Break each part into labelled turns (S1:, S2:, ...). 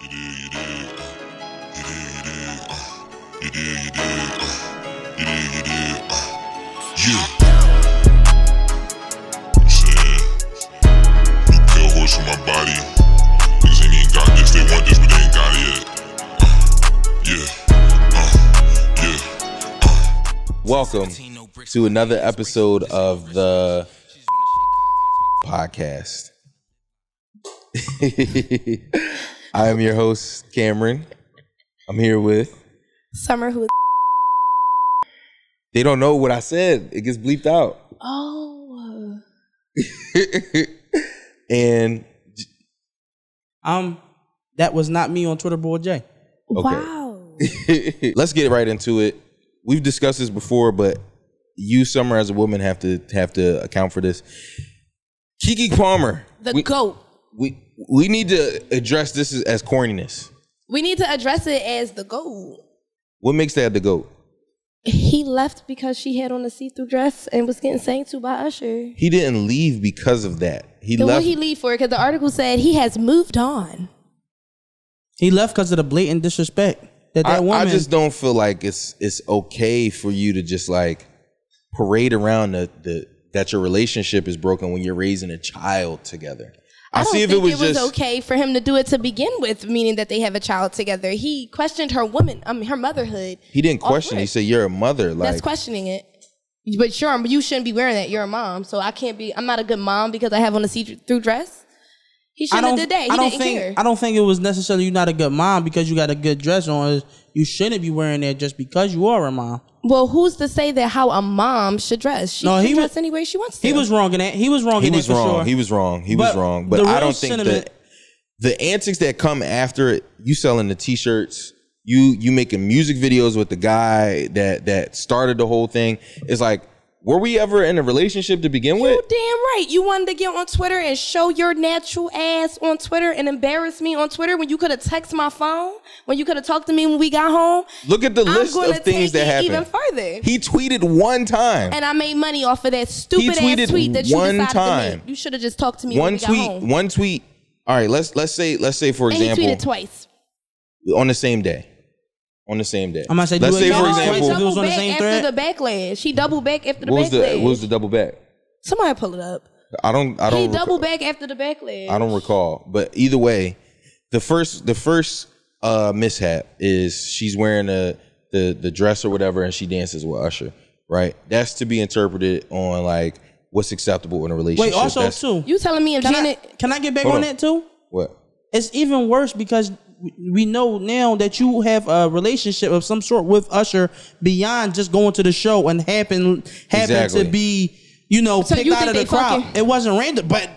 S1: You do, you do, uh, you do, you do, uh, you do, you do, uh, you do, you do, uh, you. I'm saying, new pale horse on my body. Niggas ain't even got this, they want this, but they ain't got it yet. Uh, yeah, uh, yeah.
S2: Welcome to another episode of the podcast. I am your host, Cameron. I'm here with.
S3: Summer who is
S2: They don't know what I said, it gets bleeped out.
S3: Oh
S2: and
S4: Um, that was not me on Twitter, boy Jay.
S3: wow.
S2: let's get right into it. We've discussed this before, but you, Summer, as a woman, have to have to account for this. Kiki Palmer,
S3: The
S2: we,
S3: goat.
S2: we we need to address this as, as corniness.
S3: We need to address it as the goat.
S2: What makes that the goat?
S3: He left because she had on a see-through dress and was getting sang to by Usher.
S2: He didn't leave because of that. He
S3: Then what
S2: left.
S3: he leave for? Because the article said he has moved on.
S4: He left because of the blatant disrespect that that
S2: I,
S4: woman.
S2: I just don't feel like it's it's okay for you to just like parade around the, the that your relationship is broken when you're raising a child together.
S3: I,
S2: I
S3: don't
S2: see if
S3: think
S2: it was, just
S3: okay for him to do it to begin with, meaning that they have a child together. He questioned her woman, I mean her motherhood.
S2: he didn't
S3: Off
S2: question. He
S3: rip.
S2: said, "You're a mother."
S3: That's
S2: Like
S3: questioning it. But you're you shouldn't be wearing that. You're a mom, so I can't be. I'm not a good mom because I have on a see-through dress. He
S4: I
S3: shouldn't
S4: don't.
S3: have did that. He
S4: I don't
S3: didn't
S4: think.
S3: care.
S4: I don't think it was necessarily you not a good mom because you got a good dress on. You shouldn't be wearing that just because you are a mom.
S3: Well, who's to say that how a mom should dress? She
S4: No,
S3: can
S4: he
S3: dress
S4: was-
S3: any way she wants to.
S4: He was wrong in that. He was wrong.
S2: he
S4: in
S2: was
S4: that for
S2: wrong.
S4: Sure.
S2: He was wrong. He was
S4: But
S2: wrong. But
S4: the
S2: I
S4: real
S2: don't think
S4: sentiment-
S2: that the antics that come after it. You selling the t-shirts. You you making music videos with the guy that that started the whole thing. It's like, were we ever in a relationship to begin
S3: You
S2: with?
S3: damn right. You wanted to get on Twitter and show your natural ass on Twitter and embarrass me on Twitter when you could have texted my phone, when you could have talked to me when we got home.
S2: Look at the
S3: I'm
S2: list
S3: gonna
S2: of things
S3: take
S2: that
S3: it
S2: happened.
S3: even further.
S2: He tweeted one time.
S3: And I made money off of that stupid
S2: tweeted
S3: ass tweet that you
S2: one
S3: decided to
S2: time.
S3: make. You should have just talked to me when
S2: one
S3: we got
S2: tweet.
S3: home.
S2: One tweet. All right. Let's let's say let's say for
S3: and he
S2: example
S3: tweeted twice.
S2: on the same day. On the same day.
S4: I'm gonna say,
S2: let's
S4: do
S2: say
S4: it
S2: for
S4: twice.
S3: he
S2: example.
S4: If it
S3: doubled
S4: was on the
S3: back
S4: same
S3: after
S4: thread?
S3: the backlash. She doubled back after the
S2: What was the
S3: backlash.
S2: what was the double back?
S3: Somebody pull it up.
S2: I don't I don't
S3: He
S2: recall-
S3: doubled back after the backlash.
S2: I don't recall. But either way, the first the first uh mishap is she's wearing a the the dress or whatever and she dances with Usher, right? That's to be interpreted on like what's acceptable in a relationship.
S4: Wait. Also,
S2: That's-
S4: too.
S3: You telling me if
S4: Can I,
S3: Janet
S4: can I get back
S2: Hold
S4: on,
S2: on.
S4: that too?
S2: What?
S4: It's even worse because we- we know now that you have a relationship of some sort with Usher beyond just going to the show and happen happen
S2: Exactly.
S4: to be you know
S3: So
S4: picked
S3: you
S4: out
S3: think
S4: of the
S3: they
S4: crowd.
S3: fucking-
S4: It wasn't random, but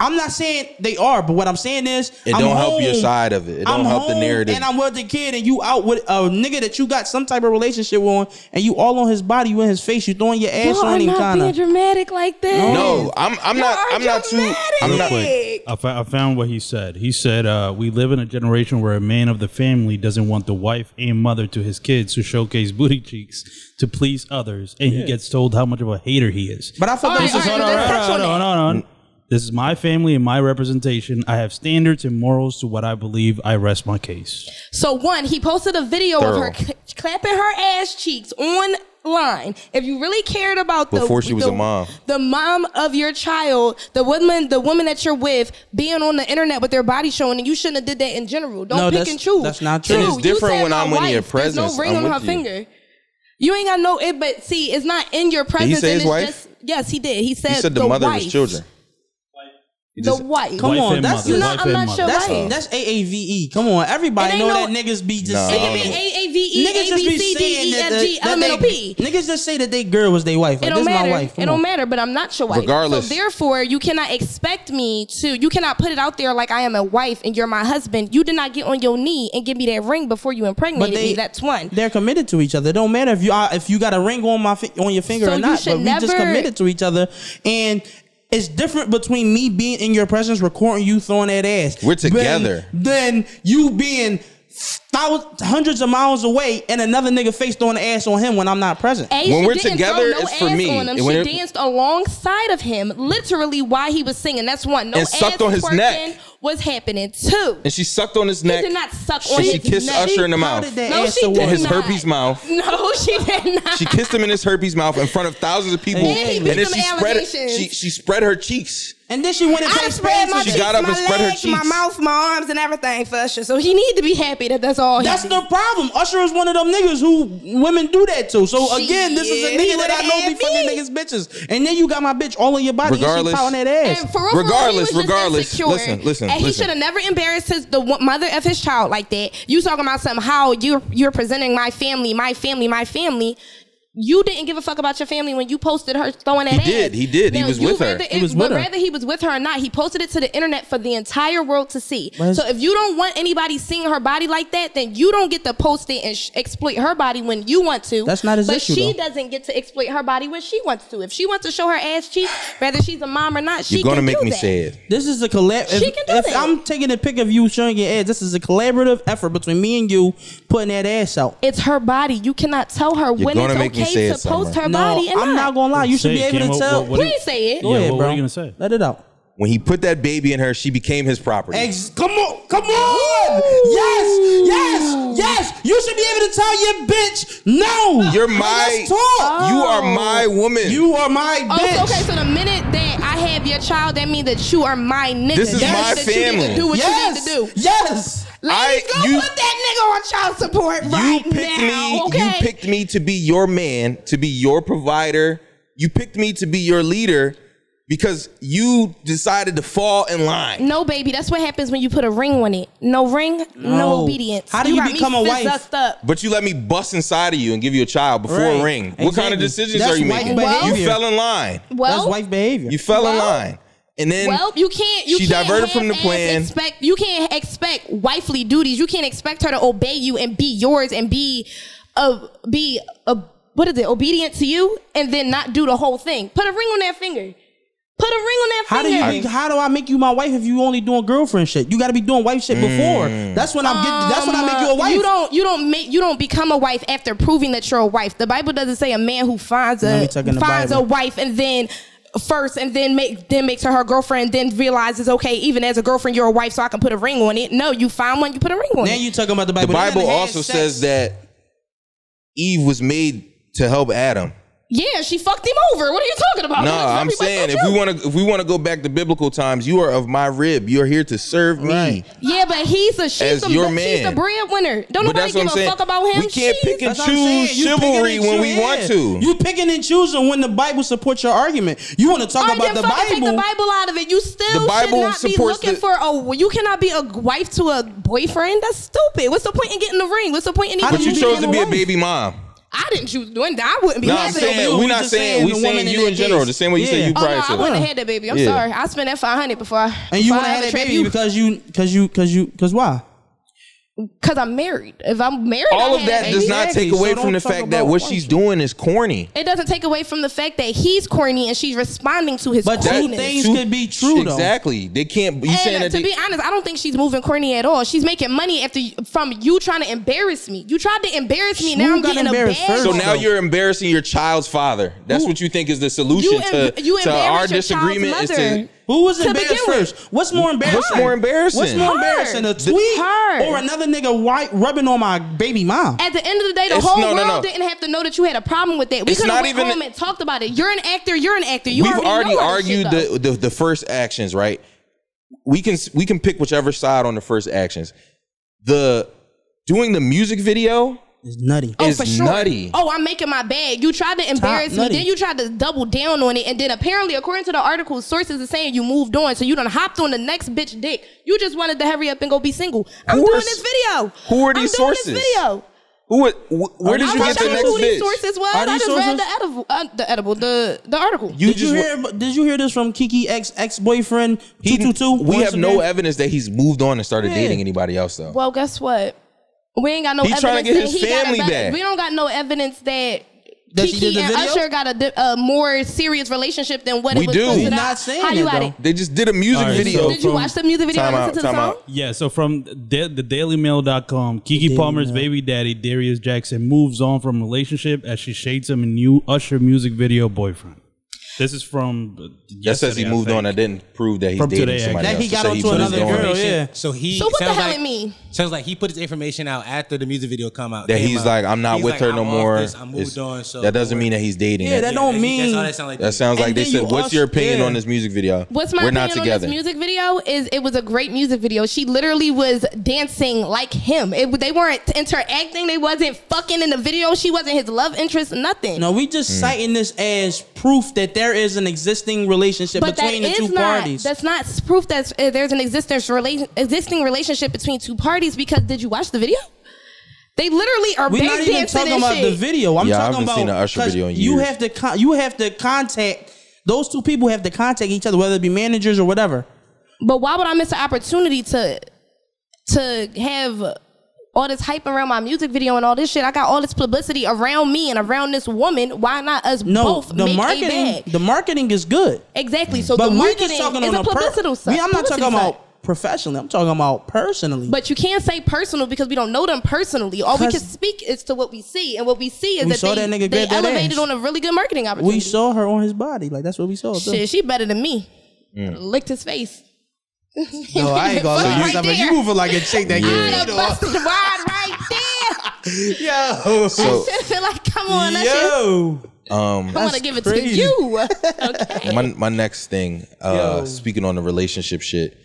S4: I'm not saying they are. But what I'm saying is,
S2: It
S4: I'm
S2: don't help your
S4: home.
S2: side of it. It don't
S4: I'm
S2: help the
S4: home
S2: narrative.
S4: and I'm with the kid, and you out with a nigga that you got some type of relationship with, and you all on his body, you in his face, you throwing your ass
S3: Y'all
S4: on
S3: are
S4: him,
S3: not being
S4: kind of.
S3: dramatic like this.
S2: No, I'm I'm
S3: Y'all
S2: not
S3: are
S2: I'm not too
S3: dramatic.
S2: I'm
S5: Real
S2: not
S5: quick, I, fo- I found what he said. He said, uh, "We live in a generation where a man of the family doesn't want the wife and mother to his kids to showcase booty cheeks to please others, and he gets told how much of a hater he is."
S4: But I felt
S3: All
S4: that
S3: right,
S4: was
S3: all
S4: just
S3: right,
S4: hold on,
S3: let's
S4: hold on,
S3: touch on
S4: hold on.
S3: that.
S5: on, on. This is my family and my representation. I have standards and morals to what I believe. I rest my case.
S3: So one, he posted a video of her
S2: Thorough.
S3: cl- clapping her ass cheeks online. If you really cared about the
S2: Before she was
S3: the-
S2: a mom.
S3: the mom of your child, the woman, the woman that you're with, being on the internet with their body showing, and you shouldn't have did that in general. Don't
S4: No,
S3: pick
S4: that's-
S3: and choose.
S4: that's not
S3: Two,
S4: true. And
S2: it's
S3: you
S2: different
S3: said
S2: when
S3: my
S2: I'm in your
S3: wife, there's
S2: presence.
S3: No ring
S2: I'm
S3: on her
S2: with you.
S3: finger. You ain't got no it, but see, it's not in your presence.
S2: say
S3: and
S2: his
S3: it's
S2: wife?
S3: Just, yes, he did. He said,
S2: He said the, mother of his
S3: wife.
S2: children. He
S3: The
S2: just-
S3: wife.
S4: Come
S5: wife
S4: on,
S5: and
S4: that's
S5: mother,
S3: not-
S5: wife
S3: I'm
S5: and
S3: not
S5: mother.
S3: sure
S4: That's
S3: Right.
S4: that's AAVE. E. Come on, everybody
S3: It ain't
S4: know
S3: no-
S4: that niggas be just
S2: Nah, I
S4: saying
S2: don't know.
S4: that.
S3: A-A-V-E,
S4: Niggas just be
S3: E,
S4: saying that the-
S3: A-B-C-D-E-F-G,
S4: that
S3: elemental
S4: they-
S3: P.
S4: Niggas just say that they girl was their wife.
S3: It
S4: Like,
S3: don't
S4: this
S3: matter.
S4: my wife. Come
S3: it don't
S4: on.
S3: matter, but I'm not your wife.
S2: Regardless.
S3: So therefore, you cannot expect me to. You cannot put it out there like I am a wife and you're my husband. You did not get on your knee and give me that ring before you impregnated me. That's one.
S4: They're committed to each other. It don't matter if you are, if you got a ring on my fi- on your finger
S3: So
S4: or
S3: you
S4: not.
S3: should
S4: But we just
S3: never-
S4: committed to each other, and it's different between me being in your presence, recording you throwing that ass.
S2: We're
S4: than-
S2: together.
S4: Than you being thousands, hundreds of miles away, and another nigga face throwing the ass on him when I'm not present.
S3: Aisha
S2: When we're
S3: didn't
S2: together,
S3: throw no
S2: it's for
S3: ass
S2: me.
S3: On him.
S2: And when
S3: She
S2: it-
S3: danced alongside of him, literally while he was singing. That's one. No
S2: And sucked
S3: ass
S2: on his
S3: twerking
S2: neck.
S3: was happening too.
S2: and she sucked on his neck.
S3: did not suck
S2: and
S3: on
S2: she
S3: his
S2: kissed
S3: neck.
S2: Usher in the
S4: She
S2: mouth.
S4: pouted that
S3: No,
S4: ass
S3: she
S4: away.
S3: did
S2: his
S3: not.
S2: herpes mouth.
S3: No, she did not.
S2: She kissed him in his herpes mouth in front of thousands of people,
S4: And he beat
S2: then
S3: them
S2: she spread
S3: allegations.
S2: she she spread her cheeks.
S4: And then she went and
S3: I
S4: paid
S3: done spread my
S2: She
S4: space.
S3: cheeks,
S2: got up
S3: my
S2: and spread her
S3: legs, my
S2: cheeks.
S3: mouth, my arms, and everything for Usher. So he need to be happy that that's all. he
S4: That's
S3: did.
S4: the problem. Usher is one of them niggas who women do that to. So again, this is a
S3: Shit, he
S4: nigga that I know be
S3: would've
S4: fucking
S3: had
S4: niggas bitches. And then you got my bitch all in your body.
S2: Regardless-
S4: Regardless, and she pouting that ass.
S3: And for real, for real, he
S2: Regardless,
S3: was just
S2: regardless.
S3: insecure.
S2: Listen, listen,
S3: And he
S2: listen.
S3: should have never embarrassed his, the wo- mother of his child like that. You talking about something? How you're you're presenting my family, my family, my family. You didn't give a fuck about your family when you posted her throwing that
S2: He
S3: ass.
S2: did, he did, he was
S3: you
S2: with her.
S3: rather-
S4: He was
S3: but
S4: with her.
S3: Whether he was with her or not, he posted it to the internet for the entire world to see.
S4: But-
S3: So if you don't want anybody seeing her body like that, then you don't get to post it and sh- exploit her body when you want to.
S4: That's not his
S3: but
S4: issue,
S3: she
S4: though.
S3: doesn't get to exploit her body when she wants to. If she wants to show her ass cheeks, whether she's a mom or not, she
S2: You're gonna
S3: can
S2: make
S3: do
S2: me
S3: that.
S2: sad.
S4: This is a collab.
S3: She
S4: if,
S3: can do
S4: if
S3: that.
S4: I'm taking a pic of you showing your ass, this is a collaborative effort between me and you putting that ass out.
S3: It's her body. You cannot tell her when
S2: gonna make
S3: it's
S2: me say
S3: okay
S2: it
S3: to post
S2: somewhere.
S3: her
S4: no,
S3: body. And
S4: I'm not gonna lie. You should
S5: Say
S4: be
S5: it,
S4: able
S5: Kim.
S4: to
S5: What-
S4: tell.
S5: what- what do you-
S3: Please say it.
S4: Go
S5: Yeah,
S4: ahead,
S5: what were
S4: bro.
S5: you gonna say?
S4: Let it out.
S2: When he put that baby in her, she became his property.
S4: Ex- come on, come on. Yes, yes, yes. You should be able to tell your bitch no.
S2: You're
S4: Like,
S2: my-
S4: let's talk.
S2: You are my woman.
S4: You are my
S3: Oh,
S4: bitch.
S3: so, okay, so the minute that I have your child, that means that you are my nigga.
S2: This is
S3: That
S4: my
S3: means that You get
S2: family.
S3: to do what
S4: yes,
S3: you need to do.
S4: yes.
S3: Ladies,
S2: I-
S3: go
S2: you-
S3: put that nigga on child support
S2: you
S3: right
S2: picked
S3: now.
S2: me.
S3: okay?
S2: You picked me to be your man, to be your provider. You picked me to be your leader because you decided to fall in line.
S3: No, baby, that's what happens when you put a ring on it. No ring, no,
S4: No.
S3: obedience.
S4: How do you
S3: got me
S4: become a wife?
S3: fizzed Up.
S2: But you let me bust inside of you and give you a child before a
S4: Right.
S2: ring. What kind of
S4: Exactly.
S2: decisions
S4: That's
S2: are you
S4: white
S2: making?
S4: behavior.
S2: You fell in line.
S3: Well,
S4: That's wife behavior.
S2: You fell in
S3: Well-
S2: line. And then
S3: well, you can't. You
S2: she
S3: can't
S2: diverted from the
S3: half-ass
S2: plan.
S3: Expect you can't expect wifely duties. You can't expect her to obey you and be yours and be a be a what is it? Obedient to you and then not do the whole thing. Put a ring on that finger. Put a ring on that
S4: How do
S3: finger.
S4: you? How do I make you my wife if you only doing girlfriend shit? You got to be doing wife shit before.
S2: Mm.
S4: That's when I'm getting. That's when I make you a
S3: Um,
S4: wife.
S3: You don't. You don't make. You don't become a wife after proving that you're a wife. The Bible doesn't say a man who finds
S4: Now we
S3: a
S4: talking the
S3: finds a
S4: Bible.
S3: wife and then first and then make then makes her her girlfriend. Then realizes okay, even as a girlfriend, you're a wife, so I can put a ring on it. No, you find one, you put a ring on
S4: now
S3: it.
S4: you talking about the
S2: the
S4: Bible. They
S2: Bible
S4: done had
S2: also
S4: sex.
S2: says that Eve was made to help Adam.
S3: yeah, she fucked him over. What are you talking about?
S2: No,
S3: That's
S2: I'm
S3: everybody
S2: saying
S3: fucked
S2: if we
S3: you.
S2: want to if we want to go back to biblical times, you are of my rib. You're here to serve me.
S4: Right.
S3: yeah, but he's a she's
S2: As
S3: a
S2: your
S3: she's a
S2: man.
S3: breadwinner. Don't nobody give a fuck about him.
S2: We can't
S3: She's-
S2: pick and
S4: That's what I'm saying.
S2: choose
S4: You picking
S2: chivalry
S4: and
S2: when we
S4: choo-
S2: want
S4: yeah.
S2: to.
S4: You picking and choosing when the Bible supports your argument. You want to talk
S3: I don't
S4: about
S3: give a
S4: the
S3: fuck to take the
S4: Bible.
S3: Bible out of it. You still
S2: The Bible
S3: should not be
S2: supports
S3: looking
S2: the-
S3: for a. You cannot be a wife to a boyfriend. That's stupid. What's the point in getting the ring? What's the point in?
S4: How
S3: Even
S2: but you
S4: be
S2: chose
S4: in
S2: to
S4: a
S2: be a
S4: wife.
S2: baby mom.
S3: I didn't choose doing that. I wouldn't be.
S2: No,
S3: having
S2: I'm
S3: that
S2: saying
S3: baby.
S4: you.
S2: we're
S4: We
S2: not
S4: just
S2: saying
S4: saying
S2: we
S4: the
S2: saying
S4: woman in
S2: you in
S4: that
S2: general.
S4: case.
S2: The same way you said
S4: Yeah.
S2: you
S3: Oh no,
S2: prior
S3: I
S2: said.
S3: wouldn't
S4: Yeah.
S3: have had that baby. I'm
S2: Yeah.
S3: sorry. I spent that 500 before. I,
S4: And you
S3: want to
S4: have that baby because you because you because you because why?
S3: because I'm married. If I'm married,
S2: All
S3: I
S2: of
S3: had a
S2: that
S3: baby.
S2: does not
S4: Exactly.
S2: take away
S4: So
S2: from
S4: don't
S2: the
S4: talk
S2: fact that
S4: about
S2: what
S4: why
S2: she's
S4: she-
S2: doing is corny.
S3: It doesn't take away from the fact that he's corny and she's responding to his
S4: But
S3: corniness.
S4: two things could be true though.
S2: Exactly. They can't. You saying
S3: And
S2: that
S3: to
S2: they,
S3: be honest, I don't think she's moving corny at all. She's making money after you, from you trying to embarrass me. You tried to embarrass me. Now
S4: Who
S3: I'm
S4: got
S3: getting a bad.
S4: embarrassed first?
S2: So
S4: Come
S2: now
S4: on.
S2: you're embarrassing your child's father. That's what you think is the solution
S3: You em-
S2: to,
S3: you
S2: to our
S3: embarrass your child's
S2: disagreement is to
S3: mother.
S4: Who was
S3: To
S4: embarrassed
S3: begin with.
S4: first? What's more embarrassing?
S2: more embarrassing?
S4: What's more
S2: Her.
S4: embarrassing? A tweet
S3: Her.
S4: or another nigga white rubbing on my baby mom?
S3: At the end of the day, the
S2: It's-
S3: whole
S2: no, no,
S3: world
S2: no.
S3: didn't have to know that you had a problem with that. We
S2: It's
S3: could
S2: not
S3: have went
S2: even-
S3: home and talked about it. You're an actor. You're an actor. You
S2: we've already,
S3: know how this shit
S2: argued
S3: goes.
S2: the, the the first actions, right? We can we can pick whichever side on the first actions. The doing the music video
S4: It's nutty.
S3: Oh,
S2: is
S3: for sure.
S2: nutty.
S3: Oh, I'm making my bag. You tried to embarrass me.
S4: nutty.
S3: Then you tried to double down on it. And then apparently, according to the article, sources are saying you moved on. So you done hopped on the next bitch dick. You just wanted to hurry up and go be single. I'm
S2: Who
S3: doing
S2: are s-
S3: this video.
S2: who are
S3: I'm
S2: these
S3: doing this
S2: sources?
S3: video.
S2: Who? would- wh- Where did you
S4: I
S3: I
S2: get
S4: watched
S2: the
S3: don't know
S2: next
S3: who these
S2: bitch?
S3: sources was.
S4: Are
S3: I
S4: these
S3: just read
S4: sources?
S3: the edible, uh, the edible, the the article.
S2: You
S4: Did
S2: just
S4: you
S2: wa-
S4: hear? Did you hear this from Kiki ex ex boyfriend
S2: he-
S4: two two two?
S2: We have no evidence that he's moved on and started
S4: Yeah.
S2: dating anybody else though.
S3: Well, guess what? We ain't got no
S2: He
S3: evidence
S2: tryna get
S3: that
S2: his
S3: he got a
S2: family
S3: better-
S2: back.
S3: We don't got no evidence that
S4: That she did
S3: Kiki
S4: the
S3: and
S4: video?
S3: Usher got a, di- a more serious relationship than what
S2: We
S3: it was
S2: do.
S3: supposed
S2: We
S3: to
S4: not
S3: be.
S4: saying
S3: How
S4: it,
S3: you at
S4: though.
S3: it?
S2: They just did a music
S5: All right,
S2: video.
S5: so-
S3: Did you
S5: From-
S3: watch the music video
S2: Time
S3: and
S2: out,
S3: listen to the
S2: time
S3: song?
S2: out.
S5: Yeah, so from the, the dailymail.com, Kiki Palmer's baby daddy, Darius Jackson, moves on from relationship as she shades him a new Usher music video boyfrend. This is from. uh,
S2: that says he
S5: yesterday, I
S2: moved on.
S5: think.
S2: That didn't prove that he's
S5: From
S2: dating
S5: today, I
S2: somebody
S5: guess.
S2: else.
S4: That he
S2: It
S4: got
S2: said
S4: onto
S2: put his
S4: another
S2: daughter-
S4: girl, yeah.
S6: So he
S3: So what the
S6: sounds
S3: hell
S6: like-
S3: it mean?
S6: Sounds like he put his information out after the music video come out.
S2: That
S6: came
S2: he's
S6: out.
S2: like, I'm not
S6: He's
S2: with
S6: like,
S2: her
S6: I'm
S2: no
S6: off
S2: more.
S6: this, I moved
S2: It's-
S6: on. So
S2: that doesn't mean that he's dating.
S4: Yeah,
S2: her.
S4: that don't
S6: that's-
S4: mean-
S6: that's all that sounds like.
S2: That sounds like
S4: And
S2: they
S4: then you
S2: said, "What's
S4: also-
S2: your opinion
S4: yeah.
S2: on this music video?
S3: What's my
S2: We're
S3: opinion
S2: not together."
S3: on this music video? Is it was a great music video. She literally was dancing like him. It, they weren't interacting. They wasn't fucking in the video. She wasn't his love interest. Nothing.
S4: No, we just citing this as proof that there is an existing relationship
S3: But that
S4: between the
S3: is
S4: two
S3: not.
S4: parties.
S3: That's not s- proof that uh, there's an existence rela- existing relationship between two parties. Because did you watch the video? They literally are
S4: We're
S3: back
S4: not even
S3: dancing
S4: talking
S3: and
S4: about
S3: shit.
S4: the video. I'm
S2: Yeah, I
S4: talking
S2: haven't
S4: about
S2: seen an Usher
S4: 'cause
S2: video in
S4: you
S2: years.
S4: have to con- you have to contact those two people have to contact each other, whether it be managers or whatever.
S3: But why would I miss an opportunity to to have all this hype around my music video and all this shit? I got all this publicity around me and around this woman. Why not us
S4: No,
S3: both
S4: the
S3: make
S4: marketing
S3: a bag?
S4: the marketing is good,
S3: Exactly. So
S4: but
S3: the
S4: we're
S3: marketing
S4: just talking
S3: is
S4: on
S3: a
S4: a per-
S3: publicity side.
S4: We- I'm not
S3: publicity
S4: talking
S3: side.
S4: about professionally. I'm talking about personally.
S3: But you can't say personal because we don't know them personally. All we can
S4: 'Cause-
S3: speak is to what we see, and what we see is
S4: We
S3: that
S4: saw
S3: they,
S4: that nigga
S3: they
S4: grab that
S3: elevated
S4: ass.
S3: on a really good marketing opportunity.
S4: we saw her on his body, like that's what we saw. too.
S3: shit. She better than me. Licked his face.
S4: No, I ain't gonna
S3: Fuck
S4: lie.
S3: right
S4: Stop it.
S3: there.
S4: you moving like a chick that
S3: I
S4: yeah.
S3: done busted wide right there.
S4: Yo,
S2: So,
S3: I feel like, come on, that shit
S4: yo,
S2: um,
S3: I want to give it to
S4: crazy.
S3: you. Okay.
S2: my my next thing, uh,
S4: Yo.
S2: speaking on the relationship shit,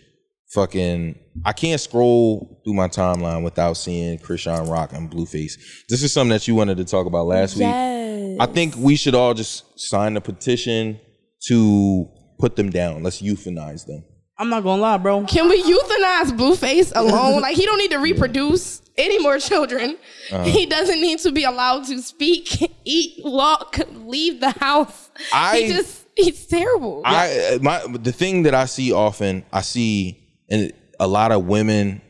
S2: fucking, I can't scroll through my timeline without seeing Krishan Rock and Blueface. This is something that you wanted to talk about last week. I think we should all just sign a petition to put them down. Let's euthanize them.
S4: I'm not gonna lie, bro.
S3: Can we euthanize Blueface alone? like he don't need to reproduce any more children.
S2: Uh-huh.
S3: He doesn't need to be allowed to speak, eat, walk, leave the house.
S2: I-
S3: he just he's terrible.
S2: I uh, my the thing that I see often, I see and a lot of women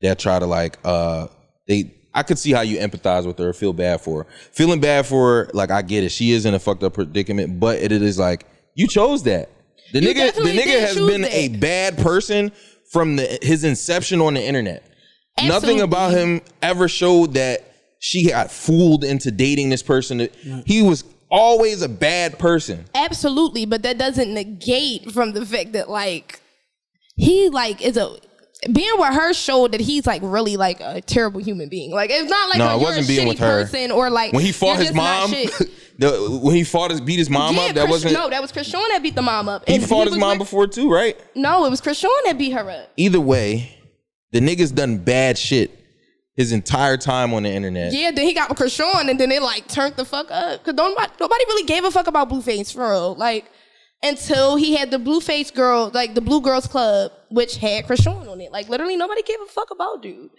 S2: that try to like uh they I could see how you empathize with her, feel bad for her. Feeling bad for her, like I get it. She is in a fucked up predicament, but it is like you chose that. The
S3: You
S2: nigga the
S3: definitely
S2: nigga
S3: did
S2: has
S3: choose
S2: been
S3: that.
S2: a bad person from the his inception on the internet. Nothing
S3: Absolutely.
S2: about him ever showed that she got fooled into dating this person. That- He was always a bad person.
S3: Absolutely, but that doesn't negate from the fact that like he like is a being with her showed that he's like really like a terrible human being. Like it's not like
S2: No,
S3: oh,
S2: it
S3: you're
S2: wasn't
S3: a
S2: being
S3: shitty
S2: with her.
S3: person or like
S2: when he fought
S3: you're
S2: his
S3: just not
S2: mom,
S3: shit.
S2: the, when he fought his beat his mom
S3: yeah,
S2: up, that
S3: Chris,
S2: wasn't.
S3: no, that was Chris Sean that beat the mom up.
S2: he
S3: And
S2: fought his
S3: was
S2: mom
S3: with-
S2: before too, right?
S3: No, it was Chris Sean that beat her up.
S2: Either way, the nigga's done bad shit his entire time on the internet.
S3: Yeah, then he got with Krishan, and then it like turned the fuck up. Cause nobody, nobody really gave a fuck about Blueface for real. Like until he had the Blueface girl, like the Blue Girls Club, which had Krishan on it. Like literally nobody gave a fuck about dude.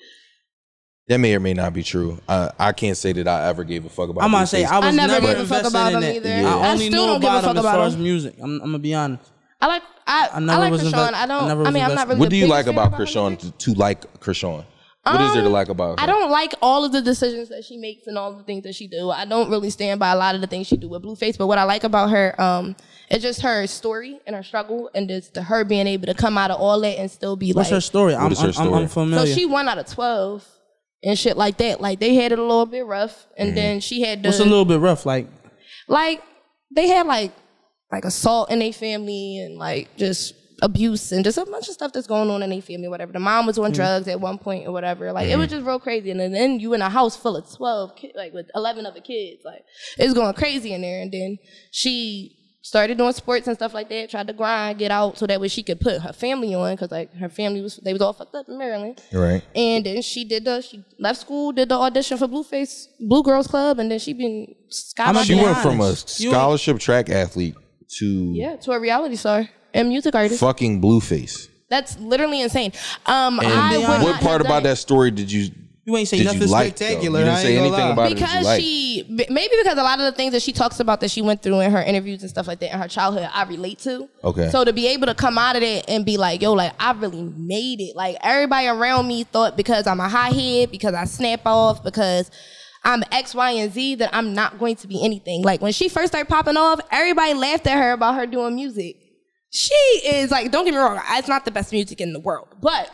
S2: That may or may not be true. I, I can't say that I ever gave a fuck about.
S4: I'm gonna
S2: Blueface.
S4: say I was
S3: I never
S4: never
S3: gave a fuck
S4: invested
S3: about
S4: in
S3: him
S4: it.
S3: either.
S4: I
S3: I
S4: only
S3: still
S4: knew
S3: don't give a
S4: about him
S3: fuck
S4: as
S3: about
S4: far as
S3: him.
S4: music. I'm, I'm gonna be honest.
S3: I like I, I,
S4: I never
S3: like
S4: was
S3: Krishan.
S4: invest-
S3: I don't.
S4: I
S3: I,
S4: never was
S3: mean, I'm not
S4: invested.
S3: really.
S2: what
S3: the
S2: do you
S3: biggest
S2: like
S3: fan
S2: about
S3: her
S2: Krishan
S3: music.
S2: to, to like Krishan? What is there to
S3: Um,
S2: like about her?
S3: I don't like all of the decisions that she makes and all the things that she do. I don't really stand by a lot of the things she do with Blueface, but what I like about her, um, it's just her story and her struggle and just the, her being able to come out of all that and still be
S4: What's
S3: like
S4: her story? I'm,
S2: is her
S4: I'm, I'm,
S2: story?
S4: I'm
S3: so
S4: familiar.
S3: she one out of twelve and shit like that. Like they had it a little bit rough and then she had the
S4: What's a little bit rough? Like
S3: like they had like like assault in their family and like just abuse and just a bunch of stuff that's going on in their family, whatever. The mom was on drugs at one point or whatever. Like it was just real crazy. And then, then you in a house full of twelve, ki- like with eleven other kids, like it's going crazy in there. And then she started doing sports and stuff like that. Tried to grind, get out, so that way she could put her family on because like her family was they was all fucked up in Maryland.
S2: Right.
S3: And then she did the she left school, did the audition for Blueface Blue Girls Club, and then she been skyrocketing.
S2: She
S4: be
S2: went from a
S4: honest. You-
S2: scholarship track athlete to
S3: Yeah, to a reality star and music artist.
S2: fucking Blueface.
S3: That's literally insane. Um, I
S2: And
S3: would
S2: what part
S3: not have done
S2: about
S3: it.
S2: that story did you
S4: you ain't say
S2: did you
S4: nothing
S2: like? though?
S4: spectacular.
S2: You
S4: I
S2: didn't
S4: ain't
S2: say
S4: gonna
S2: anything
S4: lie.
S2: about it. that you
S3: Because
S2: liked.
S3: she, b- maybe because a lot of the things that she talks about that she went through in her interviews and stuff like that in her childhood, I relate to.
S2: Okay.
S3: So to be able to come out of that and be like, yo, like I really made it. Like everybody around me thought because I'm a high head, because I snap off, because I'm X, Y, and Z, that I'm not going to be anything. Like when she first started popping off, everybody laughed at her about her doing music. She is like, don't get me wrong, it's not the best music in the world, but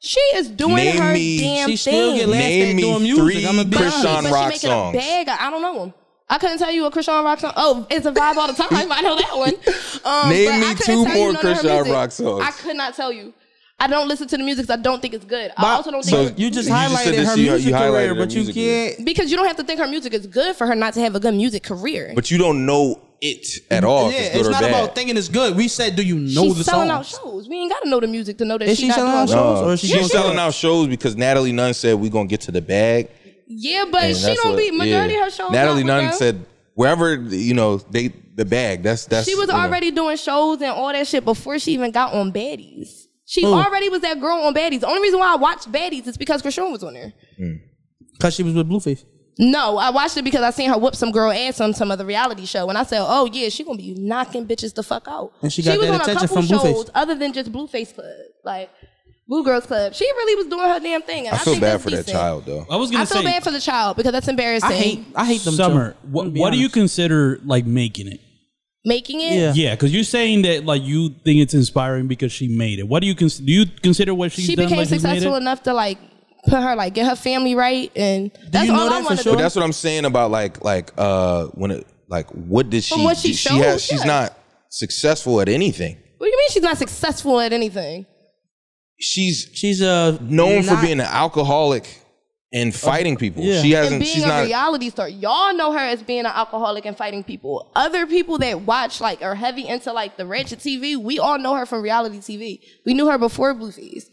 S3: she is doing
S2: Name
S3: her
S2: me-
S3: damn
S4: She
S3: thing.
S4: still get laughed at
S2: Name
S4: doing
S2: me
S4: music.
S2: three
S4: I'm a
S3: But she-
S2: Christian
S3: but she
S2: rock
S3: making
S2: songs.
S3: A bag of- I don't know him. I couldn't tell you a Christian rock song. Oh, it's a vibe all the time. I know that one. Um,
S2: Name
S3: but I
S2: me
S3: couldn't
S2: two
S3: tell you
S2: more
S3: none of her
S2: Christian
S3: music.
S2: rock songs.
S3: I could not tell you. I don't listen to the music 'cause I don't think it's good.
S4: But-
S3: I also don't
S2: so
S3: think
S4: You
S2: You just
S4: just
S2: said
S4: highlighted
S2: this,
S4: her
S2: you- you
S4: music
S2: highlighted her
S4: career, but you
S2: music career.
S4: can't.
S3: because you don't have to think her music is good for her not to have a good music career.
S2: But you don't know it at all. if
S4: yeah,
S2: good
S4: Oh, it's
S2: or
S4: not
S2: bad.
S4: about thinking it's good. We said, do you know
S3: She's
S4: the
S3: selling out
S4: song?
S3: shows. We ain't gotta know the music to know that
S4: Is
S3: she
S4: she
S3: not
S4: selling
S3: doing
S4: out
S3: well.
S4: shows?
S2: Uh,
S4: Or is she
S2: she's
S4: doing
S2: selling
S4: good?
S2: out shows because Natalie Nunn said we're gonna get to the bag.
S3: Yeah, but
S2: and
S3: she
S2: that's
S3: don't
S2: what-
S3: be majority
S2: yeah.
S3: of her shows.
S2: Natalie
S3: not with
S2: Nunn
S3: them.
S2: said wherever you know they the bag. That's that's
S3: She was
S2: you know.
S3: already doing shows and all that shit before she even got on Baddies. She already was that girl on Baddies. The only reason why I watched Baddies is because Krishan was on there.
S4: Because she was with Blueface.
S3: No, I watched it because I seen her whoop some girl ass on some other reality show, and I said, "Oh yeah, she gonna be knocking bitches the fuck out."
S4: And she got that attention from Blueface.
S3: other than just Blueface Club, like Blue Girls Club. She really was doing her damn thing. And
S2: I
S3: I,
S2: feel
S3: think
S2: bad
S3: that's
S2: for
S3: decent.
S2: that child though.
S4: Oh,
S5: I was gonna
S3: I feel
S5: say
S3: bad for the child because that's embarrassing.
S4: I hate, I hate them.
S5: summer.
S4: too.
S5: What,
S4: I'm gonna be
S5: what do you
S4: honest.
S5: consider like making it?
S3: making it.
S4: Yeah.
S5: Yeah, because you're saying that like you think it's inspiring because she made it. What do you consider? Do you consider what she's
S3: she
S5: done?
S3: became
S5: like, she's made
S3: successful
S5: it?
S3: enough to like put her like get her family right, and that's
S4: you know
S3: all
S4: that
S3: I
S4: for
S3: want to
S4: sure?
S3: do.
S2: But that's what I'm saying about like like uh when it like what did she
S3: From what she
S2: do?
S3: showed,
S2: has she's
S3: yeah.
S2: not successful at anything.
S3: What do you mean she's not successful at anything?
S2: She's
S4: She's uh,
S2: known for
S4: not-
S2: being an alcoholic and fighting people.
S4: yeah.
S2: She
S3: And
S2: hasn't
S3: being
S2: she's
S3: a
S2: not
S3: reality star, y'all know her as being an alcoholic and fighting people. Other people that watch like are heavy into like the ratchet TV, we all know her from reality TV. We knew her before Blueface.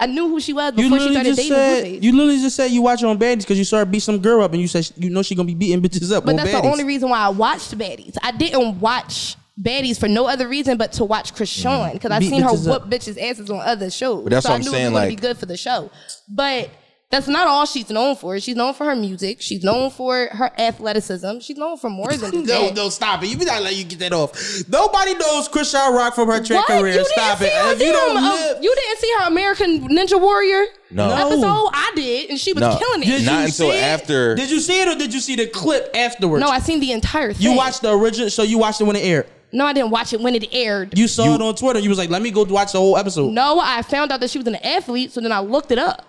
S3: I knew who she was
S4: You
S3: before she
S4: literally
S3: started
S4: just
S3: dating
S4: said
S3: Blueface.
S4: you literally just said you watch her on baddies because you saw her beat some girl up and you said she- you know she gonna be beating bitches up.
S3: but
S4: on
S3: that's
S4: baddies.
S3: the only reason why I watched Baddies. I didn't watch Baddies for no other reason but to watch Krishan because I've
S4: Mm-hmm. Beat
S3: seen her
S4: bitches
S3: whoop
S4: up.
S3: bitches' asses on other shows.
S2: But that's
S3: so
S2: what
S3: I
S2: I'm
S3: knew it
S2: saying,
S3: was gonna
S2: like-
S3: be good for the show. But that's not all she's known for. She's known for her music. She's known for her athleticism. She's known for more than just
S4: No,
S3: that.
S4: no, stop it. You be not let you get that off. Nobody knows Chris Shaw Rock from her track
S3: What?
S4: career.
S3: You
S4: stop
S3: didn't
S4: it.
S3: see her
S4: If you don't
S3: damn, uh,
S4: live,
S3: you didn't see her American Ninja Warrior
S2: No.
S3: episode? I did, and she was
S2: No.
S3: killing it.
S4: Did
S2: Not
S4: you
S2: until
S4: see it?
S2: after-
S4: Did you see it or did you see the clip afterwards?
S3: No, I seen the entire thing.
S4: You watched the original, so you watched it when it aired.
S3: No, I didn't watch it when it aired.
S4: You saw it on Twitter. You was like, let me go watch the whole episode.
S3: no, I found out that she was an athlete, so then I looked it up.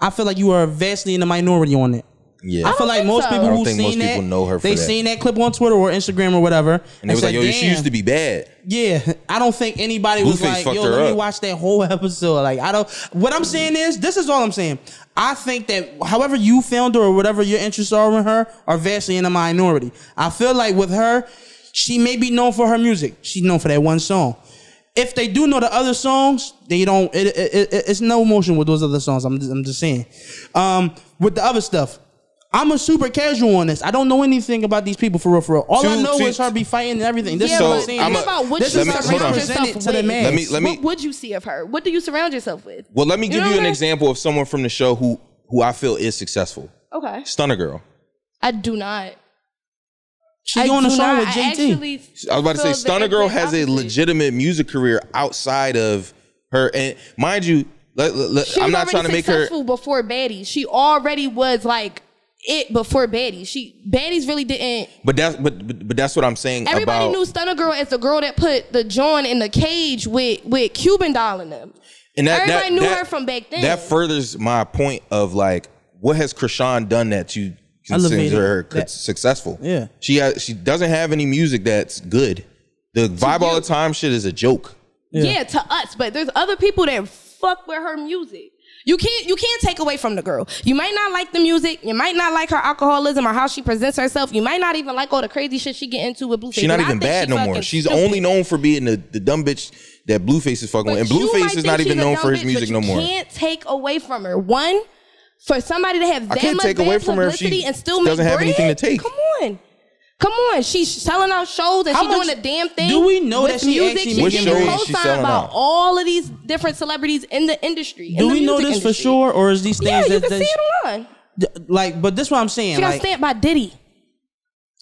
S4: I feel like you are vastly in the minority on it.
S2: yeah.
S4: I feel like
S3: think
S4: most
S3: so. I
S4: people
S2: don't
S4: who
S2: think
S4: seen
S2: most
S4: that,
S2: people know her for
S4: they
S2: that.
S4: seen that clip on Twitter or Instagram or whatever.
S2: and they was like,
S4: said,
S2: yo, she used
S4: "Damn."
S2: to be bad.
S4: Yeah, I don't think anybody was
S2: Blueface
S4: like,
S2: fucked
S4: "Yo,
S2: her
S4: let me
S2: up.
S4: watch that whole episode." Like, I don't. What I'm saying is, this is all I'm saying. I think that however you found her or whatever your interests are in her are vastly in a minority. I feel like with her, she may be known for her music. She's known for that one song. If they do know the other songs, they don't. It, it, it, it's no emotion with those other songs. I'm just, I'm just saying. Um, with the other stuff. I'm a super casual on this. I don't know anything about these people for real, for real. All I
S2: Two-
S4: know
S2: two-
S4: is her be fighting and everything. This
S3: yeah,
S4: is
S2: So,
S4: what I'm
S3: but
S4: saying.
S2: I'm
S3: think
S2: a-
S3: about what
S2: this
S3: you
S2: is how
S3: surround
S2: surround
S3: yourself
S4: yourself
S3: with.
S4: to the man.
S2: Let me let me
S3: what would you see of her? What do you surround yourself with?
S2: well let me give
S3: know
S2: you
S3: what
S2: an
S3: I'm
S2: example of someone from the show who who I feel is successful.
S3: Okay,
S2: Stunner Girl.
S3: I do not.
S4: She
S3: I
S4: on the
S3: do
S4: show
S3: not.
S4: with
S3: I
S4: JT.
S3: actually
S2: I was about to say
S3: feel the
S2: Stunner Girl
S3: exact
S2: has a
S3: opposite.
S2: legitimate music career outside of her, and mind you, let- let- let-
S3: She
S2: I'm
S3: was
S2: not
S3: already
S2: trying to make her.
S3: successful before Betty. She already was like it before Betty. She Betty's really didn't.
S2: But that's but but, but that's what I'm saying
S3: Everybody
S2: about.
S3: knew Stunner Girl as the girl that put the John in the cage with with Cuban Doll in them.
S2: and that,
S3: everybody
S2: that-
S3: knew
S2: that-
S3: her from back then.
S2: That furthers my point of like, what has Krishan done that you consider
S4: Elevated
S2: her c-
S4: that.
S2: successful?
S4: Yeah.
S2: she has, she doesn't have any music that's good. The vibe all the time shit is a joke.
S3: Yeah. to us, but there's other people that fuck with her music. You can't you can't take away from the girl. You might not like the music. You might not like her alcoholism or how she presents herself. You might not even like all the crazy shit she get into with Blueface.
S2: She's not
S3: but I
S2: even
S3: think
S2: bad
S3: she
S2: no more.
S3: fucking
S2: She's
S3: stupid.
S2: only known for being the, the dumb bitch that Blueface is fucking with. And
S3: But you might
S2: Blueface is
S3: think
S2: not
S3: she's
S2: even
S3: a
S2: known
S3: dumb
S2: for his
S3: bitch,
S2: music
S3: but
S2: no more.
S3: You can't take away from her. One, for somebody to have that
S2: can't
S3: much
S2: take away
S3: bad
S2: from her if she
S3: publicity and still make
S2: doesn't have
S3: bread?
S2: anything to take.
S3: Come on. Come on, she's selling out shows and
S4: How
S3: she's doing
S4: much
S3: the damn thing.
S4: do we know
S3: with
S4: that she
S3: music?
S4: actually
S3: She's
S2: Which
S3: getting
S2: show is
S3: co-signed
S2: she selling
S3: by
S2: out?
S3: all of these different celebrities in the industry. in
S4: Do
S3: the
S4: we know
S3: music
S4: this for
S3: industry.
S4: sure, or is these things
S3: Yeah, you
S4: that,
S3: can see
S4: that's-
S3: it online.
S4: d- like? But this what I'm saying.
S3: She got
S4: like,
S3: stamped by Diddy.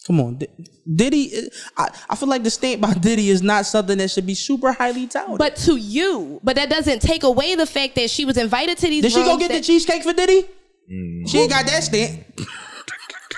S4: come on, D- Diddy. uh, I, I feel like the stamp by Diddy is not something that should be super highly touted.
S3: But to you, but that doesn't take away the fact that she was invited to these.
S4: did she go
S3: rooms
S4: get the
S3: that-
S4: cheesecake for Diddy? She ain't got that stamp.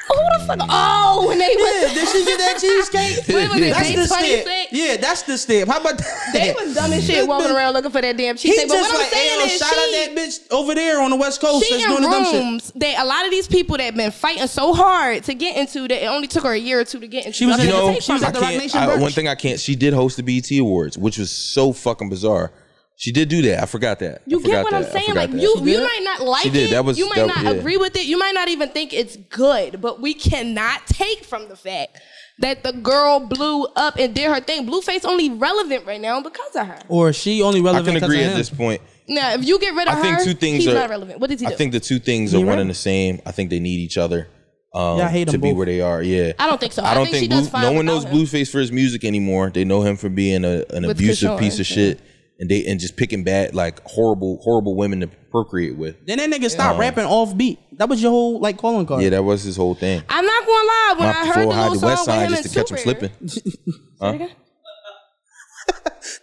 S3: who the fuck? Oh, when they
S4: Yeah,
S3: was,
S4: did she get that cheesecake?
S3: What was it,
S4: That's
S3: day
S4: the step.
S3: 26?
S4: Yeah, that's the step. How about that?
S3: they was dumb as shit walking around looking for that damn cheesecake.
S4: He
S3: But
S4: just
S3: what I'm
S4: like,
S3: saying
S4: "Ayo,
S3: is,
S4: shout
S3: she,
S4: out that bitch over there on the West Coast
S3: she
S4: that's
S3: in
S4: doing the dumb shit.
S3: rooms that a lot of these people that been fighting so hard to get into that it only took her a year or two to get into.
S4: She was
S3: nothing
S4: in-
S2: You
S3: to
S2: know,
S3: take
S4: she was
S3: from
S4: at
S3: it.
S4: the
S2: I
S4: Rock
S2: can't-
S4: Nation
S2: I-
S4: Birch.
S2: one thing I can't. She did host the BET Awards, which was so fucking bizarre. She did do that. I forgot that. I
S3: You
S2: forgot
S3: get what
S2: that.
S3: I'm
S2: I
S3: saying?
S2: forgot
S3: Like
S2: that.
S3: you,
S4: did?
S3: you might not like
S2: She did.
S3: it.
S2: That was-
S3: you might
S2: that-
S3: not
S2: yeah.
S3: agree with it. You might not even think it's good. But we cannot take from the fact that the girl blew up and did her thing. Blueface only relevant right now because of her.
S4: Or she only
S2: I
S4: relevant
S2: can
S4: because
S2: agree
S4: of
S2: at
S4: him.
S2: this point.
S3: Now, if you get rid of
S2: I
S3: her,
S2: think two things
S3: he's
S2: are
S3: not relevant. What did he do?
S2: I think the two things are
S4: You're
S2: one
S4: right.
S2: and the same. I think they need each other um,
S4: Yeah, I hate
S2: to
S4: them
S2: be
S4: both.
S2: where they are. Yeah,
S3: I don't think so. I
S2: I don't
S3: think she
S2: think,
S3: does
S2: Blue-
S3: fine
S2: no one
S3: without
S2: knows
S3: him.
S2: Blueface for his music anymore. They know him for being a, an
S3: With
S2: abusive
S3: Krishan,
S2: piece of
S3: yeah.
S2: shit, and they and just picking bad like horrible horrible women to procreate with.
S4: Then that nigga stopped rapping off beat. That was your whole like calling card.
S2: Yeah, that was his whole thing.
S3: I'm not gonna lie. When I heard the
S2: hide
S3: little song with him
S2: just
S3: and
S2: to catch him
S3: Super,
S2: slipping.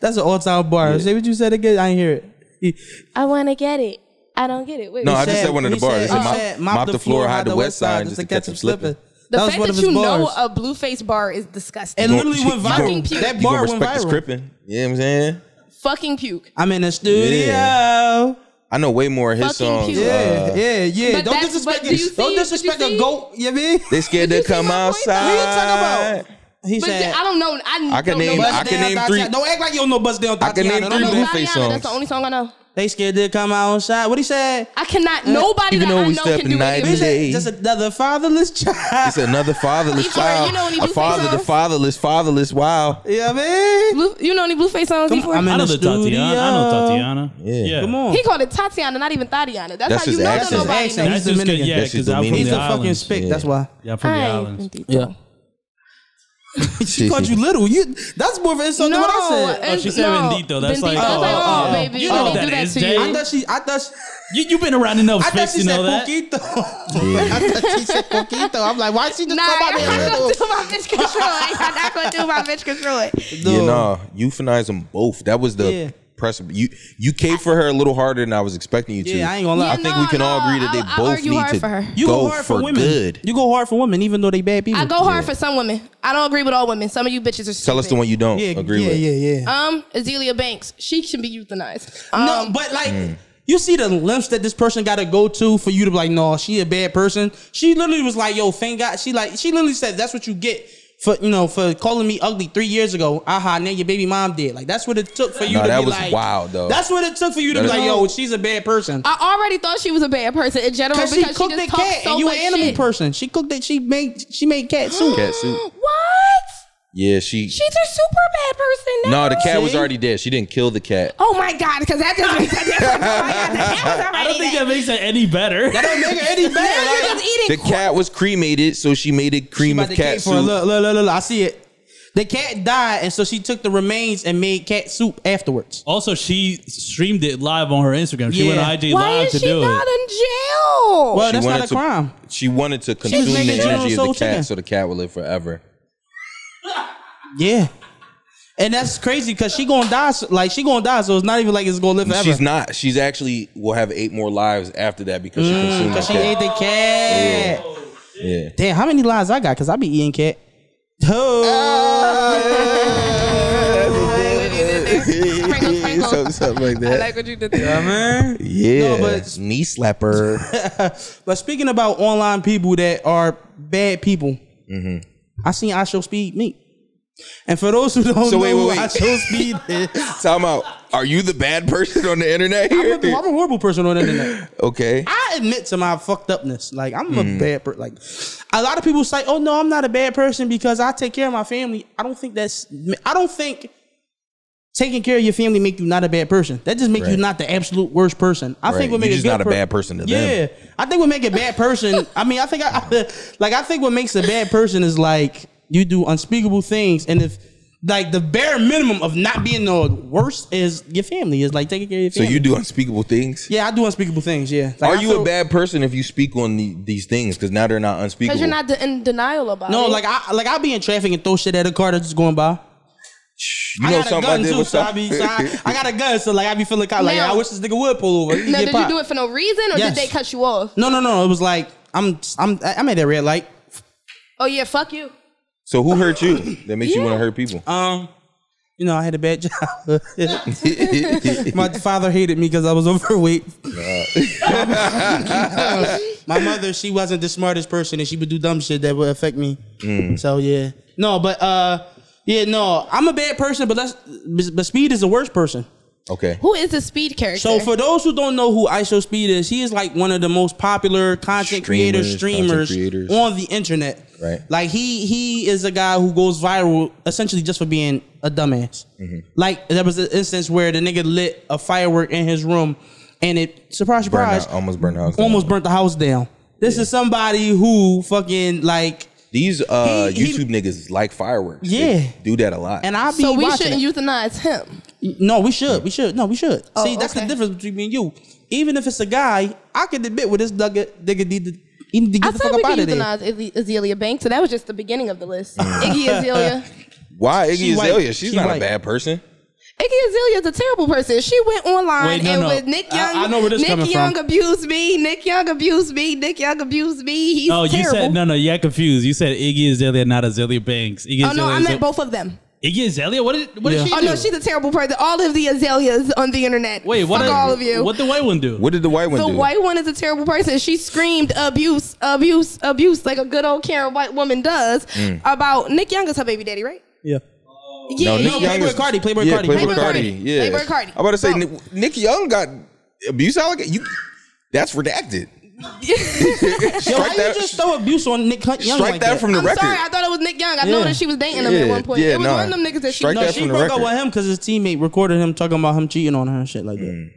S4: That's an all time bar. Say what you said again. I didn't hear it. He-
S3: I wanna get it. I don't get it. Wait,
S2: No, I
S3: wait.
S2: just
S4: said-
S2: said one of the
S4: he
S2: bars. They
S4: said-
S2: said
S4: he
S2: mop,
S4: said,
S2: mop the floor, hide the west side, just to catch him slipping.
S3: the
S4: That was
S3: fact
S4: one of
S3: that
S4: his
S3: you know
S4: bars.
S3: a Blueface bar is disgusting.
S4: And literally went
S2: You
S4: viral.
S3: gonna- Fucking
S4: That
S2: You gonna
S4: bar went
S2: respect the
S4: viral.
S2: scripting? You know what I'm saying?
S3: Fucking puke.
S4: I'm in the studio.
S2: Yeah. I know way more of his
S3: Fucking
S2: songs.
S3: cute.
S2: uh,
S4: Yeah, yeah, yeah.
S3: But
S4: Don't
S3: that's-
S4: disrespect.
S3: but do you
S4: it. Don't
S3: see-
S4: disrespect
S3: did you
S4: a
S3: see-
S4: goat. You know what I mean?
S2: They scared
S3: Did
S2: to
S3: you see
S2: come
S3: my point, though?
S2: outside.
S3: What
S4: What are you talking about? He
S3: But
S4: said.
S3: I don't know. I,
S2: I can
S3: don't
S2: name-
S3: Know
S4: Bust
S2: I can
S4: down
S2: name
S4: Tatiana.
S2: three-
S4: Don't act like you don't know Bust Down
S2: I can name
S4: Tatiana. Don't
S2: three
S4: know
S2: Blueface
S4: that.
S3: That's
S2: songs.
S3: the only song I know.
S4: They scared to come outside. What he said?
S3: I cannot. Nobody
S2: Even
S3: that
S2: though
S3: I
S2: we
S3: know
S2: step
S3: can do
S2: in
S4: He
S3: anything.
S2: night-
S4: said
S2: Hey.
S4: just another fatherless child.
S2: It's another fatherless
S3: Before, you
S2: child.
S3: know any
S2: a
S3: Blueface
S2: father, the
S3: songs?
S2: fatherless, fatherless. Wow.
S4: You know what I mean?
S3: Blue, you know any Blueface songs
S4: Come on,
S3: before?
S4: I mean-
S5: I
S4: In
S5: know
S4: the
S5: the Tatiana. I know
S4: studio.
S5: Tatiana.
S2: Yeah.
S4: Come on.
S3: he called it Tatiana, not even Tatiana. That's,
S2: That's
S3: how you
S2: his
S3: know that
S2: accent.
S3: nobody
S4: His
S3: knows.
S4: accent.
S5: That's just because
S4: Dominican.
S5: yeah,
S2: That's
S5: because
S2: just
S5: I'm from
S2: Dominican.
S4: He's
S5: the
S4: a fucking
S5: islands.
S4: spick. That's why.
S5: Yeah, I'm from the
S3: I ain't
S5: islands.
S3: from
S4: Yeah. She called you little. You. That's more of an insult
S3: No,
S4: than what I said.
S5: Oh, she said
S3: no.
S5: bendito. That's
S3: Bendito.
S5: like,
S3: I was like,
S4: oh,
S3: oh,
S4: oh,
S3: baby,
S5: you
S3: you know
S5: know
S3: they
S5: that
S3: do that
S5: is,
S3: to
S5: Jay.
S4: I
S3: you.
S4: thought she. I thought. She,
S5: You, you've been around enough
S4: I thought
S5: space
S4: she
S5: to
S4: said
S5: know that.
S4: poquito. I thought she said poquito. I'm like, why she just
S3: Nah,
S4: come out
S3: I'm
S4: there?
S3: not
S4: little?
S3: gonna do my bitch control. I'm not gonna do my bitch control.
S2: Yeah, nah. Euphemize them both. That was the
S4: Yeah.
S2: press. You you came for her a little harder than I was expecting you to.
S4: Yeah, I ain't gonna lie.
S2: I think we can all
S3: no,
S2: agree that they
S3: I'll- I'll
S2: both
S3: argue
S2: need
S3: hard
S2: to
S3: for her.
S4: You
S2: go,
S4: go hard for, women.
S2: good.
S4: You go hard for women, even though they bad people.
S3: I go hard for some women. I don't agree with all women. Some of you bitches are stupid.
S2: Tell us the one you don't
S4: yeah,
S2: agree
S4: yeah,
S2: with.
S4: yeah, yeah,
S3: Um, Azealia Banks. She should be euthanized. Um,
S4: no, but like.
S2: Mm.
S4: You see the lengths that this person got to go to for you to be like, no, she a bad person. She literally was like, yo, thank God. She like, she literally said, that's what you get for you know for calling me ugly three years ago. Aha, now your baby mom did. Like that's what it took for you
S2: Nah,
S4: to
S2: that
S4: be
S2: was
S4: like,
S2: wild, though.
S4: That's what it took for you
S2: That
S4: to be
S2: is-
S4: like, yo, she's a bad person.
S3: I already thought she was a bad person in general
S4: Cause
S3: because
S4: she
S3: she,
S4: cooked
S3: just
S4: the
S3: talks
S4: cat,
S3: so
S4: and you an
S3: much
S4: animal
S3: shit.
S4: person. She cooked it. She made she made cat soup.
S2: Cat suit.
S3: What?
S2: Yeah, she.
S3: She's a super bad person. Now.
S2: no, the cat was
S4: See?
S2: already dead. She didn't kill the cat.
S3: Oh my god, because that just makes a difference. Oh my god, the cat was
S5: I
S3: already
S5: don't think
S3: dead.
S5: that makes it any better.
S4: That don't make her any better.
S3: Now
S4: Like,
S3: you're just eating.
S2: The cat was cremated, so she made it cream
S4: about
S2: of
S4: the
S2: cat
S4: cat for a
S2: soup.
S4: look, look, look, look, look. I see it. The cat died, and so she took the remains and made cat soup afterwards.
S5: Also, she streamed it live on her Instagram. She
S4: Yeah.
S5: went IG
S3: Why
S5: live
S3: is
S5: to
S3: she
S5: do
S3: not
S5: it.
S3: in jail?
S4: Well,
S2: Oh, She
S4: that's not
S2: wanted
S4: a
S2: to-
S4: crime.
S2: She wanted to consume
S4: making
S2: the
S4: chicken
S2: energy
S4: soul
S2: of the cat,
S4: chicken.
S2: so the cat would live forever.
S4: Yeah, and that's crazy because she gonna die. so- Like she gonna die, so it's not even like it's gonna live forever.
S2: She's not. She's actually will have eight more lives after that because she consumed the
S4: Mm, Cause she
S2: cat.
S4: ate the cat.
S2: yeah.
S4: Damn, how many lives I got? Cause I be eating cat.
S2: Ah.
S4: Oh,
S3: Sprinkle, sprinkle.
S2: something, something like that.
S3: what you did there.
S4: man.
S2: yeah,
S4: No, but-
S2: knee slapper.
S4: But speaking about online people that are bad people,
S2: Mm-hmm.
S4: I seen I Show Speed meet. And for those who don't
S2: So
S4: know,
S2: wait, wait, wait.
S4: I Show Speed is.
S2: Time out. Are you the bad person on the internet here?
S4: I'm a, I'm a horrible person on the internet.
S2: okay.
S4: I admit to my fucked upness. Like I'm
S2: Hmm.
S4: a bad person. Like a lot of people say, "Oh no, I'm not a bad person because I take care of my family." I don't think that's. I don't think taking care of your family make you not a bad person. That just make you
S2: Right.
S4: not the absolute worst person. I
S2: Right.
S4: think what
S2: You're
S4: make
S2: just
S4: a good
S2: not a
S4: per-
S2: bad person to them.
S4: Yeah, I think what make a bad person. I mean, I think I, I like. I think what makes a bad person is like you do unspeakable things, and if. Like the bare minimum of not being the worst is your family is like taking care of your
S2: So
S4: family.
S2: you do unspeakable things.
S4: Yeah, I do unspeakable things. Yeah. Like,
S2: Are
S4: I
S2: you
S4: feel-
S2: a bad person if you speak on the, these things? Because now they're not unspeakable.
S3: Because you're not de- in denial about it.
S4: No, like I like I be in traffic and throw shit at a car that's just going by.
S2: You
S4: I
S2: know
S4: got a
S2: something I
S4: gun
S2: did
S4: too,
S2: with
S4: so I, be, so I, I got a gun, so like I be feeling kind of like
S3: Now-
S4: I wish this nigga would pull over. He
S3: Now,
S4: get
S3: did you
S4: popped.
S3: do it for no reason, or
S4: Yes.
S3: did they cut you off?
S4: No, no, no. It was like I'm I'm I'm at that red light.
S3: Oh yeah, fuck you.
S2: So who hurt you that makes you want to hurt people?
S4: Um, you know, I had a bad job. My father hated me because I was overweight. My mother, she wasn't the smartest person, and she would do dumb shit that would affect me.
S2: Mm.
S4: So yeah, no, but uh, yeah, no, I'm a bad person, but that's but Speed is the worst person.
S2: Okay.
S3: Who is the speed character?
S4: So for those who don't know who ISO Speed is, he is like one of the most popular content creators,
S2: Streamers,
S4: streamers
S2: content creators.
S4: on the internet.
S2: Right.
S4: Like he he is a guy who goes viral essentially just for being a dumbass.
S2: Mm-hmm.
S4: Like there was an instance where the nigga lit a firework in his room, and it surprise
S2: Burnt
S4: surprise
S2: out- almost burnt house. down.
S4: almost burnt the house down. This is somebody who fucking like
S2: These uh,
S4: He- he-
S2: YouTube niggas like fireworks.
S4: Yeah.
S2: They do that a lot.
S4: and I be
S3: So we
S4: watching
S3: shouldn't
S4: it.
S3: euthanize him.
S4: No, we should. We should. No, we should.
S3: Oh,
S4: See, that's
S3: okay.
S4: the difference between me and you. Even if it's a guy, I can admit with this nigga, nigga need to, he need to get
S3: I
S4: the
S3: said
S4: fuck
S3: we
S4: up out
S3: could
S4: of there.
S3: euthanize Izzy- Azealia Banks, so that was just the beginning of the list.
S5: Mm.
S3: Iggy Azalea.
S2: Why Iggy
S4: She white.
S2: Azalea? She's
S4: She
S2: not
S4: white.
S2: a bad person.
S3: Iggy Azalea is a terrible person. She went online
S5: Wait, no,
S3: and
S5: no.
S3: with Nick
S5: I-
S3: Young.
S5: I know where this
S3: Nick
S5: coming from.
S3: Young abused me. Nick Young abused me. Nick Young abused me. He's
S5: Oh, you
S3: terrible.
S5: said no, no. Yeah, confused. You said Iggy Azalea, not Azalea Banks. Iggy
S3: Oh no,
S5: Azalea
S3: I
S5: is
S3: meant
S5: a-
S3: both of them.
S5: Iggy Azalea. What did? What did
S4: Yeah.
S5: she
S3: Oh
S5: do?
S3: no, she's a terrible person. All of the Azaleas on the internet.
S5: Wait, what?
S3: Fuck
S5: did-
S3: all of you.
S5: What the white one do?
S2: What did the white one
S3: the
S2: do?
S3: white one is a terrible person. She screamed abuse, abuse, abuse, like a good old Karen white woman does about Nick Young is her baby daddy, right? Yeah,
S4: Yeah.
S2: Mm. Nick
S3: yeah, yeah.
S2: Young
S4: Playboi
S2: is-
S4: Carti, Playboi
S2: yeah,
S4: Carti.
S2: Playboi
S3: Playboi Carti.
S2: Cardi. Yeah.
S3: Playboi Carti.
S2: I'm about to say
S3: Bro.
S2: Nick, Nick Young got abuse allegation. You, that's redacted.
S4: Yo, how
S2: Strike that.
S4: you just throw abuse on Nick Hunt Young
S2: Strike
S4: like
S2: that from the
S3: I'm
S2: record.
S3: sorry, I thought it was Nick Young. I know
S4: Yeah.
S3: that she was dating him
S2: Yeah,
S3: at one point.
S2: yeah,
S3: it was
S2: nah.
S3: one of them niggas that she
S2: Strike
S4: No,
S2: that
S4: she
S2: from the
S4: broke up
S2: record.
S4: with him because his teammate recorded him talking about him cheating on her and shit like that.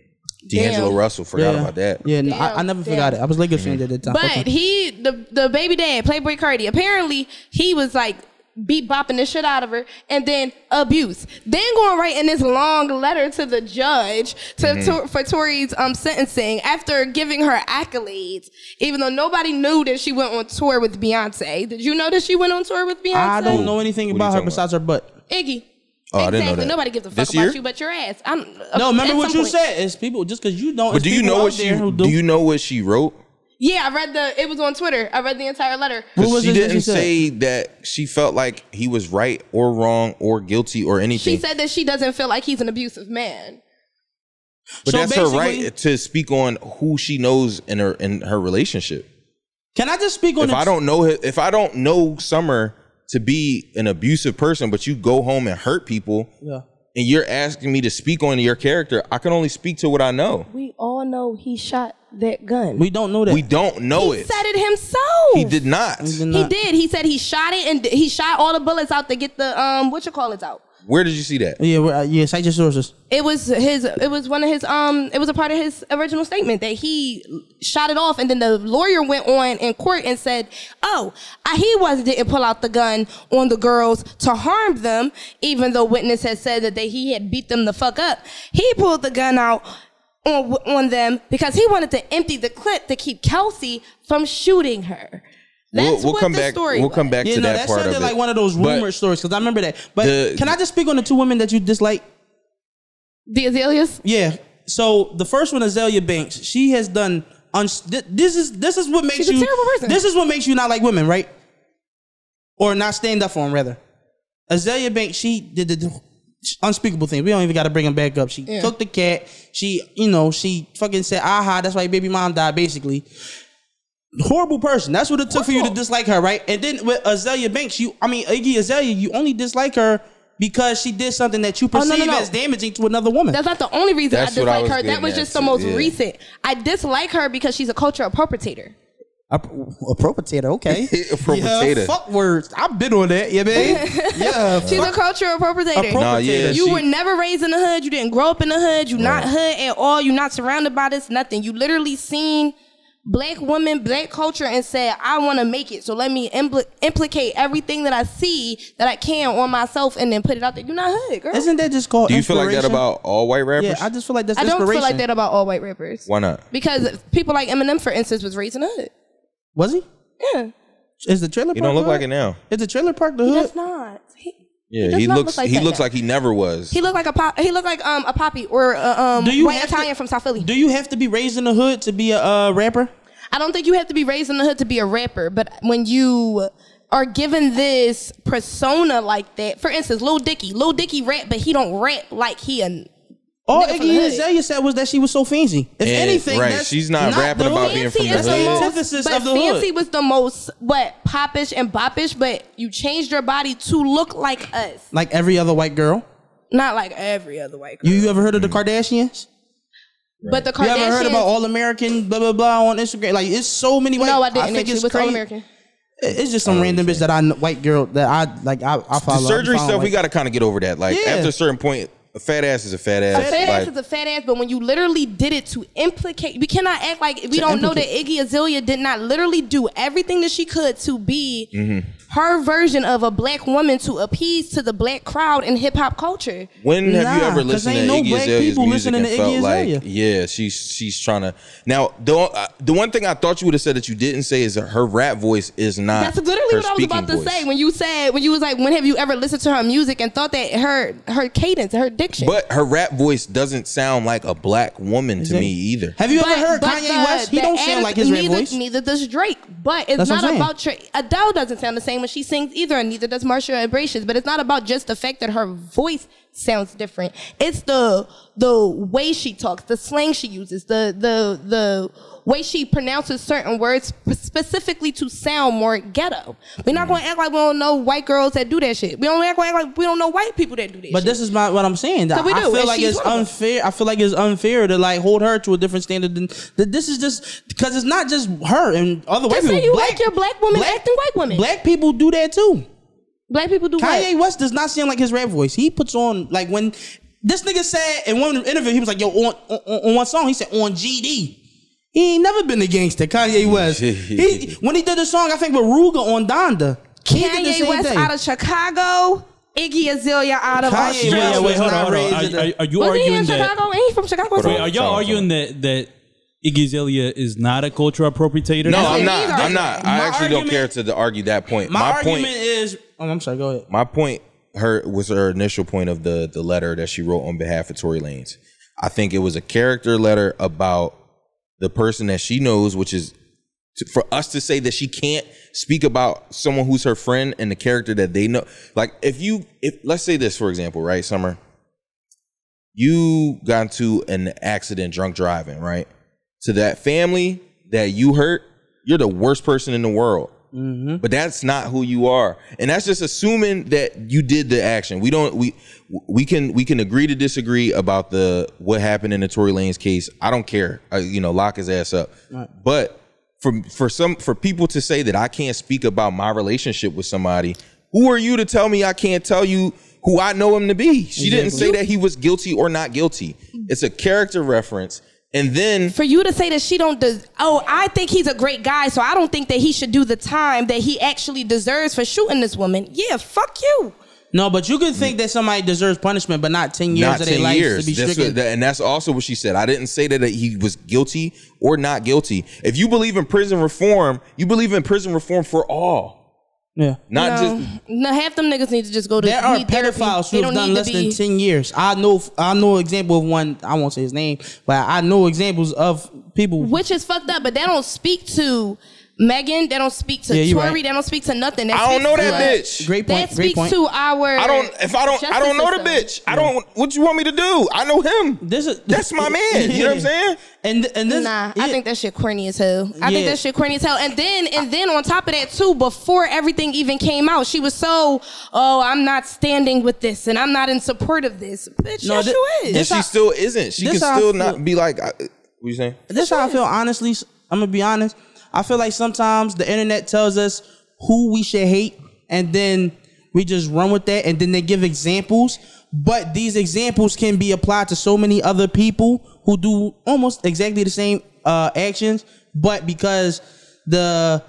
S2: D'Angelo
S3: Damn.
S2: Russell Mm, forgot
S4: yeah.
S2: about that. Mm-hmm.
S4: Yeah, no, I, I
S3: Damn,
S4: never
S3: damn.
S4: forgot it. I was Lakers fan at the time. Fuck
S3: But
S4: him.
S3: he, the the baby dad, Playboy Cardi, apparently he was like beat bopping the shit out of her and then abuse. Then going right in this long letter to the judge to,
S4: Mm-hmm.
S3: to for Tori's um sentencing after giving her accolades, even though nobody knew that she went on tour with Beyonce. Did you know that she went on tour with Beyonce?
S4: I don't know anything
S2: What are you
S4: about her
S2: talking
S4: besides her butt.
S3: Iggy.
S2: Oh, I didn't know that.
S3: Nobody gives a fuck
S2: This
S3: about
S2: year?
S3: you but your ass. I'm uh,
S4: No, remember
S3: at
S4: what
S3: some
S4: you
S3: point-
S4: said. It's people just because you don't.
S2: But do you know what she
S4: Who
S2: do.
S4: do
S2: you know what she wrote?
S3: Yeah, I read the it was on Twitter. I read the entire letter.
S2: 'Cause
S4: What was
S2: she
S4: it that
S2: didn't
S4: she said?
S2: say that she felt like he was right or wrong or guilty or
S3: She
S2: anything.
S3: said that she doesn't feel like he's an abusive man.
S2: but
S4: So
S2: that's her
S4: basically-
S2: right to speak on who she knows in her in her relationship.
S4: Can I just speak on?
S2: If
S4: the-
S2: I don't know hi- if I don't know Summer to be an abusive person, but you go home and hurt people,
S4: Yeah.
S2: and you're asking me to speak on your character, I can only speak to what I know.
S3: We all know he shot that gun.
S4: We don't know that.
S2: We don't know
S3: he
S2: it.
S3: said it himself.
S2: He did not.
S4: did
S3: He
S4: not.
S3: did. He said he shot it and he shot all the bullets out to get the um what you call it out.
S2: Where did you see that?
S4: Yeah, we're, uh, yeah. Cite your sources.
S3: It was his. It was one of his. Um, it was a part of his original statement that he shot it off, and then the lawyer went on in court and said, "Oh, I, he was didn't pull out the gun on the girls to harm them, even though witness had said that they, he had beat them the fuck up. He pulled the gun out." On, on them because he wanted to empty the clip to keep Kelsey from shooting her. That's
S2: we'll
S3: what
S2: come
S3: the
S2: back.
S3: story.
S2: we'll come
S3: was.
S2: back
S4: Yeah,
S2: to
S4: no,
S2: that,
S4: that
S2: part of
S4: sounded
S2: it.
S4: like one of those
S2: But-
S4: rumored stories because I remember that. But
S2: The-
S4: can I just speak on the two women that you dislike?
S3: The Azaleas.
S4: Yeah. So the first one, Azalea Banks, she has done. Uns- thi- this is this is what makes
S3: She's a
S4: you.
S3: terrible person.
S4: This is what makes you not like women, right? Or not stand up for them, rather. Azalea Banks, she did the unspeakable thing. We don't even got to bring them back up. She took the cat. She, you know, she fucking said, "Aha, that's why your baby mom died." Basically, horrible person. That's what it took for you to dislike her, right? And then with Azalea Banks, you, I mean Iggy Azalea, you only dislike her because she did something that you
S3: Oh, no,
S4: perceive
S3: no.
S4: as damaging to another woman.
S3: That's not the only reason
S2: That's
S3: I
S2: what I
S3: dislike
S2: was
S3: her. That
S2: getting
S3: was
S2: at,
S3: just the
S2: too,
S3: most
S2: yeah.
S3: recent. I dislike her because she's a culture appropriator.
S4: A, a propitator, okay.
S2: A propitator.
S4: Yeah, fuck words. I've been on that, yeah, man. yeah.
S3: She's
S4: fuck
S3: a culture appropriator.
S4: pro-
S2: Nah, yeah,
S3: you
S2: she-
S3: were never raised in the hood. You didn't grow up in the hood. You're not hood at all. You're not surrounded by this nothing. You literally seen black women, black culture, and said, "I want to make it." So let me impl- implicate everything that I see that I can on myself, and then put it out there. You're not hood, girl.
S4: Isn't that just called
S2: Do you feel like that
S4: inspiration?
S2: about all white rappers?
S4: Yeah, I just feel like that's
S3: I don't
S4: inspiration.
S3: feel like that about all white rappers.
S2: Why not?
S3: Because people like Eminem, for instance, was raised in the hood.
S4: Was he?
S3: Yeah,
S4: Is the trailer park
S2: You don't look
S4: hood?
S2: like it now.
S4: Is the trailer park the hood?
S3: that's not. He-
S2: Yeah,
S3: does
S2: he
S3: not look
S2: looks.
S3: like
S2: he
S3: that
S2: looks
S3: now.
S2: like he never was.
S3: He looked like a pop. He looked like um a poppy or a um
S4: Do you
S3: white
S4: have
S3: Italian
S4: to-
S3: from South Philly.
S4: Do you have to be raised in the hood to be a uh, rapper?
S3: I don't think you have to be raised in the hood to be a rapper, but when you are given this persona like that. For instance, Lil Dicky. Lil Dicky rap, but he don't rap like he a
S4: All
S3: Nigga from the
S4: Iggy
S3: hood.
S4: Azalea said was that she was so fancy. If
S2: And-
S4: anything,
S2: right,
S4: that's
S2: she's not rapping
S4: the
S2: about
S4: hood.
S2: being from the
S3: Fancy is
S2: hood.
S3: most-
S4: Antithesis
S3: but
S4: of the hood.
S3: Fancy was the most what popish and boppish, but you changed your body to look like us,
S4: like every other white girl.
S3: not like every other white girl.
S4: You, you ever heard of
S2: Mm-hmm.
S4: the Kardashians?
S3: but the
S4: You
S3: Kardashians.
S4: ever heard about All American blah blah blah on Instagram? Like it's so many white.
S3: no, I didn't.
S4: think
S3: actually.
S4: it's
S3: What's
S4: crazy.
S3: all American?
S4: It's just some random bitch that I know, white girl that I like. I, I
S2: Oh, The
S4: follow.
S2: surgery
S4: I follow,
S2: stuff, we
S4: like-
S2: got to kind of get over that. Like
S4: Yeah.
S2: after a certain point, a fat ass is a fat ass.
S3: A fat
S2: like,
S3: ass is a fat ass, but when you literally did it to implicate, we cannot act like we don't know that Iggy Azalea did not literally do everything that she could to be
S2: Mm-hmm.
S3: her version of a black woman to appease to the black crowd in hip hop culture.
S2: when have you
S4: Nah,
S2: ever
S4: 'cause
S2: listened to
S4: ain't no
S2: Iggy
S4: black
S2: Azalea's
S4: people
S2: music
S4: listening
S2: and
S4: to
S2: felt
S4: Iggy Azalea.
S2: like, yeah, she's she's trying to now the uh, the one thing I thought you would have said that you didn't say is that her rap voice is not.
S3: That's literally
S2: Uh, her
S3: what I was
S2: speaking
S3: about to
S2: voice.
S3: say when you said when you was like, when have you ever listened to her music and thought that her her cadence, her diction?
S2: But her rap voice doesn't sound like a black woman to me
S4: it?
S2: either.
S4: Have you
S3: But-
S4: ever heard
S3: but
S4: Kanye
S3: the-
S4: West? He
S3: the
S4: don't sound
S3: atti-
S4: like his rap
S3: neither,
S4: voice.
S3: Neither does Drake. But it's
S4: That's what
S3: not
S4: I'm
S3: about your Adele doesn't sound the same when she sings either, and neither does Marsha and Bracious. But it's not about just the fact that her voice sounds different. It's the the way she talks, the slang she uses, the the the way she pronounces certain words specifically to sound more ghetto. We're not gonna act like we don't know white girls that do that shit. We don't act like, like we don't know white people that do that.
S4: But
S3: shit.
S4: this is my what I'm saying.
S3: So we
S4: I
S3: do,
S4: feel
S3: and
S4: like
S3: she's
S4: it's
S3: one of them.
S4: unfair. I feel like it's unfair to like hold her to a different standard than that. This is just because it's not just her and other white
S3: Just say
S4: people.
S3: you like your black woman acting white woman.
S4: Black people do that too.
S3: black people do what?
S4: Kanye West does not sound like his rap voice. He puts on like when this nigga said in one interview he was like, "Yo, on on, on one song he said on GD." He ain't never been a gangster, Kanye West. he, when he did the song, I think with Ruga on Donda. he did the
S3: Kanye
S4: same
S3: West
S4: thing.
S3: out of Chicago, Iggy Azalea out of
S4: Kanye
S5: Wait,
S3: Australia.
S5: wait,
S4: was
S5: wait, hold
S4: not
S5: on, hold on.
S4: raised
S5: Are,
S4: in
S5: are,
S4: a-
S5: are you
S3: Wasn't he in
S5: arguing that?
S3: Chicago? Ain't he from Chicago?
S2: Hold
S5: Wait,
S2: on.
S5: are y'all arguing that that Iggy Azalea is not a cultural appropriator?
S2: No,
S3: That's
S2: I'm
S3: what
S2: not.
S3: he's
S2: I'm
S3: arguing.
S2: not. I
S4: My
S2: actually don't
S4: argument-
S2: care to the- argue that point.
S4: My,
S2: My,
S4: argument
S2: point.
S4: is, oh, I'm sorry. Go ahead.
S2: my point. Her was her initial point of the the letter that she wrote on behalf of Tory Lanez. I think it was a character letter about the person that she knows, which is to- for us to say that she can't speak about someone who's her friend and the character that they know. Like if you, if let's say this for example, right, Summer, you got into an accident drunk driving, right? To that family that you hurt, you're the worst person in the world. But that's not who you are, and that's just assuming that you did the action. We don't we we can we can agree to disagree about the what happened in the Tory Lane's case. I don't care. Uh you know, lock his ass up. But for for some for people to say that I can't speak about my relationship with somebody, who are you to tell me I can't tell you who I know him to be? She didn't say that he was guilty or not guilty. It's a character reference, and then
S3: For you to say that she don't, des- oh, I think he's a great guy, so I don't think that he should do the time that he actually deserves for shooting this woman. Yeah, fuck you.
S4: No, but you could think that somebody deserves punishment, but not ten years
S2: not
S4: of their
S2: 10
S4: life
S2: years.
S4: to be
S2: That's
S4: stricken.
S2: what, that- and that's also what she said. I didn't say that he was guilty or not guilty. If you believe in prison reform, you believe in prison reform for all,
S4: yeah.
S2: not
S3: No,
S2: just.
S3: no, Um, half them niggas need to just go to
S4: There are
S3: need therapy.
S4: pedophiles
S3: They
S4: who
S3: don't
S4: have done
S3: need
S4: less
S3: to
S4: than
S3: be-
S4: ten years. I know. I know example of one. I won't say his name, but I know examples of people.
S3: Which is fucked up, but they don't speak to Megan. They don't speak to
S4: Yeah, you
S3: Tori.
S4: right.
S3: They don't speak to nothing. That
S2: I don't
S3: speaks
S2: know
S3: to
S2: that
S3: us.
S2: bitch.
S4: Great point.
S3: That
S4: Great
S3: speaks
S4: point.
S3: to our.
S2: I don't. If I don't, I don't
S3: justice
S2: know the
S3: system.
S2: bitch. I don't. What you want me to do? I know him.
S4: This is
S2: that's my man. You know what I'm saying?
S4: And and this,
S3: Nah,
S4: yeah.
S3: I think that shit corny as hell. I think
S4: Yeah.
S3: that shit corny as hell. And then and then on top of that too, before everything even came out, she was so, oh, I'm not standing with this and I'm not in support of this. Bitch,
S4: No,
S3: yes,
S4: thi-
S3: you is.
S2: And
S4: this
S2: she
S4: how-
S2: still isn't. She
S4: this
S2: can
S4: how I
S2: still
S4: feel.
S2: not be like. I, what you saying?
S4: this how I feel. Honestly, I'm gonna be honest. I feel like sometimes the internet tells us who we should hate, and then we just run with that, and then they give examples. But these examples can be applied to so many other people who do almost exactly the same uh, actions, but because the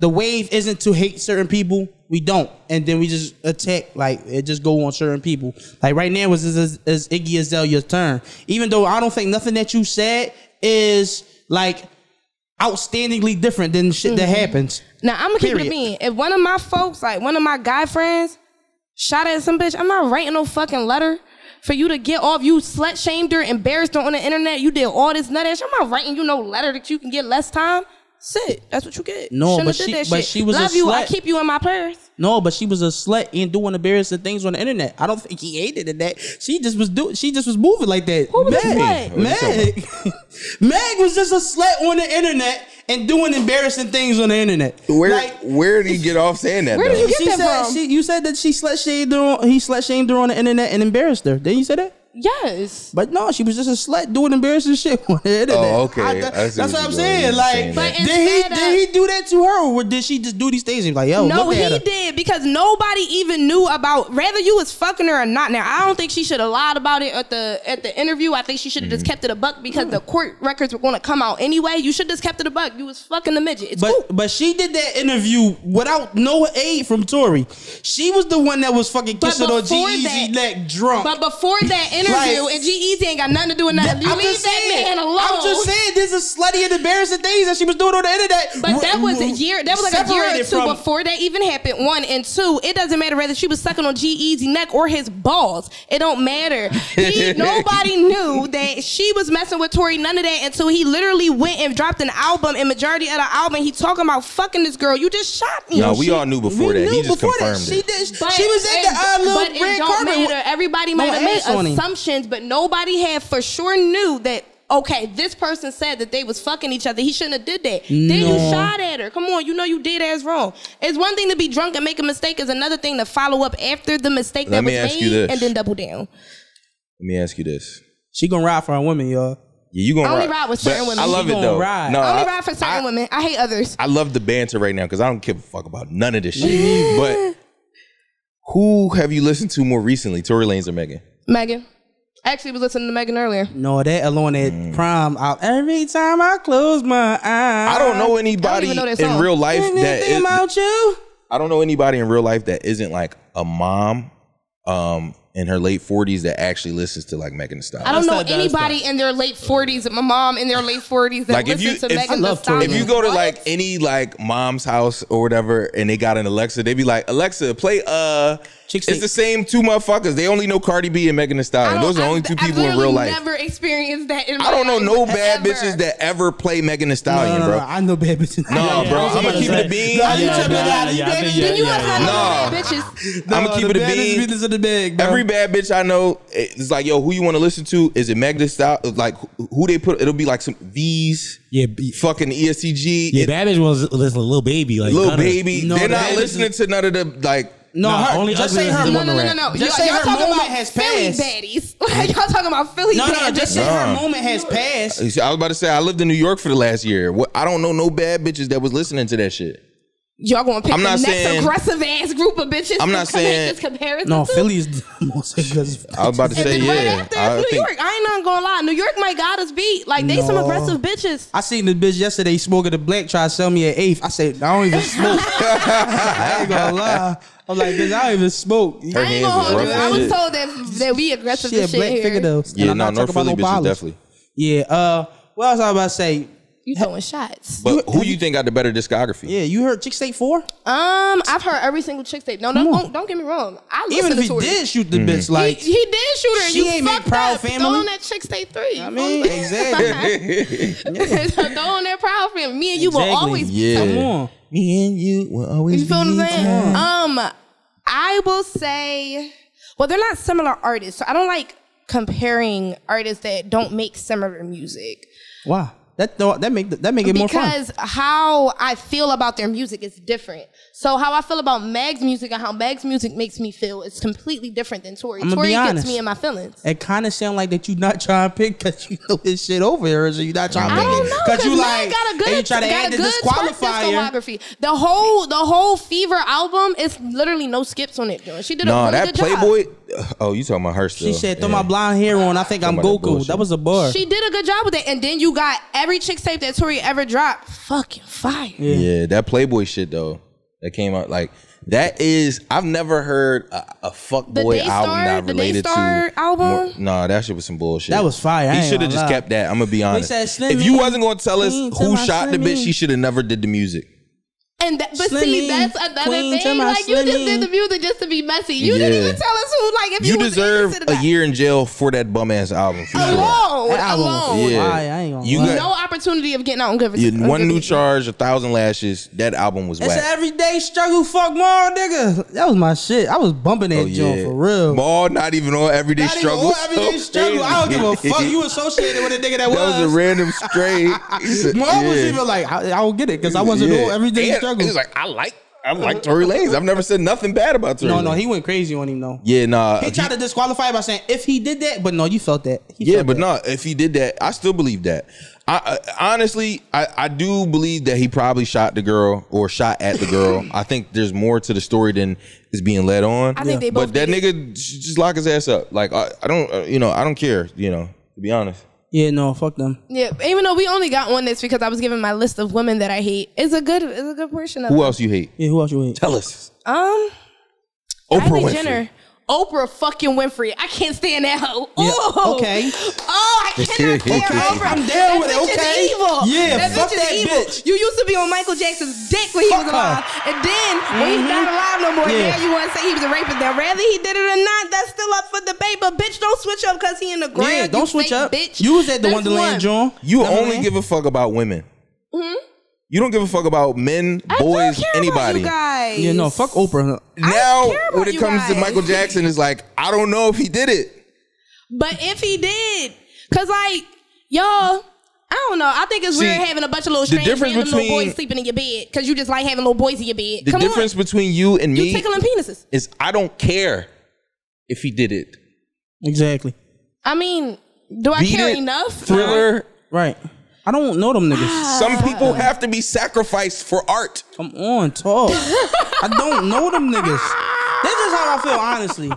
S4: the wave isn't to hate certain people, we don't, and then we just attack like it just go on certain people. Like right now was is, is Iggy Azalea's turn, even though I don't think nothing that you said is like outstandingly different than shit that
S3: Mm-hmm.
S4: happens.
S3: Now I'm gonna keep it
S4: Period.
S3: a bean. If one of my folks, like one of my guy friends, shot at some bitch, I'm not writing no fucking letter for you to get off. You slut shamed her, embarrassed her on the internet. You did all this nut ass. I'm not writing you no letter that you can get less time. Sit. That's what you get.
S4: No,
S3: Shouldn't have
S4: but
S3: did
S4: she-
S3: that
S4: but
S3: shit.
S4: she was a
S3: Love you. I
S4: slut.
S3: keep you in my purse.
S4: No, but she was a slut and doing embarrassing things on the internet. I don't think he hated it that. She just was doing. She just was moving like that.
S3: Who was a
S4: Meg,
S3: slut?
S2: What Oh, you
S4: Meg, Meg was just a slut on the internet and doing embarrassing things on the internet.
S2: Where
S4: Like,
S2: where did he get off saying that?
S3: Where did
S2: though?
S3: you get
S4: she
S3: that
S4: said
S3: from?
S4: she, you said that she slut shamed her. On, he slut shamed her on the internet and embarrassed her. Didn't you say that?
S3: Yes.
S4: But no, she was just a slut doing embarrassing shit on the internet.
S2: Oh, okay.
S4: I-
S2: I see
S4: that's
S2: what
S4: what,
S2: you're
S4: I'm
S2: doing.
S4: saying.
S2: You're
S4: Like,
S2: saying
S3: that. But
S4: did he
S3: instead
S4: did
S3: of-
S4: he do that to her, or did she just do these things? He's like, yo,
S3: no,
S4: look at
S3: he
S4: her.
S3: did because nobody even knew about whether you was fucking her or not. Now I don't think she should have lied about it at the at the interview. I think she should have
S4: Mm-hmm.
S3: just kept it a buck because the court records were going to come out anyway. You should just kept it a buck. You was fucking the midget. It's
S4: But
S3: cool.
S4: but she did that interview without no aid from Tori. She was the one that was fucking
S3: But
S4: kissing on
S3: before
S4: G Easy
S3: that-
S4: neck drunk.
S3: But before that interview,
S4: Like-
S3: and G Eazy ain't got nothing to do with nothing. You
S4: I'm
S3: leave
S4: just
S3: that
S4: saying-
S3: man alone.
S4: I'm just saying, there's a slutty and embarrassing things that she was doing on the internet.
S3: But that was a
S4: W-
S3: year. That was like a year or two
S4: separated from-
S3: before that even happened. One and two. It doesn't matter whether she was sucking on G Easy neck or his balls. It don't matter. He, nobody knew that she was messing with Tori. None of that until he literally went and dropped an album. And majority of the album, he talking about fucking this girl. You just shot me.
S2: No, we all knew before
S4: We
S2: that. He
S4: knew
S2: just
S4: before that.
S2: confirmed
S4: She
S2: it.
S4: did. she was in the uh,
S3: but
S4: little
S3: it
S4: red
S3: don't
S4: carpet.
S3: matter. Everybody
S4: No
S3: might have made
S4: ass on him.
S3: assumptions, but nobody had for sure knew that. Okay, this person said that they was fucking each other. He shouldn't have did that. Then you
S4: No.
S3: shot at her. Come on, you know you did as wrong. It's one thing to be drunk and make a mistake. It's another thing to follow up after the mistake
S2: Let
S3: that
S2: me
S3: was
S2: ask you
S3: made
S2: this.
S3: and then double down.
S2: Let me ask you this.
S4: She gonna ride for her women, y'all.
S2: Yeah, you gonna
S3: I only
S2: ride.
S3: ride with
S2: But
S3: certain women.
S2: I
S3: You
S2: love it
S4: gonna
S2: though.
S4: ride.
S2: No,
S3: I only
S2: I-
S3: ride for certain
S2: Uh, I-
S3: women. I hate others.
S2: I love the banter right now because I don't give a fuck about none of this shit. but who have you listened to more recently, Tory Lanez or Megan?
S3: Megan. I actually was listening to Megan earlier.
S4: No, that alone at
S2: Mm.
S4: prime. Out every time I close my eyes,
S2: I
S3: Uh,
S2: don't know anybody
S3: know that
S2: in
S3: song.
S2: real life that
S4: anything
S2: is, Oh,
S4: about you.
S2: I don't know anybody in real life that isn't like a mom um in her late forties that actually listens to like Megan Thee
S3: I
S2: Stallion.
S3: don't know
S4: That's not- that's
S3: anybody in their late forties, my mom in their late forties that
S2: Like, if
S3: listen
S2: you-
S3: to
S2: if- I
S3: Megan Thee
S4: love Tory
S3: Stallion.
S2: If you go to
S3: What?
S2: like any like mom's house or whatever, and they got an Alexa, they be like, "Alexa, play uh."
S4: Chicks
S2: it's
S4: Think-
S2: the same two motherfuckers. They only know Cardi B and Megan Thee Stallion.
S3: I
S2: Those are the
S3: don't-
S2: only
S3: I've-
S2: two
S3: I've
S2: people in real
S3: literally
S2: life.
S3: Never experienced that. In my
S2: I don't know
S3: life,
S2: no bad
S3: ever.
S2: bitches that ever play Megan Thee
S4: No, no,
S2: Stallion,
S4: no,
S2: bro.
S4: no, I know bad bitches.
S2: No,
S5: Yeah,
S2: bro,
S5: I was
S2: I'm
S5: about
S2: gonna
S5: to
S2: keep
S5: say.
S2: it a bean.
S4: Nah,
S5: Yeah,
S4: you
S5: yeah,
S4: tripping out,
S5: yeah,
S4: you
S5: yeah, I
S4: baby.
S5: think-
S3: Then you
S5: yeah,
S3: must
S5: yeah,
S3: not
S5: yeah.
S3: know
S2: yeah.
S3: no bad bitches.
S2: I'm gonna keep it a
S4: baddest
S2: bean.
S4: business of the bag, bro.
S2: Every bad bitch I know, it's like, yo, who you want to listen to? Is it Meg Thee Stallion? Like, who who they put? It'll be like some V's,
S6: Yeah, b-
S2: fucking E ESTG,
S6: yeah.
S2: it-
S6: Babbage was listen, little baby, like
S2: little
S6: none of-
S2: baby.
S4: No,
S2: They're
S4: that
S2: not
S4: is-
S2: listening to none of the like.
S4: no,
S6: Nah,
S4: her,
S6: only
S4: just
S6: ugly
S4: say
S6: is
S4: her
S6: the
S3: No,
S6: one
S4: moment.
S3: no, no, no,
S6: rap.
S3: no.
S4: Just say
S3: y'all
S4: her
S3: y'all talking
S4: moment
S3: about
S4: has
S3: Philly
S4: passed.
S3: baddies. Like, y'all talking about Philly
S4: No,
S3: baddies.
S4: no, just say her
S2: Nah.
S4: moment has passed.
S2: I was about to say, I lived in New York for the last year. What, I don't know no bad bitches that was listening to that shit.
S3: y'all gonna pick
S2: I'm not
S3: the next
S2: saying-
S3: aggressive ass group of bitches.
S2: I'm
S3: to
S2: not
S3: come make
S2: saying-
S3: this comparison.
S4: No,
S3: to?
S4: Philly's the most aggressive.
S2: I was about to
S3: And
S2: say,
S3: then
S2: yeah.
S3: right after,
S2: I
S3: it's New
S2: think-
S3: York. I ain't not gonna lie. New York might got us beat. Like they some
S4: No.
S3: aggressive bitches.
S4: I seen this bitch yesterday smoking the black, try to sell me an eighth. I said, I don't even smoke. I ain't gonna lie. I'm like, bitch, I don't even smoke.
S2: Her
S3: I ain't
S2: hands
S3: gonna
S2: is
S3: hold
S2: rough
S3: you.
S2: as
S3: I was
S2: shit.
S3: told that that we aggressive
S4: Shit,
S3: as shit
S4: black
S3: here.
S4: fingernails. And
S2: yeah,
S4: I'm
S2: no,
S4: not
S2: North
S4: talking
S2: Philly
S4: about no
S2: bitches
S4: bottles.
S2: definitely.
S4: Yeah, uh, what else I was about to say?
S3: You throwing shots.
S2: But who you think got the better discography?
S4: Yeah, you heard Chick State 4?
S3: Um, I've heard every single chick tape. No,
S4: Come
S3: don't,
S4: on.
S3: don't don't get me wrong. I listen
S4: Even if
S3: to
S4: he
S3: Tory.
S4: did shoot
S2: Mm-hmm.
S4: the bitch,
S3: he,
S4: like,
S3: he did shoot her.
S4: She
S3: you
S4: ain't make
S3: fucked
S4: Proud
S3: up.
S4: Family.
S3: Throw on that chick state three.
S4: I mean, exactly.
S3: throw on that proud family. Me and you
S4: Exactly.
S3: will always.
S2: Yeah.
S4: Come on.
S2: Me and you oh, will always
S3: You feel what I'm saying? Um, I will say, well, they're not similar artists, so I don't like comparing artists that don't make similar music.
S4: Wow. That, th- that make, the- that make it more fun.
S3: because how I feel about their music is different. So how I feel about Meg's music and how Meg's music makes me feel is completely different than Tori.
S4: I'ma be
S3: Tori
S4: honest.
S3: gets me in my feelings.
S4: It kind of sound like that you not trying to pick because you know this shit over here, so you not trying to
S3: I
S4: pick
S3: don't
S4: it.
S3: know
S4: Cause
S3: because
S4: you like,
S3: got a good,
S4: and you try to
S3: got
S4: add
S3: a
S4: the
S3: good Sparks
S4: disqualifier.
S3: discography. The whole the whole Fever album is literally no skips on it. Joy. She did a
S2: No,
S3: really
S2: that
S3: good job.
S2: Playboy. Oh, you talking about her still?
S4: She said, "Throw
S2: Yeah.
S4: my blonde hair on. I think I'm
S2: Somebody
S4: Goku."
S2: bullshit.
S4: That was a bar.
S3: She did a good job with it, and then you got every chick tape that Tori ever dropped. Fucking fire.
S2: Yeah, that Playboy shit though. That came out like that is. I've never heard a, a
S3: The
S2: fuckboy
S3: Daystar-
S2: album that
S3: the
S2: related
S3: Daystar
S2: to
S3: album?
S2: more- nah, that shit was some bullshit.
S4: That was fire. I
S2: He
S4: ain't
S2: should have
S4: gonna
S2: just
S4: lie.
S2: kept that. I'm gonna be honest.
S4: said, "Slim
S2: if you
S4: me,
S2: wasn't gonna tell us
S4: me to
S2: who
S4: my
S2: shot the
S4: Slim
S2: bitch,
S4: me."
S2: she should have never did the music.
S3: And that, but
S4: Slimmy,
S3: see, that's another
S4: queen to
S3: thing.
S4: my
S3: Like you just
S4: Slimmy.
S3: did the music just to be messy. You
S2: Yeah.
S3: didn't even tell us who. Like if you,
S2: You
S3: was
S2: deserve
S3: interested in
S2: a
S3: that.
S2: year in jail for that bum ass album. For sure.
S3: alone,
S4: Oh, That album was
S3: alone.
S2: Yeah.
S4: fire, I ain't gonna
S2: You
S4: lie.
S2: got-
S3: No opportunity of getting out and good.
S2: You- one new charge, a thousand lashes. That album was
S4: It's
S2: whack.
S4: an everyday struggle, fuck more, nigga. That was my shit. I was bumping that
S2: Oh,
S4: joint
S2: yeah.
S4: for real.
S2: Maul not even on everyday
S4: Not even
S2: struggle.
S4: on everyday struggle. I don't give a fuck. You associated with a nigga
S2: that
S4: that,
S2: was a random stray.
S4: Mom was even like, I, I don't get it because I wasn't doing everyday struggle.
S2: He's like, I like, I like Tory Lanez. I've never said nothing bad about Tory.
S4: no, no,
S2: Lanez.
S4: he went crazy on him though.
S2: yeah, nah.
S4: He
S2: he-
S4: tried to disqualify it by saying if he did that, but no, you felt that. He
S2: yeah,
S4: felt
S2: but
S4: that.
S2: no, if he did that, I still believe that. I, I honestly, I, I do believe that he probably shot the girl or shot at the girl. I think there's more to the story than is being led on.
S3: I think they
S2: but
S3: both
S2: that
S3: did
S2: nigga should just lock his ass up. Like I, I don't, uh, you know, I don't care. You know, to be honest.
S4: Yeah, no, fuck them.
S3: Yeah, even though we only got one this because I was given my list of women that I hate. It's a good, it's a good portion of
S2: Who else you hate?
S4: Yeah, who else you hate?
S2: Tell us.
S3: it. Um,
S2: Oprah
S3: Kylie
S2: Winfrey.
S3: Jenner. Oprah fucking Winfrey. I can't stand that hoe.
S4: Yeah,
S3: Ooh.
S4: okay.
S3: Oh, I cannot stand
S2: Okay.
S3: Oprah.
S4: I'm down
S3: that
S4: with it,
S3: bitch
S4: okay?
S3: Is evil.
S4: Yeah,
S3: that
S4: fuck
S3: bitch
S4: that
S3: is evil.
S4: bitch.
S3: You used to be on Michael Jackson's dick when he
S4: Fuck
S3: was
S4: her. Mm-hmm.
S3: alive, and then when he's not alive no more, now
S4: Yeah.
S3: you want to say he was a rapist. Now whether he did it or not, that's still up for debate. But bitch, don't switch up because he in the ground.
S4: Yeah,
S3: you
S4: don't switch
S3: fake
S4: up.
S3: Bitch,
S4: You was at the
S3: That's one.
S4: Wonderland, John.
S2: You only
S4: Wonderland?
S2: give a fuck about women. You don't give a fuck about men, boys,
S3: Mm-hmm. I don't care
S2: anybody.
S3: About you guys.
S4: Yeah, no, fuck Oprah.
S3: don't
S2: Now,
S3: care about
S2: when it
S3: you
S2: comes to
S3: guys.
S2: Michael Jackson, it's like I don't know if he did it.
S3: But if he did, cause like y'all. I don't know. I think it's
S2: See,
S3: weird having a bunch of little
S2: the
S3: strange
S2: difference
S3: random little
S2: between-
S3: boys sleeping in your bed because you just like having little boys in your bed.
S2: The
S3: Come
S2: difference
S3: on,
S2: between you and
S3: you
S2: me
S3: tickling penises.
S2: is I don't care if he did it.
S4: Exactly.
S3: I mean, do I
S2: Beat
S3: care
S2: It,
S3: enough?
S2: Thriller.
S4: Right. I don't know them niggas.
S3: Ah.
S2: Some people have to be sacrificed for art.
S4: Come on, talk. I don't know them niggas. This is how I feel, honestly.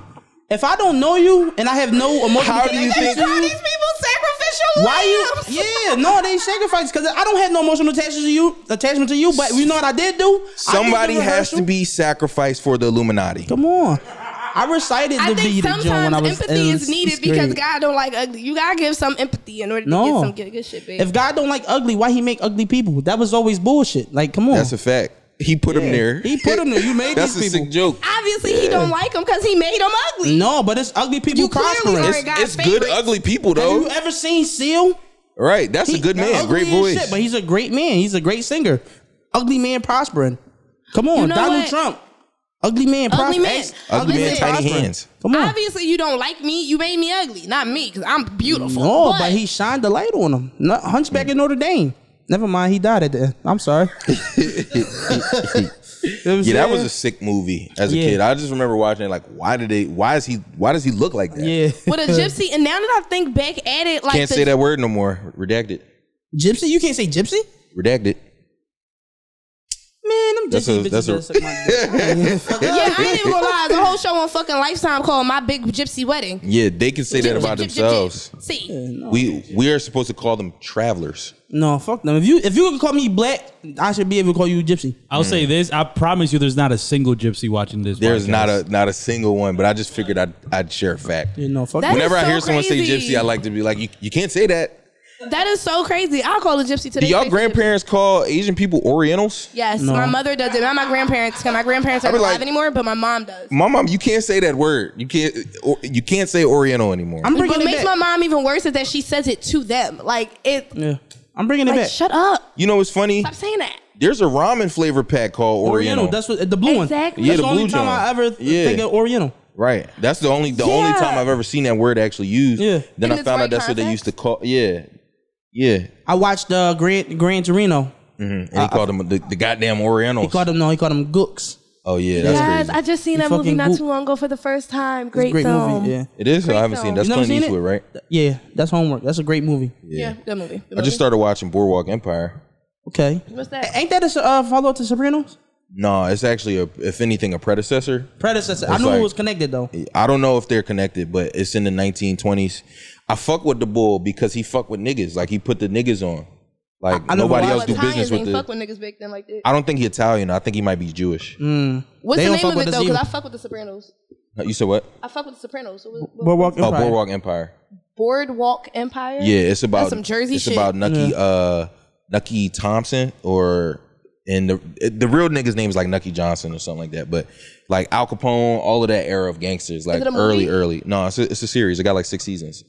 S4: If I don't know you and I have no emotional
S2: How do you
S4: connection
S2: think-
S4: to
S3: Are
S4: you,
S3: these people sacrificial
S4: Why
S3: lambs?
S4: you? Yeah, no, they sacrificed because I don't have no emotional attachment to you. Attachment to you, but you know what I did do? I did the
S2: Somebody has to
S4: rehearsal.
S2: be sacrificed for the Illuminati.
S4: Come on, I recited
S3: I
S4: the
S3: think
S4: beat of Joan when
S3: sometimes
S4: I was
S3: empathy
S4: in
S3: is needed
S4: sixth
S3: because
S4: grade.
S3: God don't like ugly. You gotta give some empathy in order to
S4: No.
S3: get some good, good shit, babe.
S4: If God don't like ugly, why he make ugly people? That was always bullshit. Like, come on,
S2: That's a fact. He put him there.
S4: He put 'em there. You made
S2: That's
S4: these
S2: a sick
S4: people.
S2: joke.
S3: Obviously, he don't like them because he made them ugly.
S4: no, but it's ugly people
S3: You clearly
S4: prospering.
S3: are
S4: It's-
S3: a God's
S2: It's good,
S3: favorite.
S2: ugly people
S4: Have
S2: though.
S4: you ever seen Seal?
S2: Right, that's a
S4: He-
S2: good
S4: that's
S2: man,
S4: ugly
S2: great
S4: as
S2: voice.
S4: shit, but he's a great man. He's a great singer. Ugly man prospering. Come on,
S3: You know
S4: Donald
S3: what?
S4: Trump. Ugly man
S3: Ugly
S4: prospering.
S3: man.
S2: Ugly man,
S3: Listen,
S2: tiny
S4: prospering.
S2: hands.
S4: Come on.
S3: Obviously, you don't like me. You made me ugly, not me, because I'm beautiful.
S4: No, but, he shined the light on him. No, Hunchback in Notre Dame. Never mind, he died at the. I'm sorry.
S2: Yeah, that was a sick movie as a
S4: Yeah.
S2: kid. I just remember watching it. Like, why did they? Why is he? Why does he look like that?
S4: yeah.
S3: with a gypsy. And now that I think back at it, like
S2: can't
S3: the,
S2: say that word no more. Redacted.
S4: gypsy. You can't say gypsy.
S2: Redacted.
S4: Man, I'm
S2: That's
S4: gypsy
S2: a- that's
S4: bitches.
S2: a-
S4: that suck my dick.
S3: yeah, I ain't even gonna lie. The whole show on fucking Lifetime called "My Big Gypsy Wedding."
S2: Yeah, they can say that about
S3: Gyp, gyp, gyp, gyp.
S2: themselves.
S3: See,
S4: Oh,
S2: We we are supposed to call them travelers.
S4: no, fuck them. If you if you can call me black, I should be able to call you gypsy.
S5: I'll say this: I promise you, there's not a single gypsy watching this.
S2: There's
S5: podcast.
S2: not a not a single one, but I just figured I'd I'd share a fact.
S4: You know, fuck.
S3: That
S4: them.
S2: Whenever I
S3: is so
S2: hear someone say
S3: crazy.
S2: gypsy, I like to be like, you, you can't say that.
S3: that is so crazy. I'll call a gypsy
S2: Do
S3: today.
S2: y'all grandparents call Asian people Orientals?
S3: Yes, my mother does it. Not my grandparents, 'cause my grandparents
S2: I
S3: aren't
S2: be like-
S3: alive anymore, but my mom does.
S2: My mom, you can't say that word. You can't or, you can't say Oriental anymore.
S4: I'm bringing
S3: What
S4: it
S3: makes
S4: back.
S3: my mom even worse is that she says it to them. Like it,
S4: yeah, I'm bringing it
S3: like
S4: back.
S3: shut up,
S2: you know what's funny?
S3: stop saying that.
S2: There's a ramen flavor pack called Oriental.
S4: Oriental. That's what the blue
S3: Exactly.
S4: one.
S2: Yeah,
S4: That's
S2: the
S4: the only
S2: blue
S4: time
S2: joint.
S4: I ever
S2: Yeah.
S4: think of Oriental.
S2: right. That's the only the only
S3: Yeah.
S2: time I've ever seen that word actually used.
S4: Yeah.
S2: Then
S3: In
S2: I
S3: its
S2: found out
S3: right
S2: that's what they used
S3: context?
S2: to call. Yeah. Yeah.
S4: I watched uh, Grand Grand Torino.
S2: And he called them the, the goddamn Orientals.
S4: He called him no. He called him Gooks.
S2: oh yeah, that's
S3: Guys,
S2: crazy.
S3: I just seen
S4: You
S3: that movie
S4: fucking
S3: not
S4: goop.
S3: too long ago for the first time. Great,
S4: Great
S3: film.
S4: movie. Yeah.
S2: it is. I haven't seen.
S3: film.
S2: That's
S4: You never
S2: Clint
S4: seen it?
S2: Eastwood, right?
S4: Yeah, that's homework. That's a great movie.
S3: Yeah, good movie. Good
S2: I
S3: movie.
S2: just started watching Boardwalk Empire.
S4: Okay.
S3: What's that?
S4: Ain't that a uh, follow up to Sopranos?
S2: No, it's actually a, if anything, a predecessor.
S4: Predecessor. I
S2: It's
S4: knew
S2: like-
S4: it was connected though.
S2: I don't know if they're connected, but it's in the 1920s. I fuck with the bull because he fuck with niggas. Like he put the niggas on. Like
S4: I- I never
S2: nobody
S4: watched
S2: else do
S3: Italians
S2: business with
S3: ain't
S2: the.
S3: fuck with niggas back then like that.
S2: I don't think he Italian. I think he might be Jewish.
S3: What's
S4: They
S3: the
S4: don't
S3: name
S4: fuck
S3: of
S4: with
S3: it
S4: us
S3: though? Because
S4: either.
S3: I fuck with the Sopranos.
S2: You said what?
S3: I fuck with the Sopranos. So what- what-
S4: Boardwalk
S2: Oh,
S4: Empire.
S2: Boardwalk Empire.
S3: Boardwalk Empire.
S2: Yeah, it's about
S3: some Jersey
S2: It's
S3: shit.
S2: about Nucky uh Nucky Thompson or And the the real nigga's name is like Nucky Johnson or something like that. But like Al Capone, all of that era of gangsters, like
S3: it a
S2: early,
S3: movie?
S2: early. No, it's a, it's a series. It got like six seasons.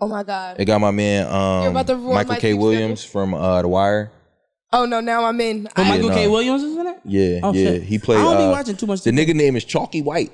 S3: Oh my god.
S2: It got my man um,
S3: about to
S2: Michael
S3: ruin my
S2: K.
S3: deep
S2: Williams from uh, The Wire.
S3: Oh no, now I'm in.
S4: But Michael
S2: Yeah,
S4: K.
S2: nah.
S4: Williams is in it.
S2: Yeah,
S4: Oh,
S2: yeah.
S4: shit.
S2: He played.
S4: I don't be
S2: uh,
S4: watching too much
S2: The nigga name is Chalky White.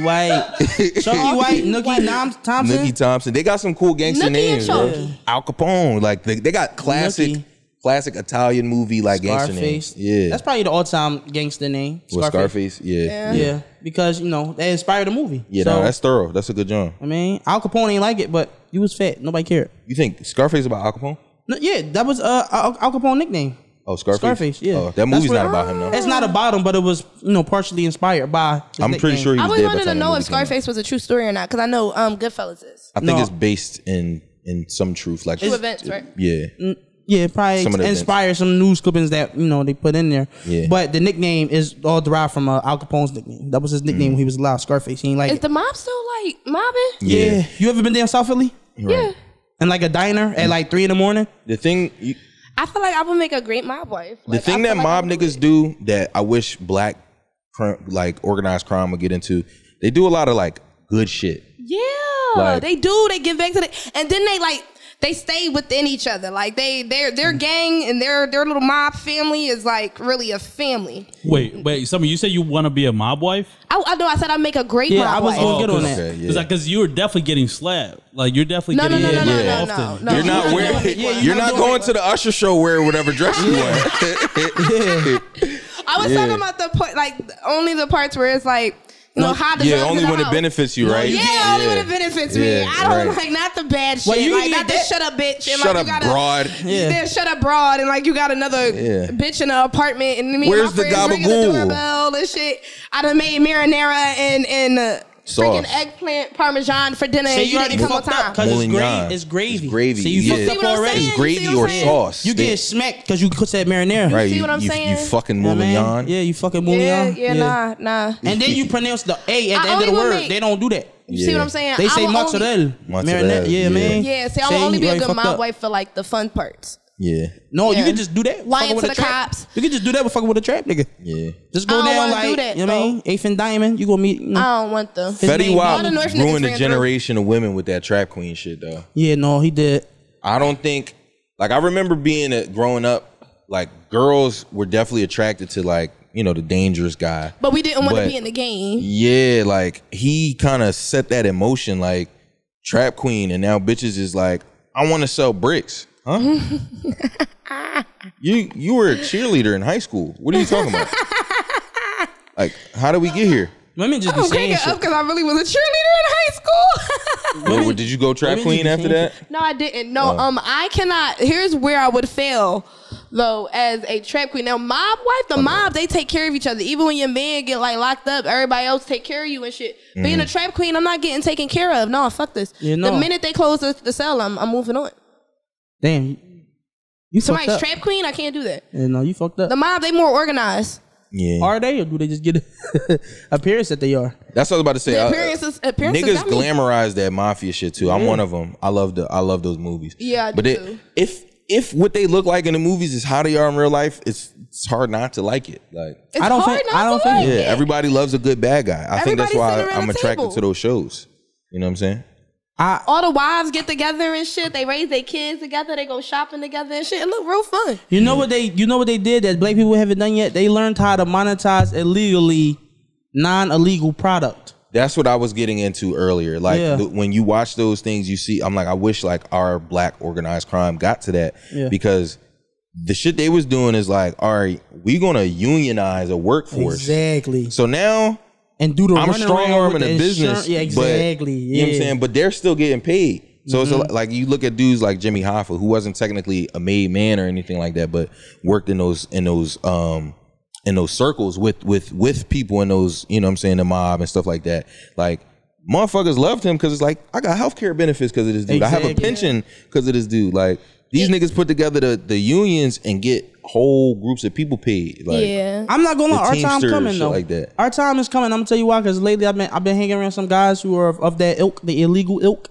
S4: White, Chalky White, Nookie Nom- Thompson.
S2: Nookie Thompson. They got some cool gangster
S3: Nookie and
S2: names. bro.
S3: Chalky.
S2: Al Capone. Like they, they got classic,
S4: Nookie.
S2: classic Italian movie like gangster names.
S4: Scarface.
S2: Yeah,
S4: That's probably the all-time gangster name.
S2: With Scarface. Yeah,
S3: Yeah.
S2: yeah.
S4: Yeah.
S2: yeah.
S4: because you know they inspired the movie.
S2: no,
S4: So,
S2: that's thorough. That's a good job.
S4: I mean, Al Capone ain't like it, but he was fat. Nobody cared.
S2: You think Scarface about Al Capone?
S4: No, yeah, that was uh, Al Al Capone nickname.
S2: Oh, Scarface.
S4: Scarface, yeah.
S2: Oh, that
S4: That's
S2: movie's
S4: what-
S2: not about him though.
S4: It's not about him, but it was you know partially inspired by. his
S2: I'm pretty
S4: nickname.
S2: sure he was
S3: I always
S2: dead by
S3: wanted
S2: the
S3: to
S2: time
S3: know
S2: that
S3: if
S2: movie came out.
S3: Scarface was a true story or not, because I know um Goodfellas is.
S2: I think
S4: No.
S2: it's based in in some truth. Like
S3: Two events, right?
S2: Yeah.
S4: Mm. Yeah, probably
S2: Some of the
S4: inspired some news clippings that you know they put in there.
S2: Yeah.
S4: But the nickname is all derived from uh, Al Capone's nickname. That was his nickname when he was alive. Scarface. He ain't like.
S3: Is
S4: it.
S3: the mob still like mobbing?
S4: yeah. You ever been down South Philly?
S3: Yeah.
S4: In like a diner at like three in the morning.
S2: The thing you,
S3: I feel like I would make a great mob wife.
S2: the thing that mob niggas do that I wish black cr- like organized crime would get into, they do a lot of like good shit.
S3: Yeah,
S2: Like-
S3: they do. They give back to the, and then they like they stay within each other. Like they their their
S2: Mm.
S3: gang and their their little mob family is like really a family.
S5: Wait, wait. Something you said you want to be a mob wife?
S3: I, I know I said I make a great
S4: Yeah,
S3: mob
S4: I was
S3: wife.
S4: gonna get on
S5: Because
S4: that.
S2: Oh, Okay, Uh, yeah.
S5: you were definitely getting slapped. Like you're definitely
S3: No, no,
S5: getting
S3: no, no, no,
S2: yeah.
S3: no, no,
S5: often.
S3: no,
S2: you're not wearing.
S4: yeah, you're
S2: you're
S4: not
S2: not
S4: doing
S2: going to the Usher show wearing whatever dress you want.
S3: I was
S2: Yeah.
S3: talking about the point, like only the parts where it's like, you know, how does
S2: yeah, only when it benefits you, right?
S3: Yeah, only when it benefits me.
S2: Yeah,
S3: I don't
S2: right.
S3: like not the bad shit.
S4: Well, you
S3: like
S4: need
S3: not the
S4: that-
S3: shut up bitch and
S2: Shut
S3: like
S2: up,
S3: you got
S2: broad.
S4: Yeah.
S3: Yeah. shut up broad and like you got another
S2: Yeah.
S3: bitch in an apartment and me
S2: Where's
S3: and my
S2: the
S3: friends ringing
S2: gabagool?
S3: the doorbell and shit. I done made marinara and and uh,
S2: Sauce.
S3: freaking eggplant parmesan for dinner.
S4: So
S3: and
S4: you already
S3: didn't come on
S4: fucked up
S3: time.
S4: because it's,
S2: Moulignon.
S4: gra- it's gravy.
S2: It's gravy,
S4: So you
S2: yeah.
S4: fucked
S3: See
S4: up
S3: what I'm
S4: already.
S3: saying?
S2: It's gravy
S3: You see
S2: or
S3: what I'm saying?
S2: sauce.
S4: You
S2: They-
S4: get smacked because you said marinara.
S2: right.
S3: see
S2: you,
S3: what I'm
S2: you, You
S3: saying?
S2: fucking
S4: Yeah, man.
S2: moulignon.
S4: Yeah, you fucking moving
S3: Yeah, yeah, nah, nah.
S4: And then you pronounce the A at the
S3: I
S4: end of the
S3: only would
S4: word.
S3: make-
S4: they don't do that.
S3: You see
S2: Yeah.
S3: what I'm saying?
S4: They
S3: I
S4: say
S3: will only-
S4: mozzarella.
S2: Mozzarella,
S4: Marinara. Yeah,
S2: yeah.
S4: man.
S3: Yeah, see, I will only be
S4: you
S3: a
S4: already
S3: good
S4: fucked
S3: mob
S4: up.
S3: wife for like the fun parts.
S2: Yeah,
S4: No, you
S3: Yeah.
S4: can just do that.
S3: Lying
S4: fucking with
S3: to
S4: a
S3: the
S4: trap.
S3: cops.
S4: You can just do that with fucking with a trap, nigga.
S2: yeah.
S4: Just go
S3: I don't
S4: down
S3: wanna
S4: like,
S3: do that, Uh,
S4: you know what I mean? Eighth and Diamond. You gonna meet, you know.
S3: I don't want them.
S4: His
S2: Fetty
S4: name- All
S2: Wap
S4: the
S3: North niggas
S2: ruined a
S3: ran
S2: generation of women with that trap queen shit, though.
S4: yeah, no, he did.
S2: I don't think like I remember being a, growing up, like girls were definitely attracted to like you know the dangerous guy.
S3: But we didn't want to
S2: But-
S3: be in the game.
S2: Yeah, like he kind of set that in motion, like trap queen, and now bitches is like, I want to sell bricks, huh? you you were a cheerleader in high school. What are you talking about? like, how did we get here?
S4: Women just be
S3: I'm
S4: saying
S3: cracking
S4: shit.
S3: up because I really was a cheerleader in high school.
S2: Yo, did you go trap
S4: women
S2: queen
S4: just
S2: after
S4: change
S2: that?
S4: it.
S3: no, I didn't. No,
S4: Oh.
S3: um, I cannot. Here's where I would fail, though, as a trap queen. Now, mob wife, the mob, they take care of each other. Even when your man get like locked up, everybody else take care of you and shit. Being
S4: Mm-hmm.
S3: a trap queen, I'm not getting taken care of. No, fuck this.
S4: Yeah, no.
S3: The minute they close the, the cell, I'm, I'm moving on.
S4: Damn. You fucked
S3: Somebody's
S4: up.
S3: trap queen, I can't do that.
S4: Yeah, no, you fucked up.
S3: The mob, they more organized.
S2: Yeah,
S4: Are they or do they just get appearance that they are?
S2: that's what I was about to say.
S3: The
S2: I-
S3: appearances, appearances
S2: Niggas
S3: got me.
S2: glamorize that mafia shit too. I'm one of them. I love the I love those movies.
S3: Yeah, I do
S2: but it-
S3: too.
S2: if if what they look like in the movies is how they are in real life, it's it's hard not to like it. Like
S3: It's
S4: I don't
S3: hard
S4: think-
S3: not
S4: I don't
S3: to
S4: think-
S3: like
S2: yeah,
S3: it.
S2: everybody loves a good bad guy. I think that's
S3: Everybody
S2: why
S3: sitting around
S2: I'm
S3: the
S2: attracted
S3: table.
S2: to those shows. You know what I'm saying?
S4: I
S3: all the wives get together and shit. They raise their kids together. They go shopping together and shit. It look real fun.
S4: You know what they you know what they did that black people haven't done yet? They learned how to monetize illegally non-illegal product.
S2: That's what I was getting into earlier. Like
S4: Yeah.
S2: the- when you watch those things, you see. I'm like, I wish like our black organized crime got to that
S4: Yeah.
S2: because the shit they was doing is like, all right, we gonna unionize a workforce.
S4: Exactly.
S2: So now
S4: And do the
S2: I'm
S4: runaround
S2: strong arm in
S4: with
S2: a
S4: the
S2: business.
S4: insurance- Yeah, exactly.
S2: But,
S4: yeah. Mm-hmm.
S2: You know what I'm saying? But they're still getting paid. So it's a lot- like you look at dudes like Jimmy Hoffa, who wasn't technically a made man or anything like that, but worked in those in those um in those circles with with with people in those, you know what I'm saying, the mob and stuff like that. Like motherfuckers loved him because it's like, I got healthcare benefits because of this dude. I have a
S4: Exactly.
S2: pension because of this dude. Like these niggas put together the, the unions and get whole groups of people paid. Like
S3: yeah.
S4: I'm not
S2: The
S4: gonna lie, our time
S2: Teamsters,
S4: coming
S2: shit
S4: though.
S2: like that.
S4: Our time is coming. I'm gonna tell you why, because lately I've been I've been hanging around some guys who are of, of that ilk, the illegal ilk.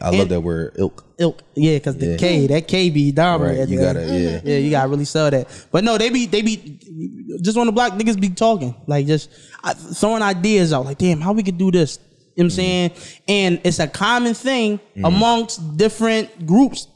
S2: I love that word, ilk.
S4: ilk. Yeah, because the
S2: Yeah.
S4: K, that K be dominant.
S2: Right,
S4: at
S2: you
S4: the
S2: gotta-
S4: end.
S2: yeah.
S4: yeah, you gotta really sell that. But no, they be, they be, just on the block, niggas be talking, like just uh, throwing ideas out, like damn, how we could do this. You know what I'm saying,
S2: Mm-hmm.
S4: and it's a common thing amongst different groups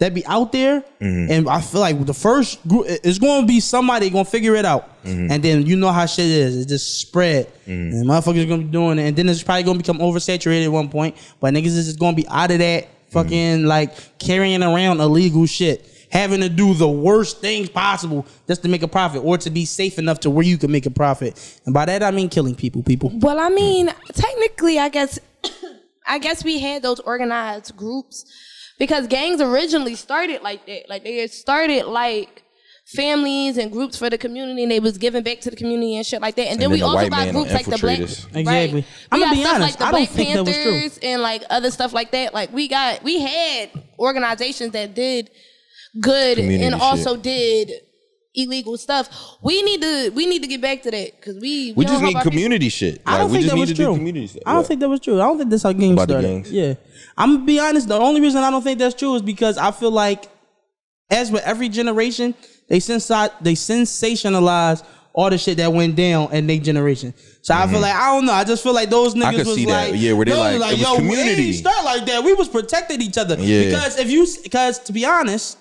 S4: that be out there, and I feel like the first group it's going to be somebody going to figure it out, and then you know how shit is. It just spread, and motherfuckers going to be doing it, and then it's probably going to become oversaturated at one point. But niggas is just going to be out of that fucking like carrying around illegal shit, having to do the worst things possible just to make a profit or to be safe enough to where you can make a profit. And by that I mean killing people. People.
S3: Well, I mean, technically, I guess, I guess we had those organized groups because gangs originally started like that. Like they had started like families and groups for the community, and they was giving back to the community and shit like that. And,
S2: then
S3: then, we
S2: the
S3: also
S2: white
S3: got
S2: man
S3: groups like the black,
S2: infiltrators.
S4: Exactly.
S3: I'm
S4: I'ma
S3: gonna
S4: be
S3: be honest. Like
S4: honest,
S3: the
S4: I don't
S3: Black
S4: think that was
S3: Panthers
S4: true.
S3: and like other stuff like that. Like we got, we had organizations that did good
S2: Community
S3: and
S2: shit.
S3: also did illegal stuff. We need to, we need to get back to that because we
S2: We
S3: don't
S2: just
S3: help
S2: need
S3: our people.
S2: community shit.
S4: I don't
S2: Like, we
S4: think
S2: just
S4: that
S2: need
S4: was
S2: to do
S4: true.
S2: community stuff.
S4: I don't
S2: What?
S4: think that was true. I don't think that's how gangs
S2: About the
S4: started.
S2: gangs?
S4: Yeah, I'm gonna be honest. The only reason I don't think that's true is because I feel like, as with every generation, they sensi- they sensationalize all the shit that went down in their generation. So I feel like I don't know. I just feel like those niggas
S2: Mm-hmm. could
S4: was
S2: see that.
S4: like,
S2: Yeah, where they
S4: was
S2: like, it was
S4: we
S2: community.
S4: didn't start like that. We was protecting each other.
S2: Yeah.
S4: Because if you, because to be honest.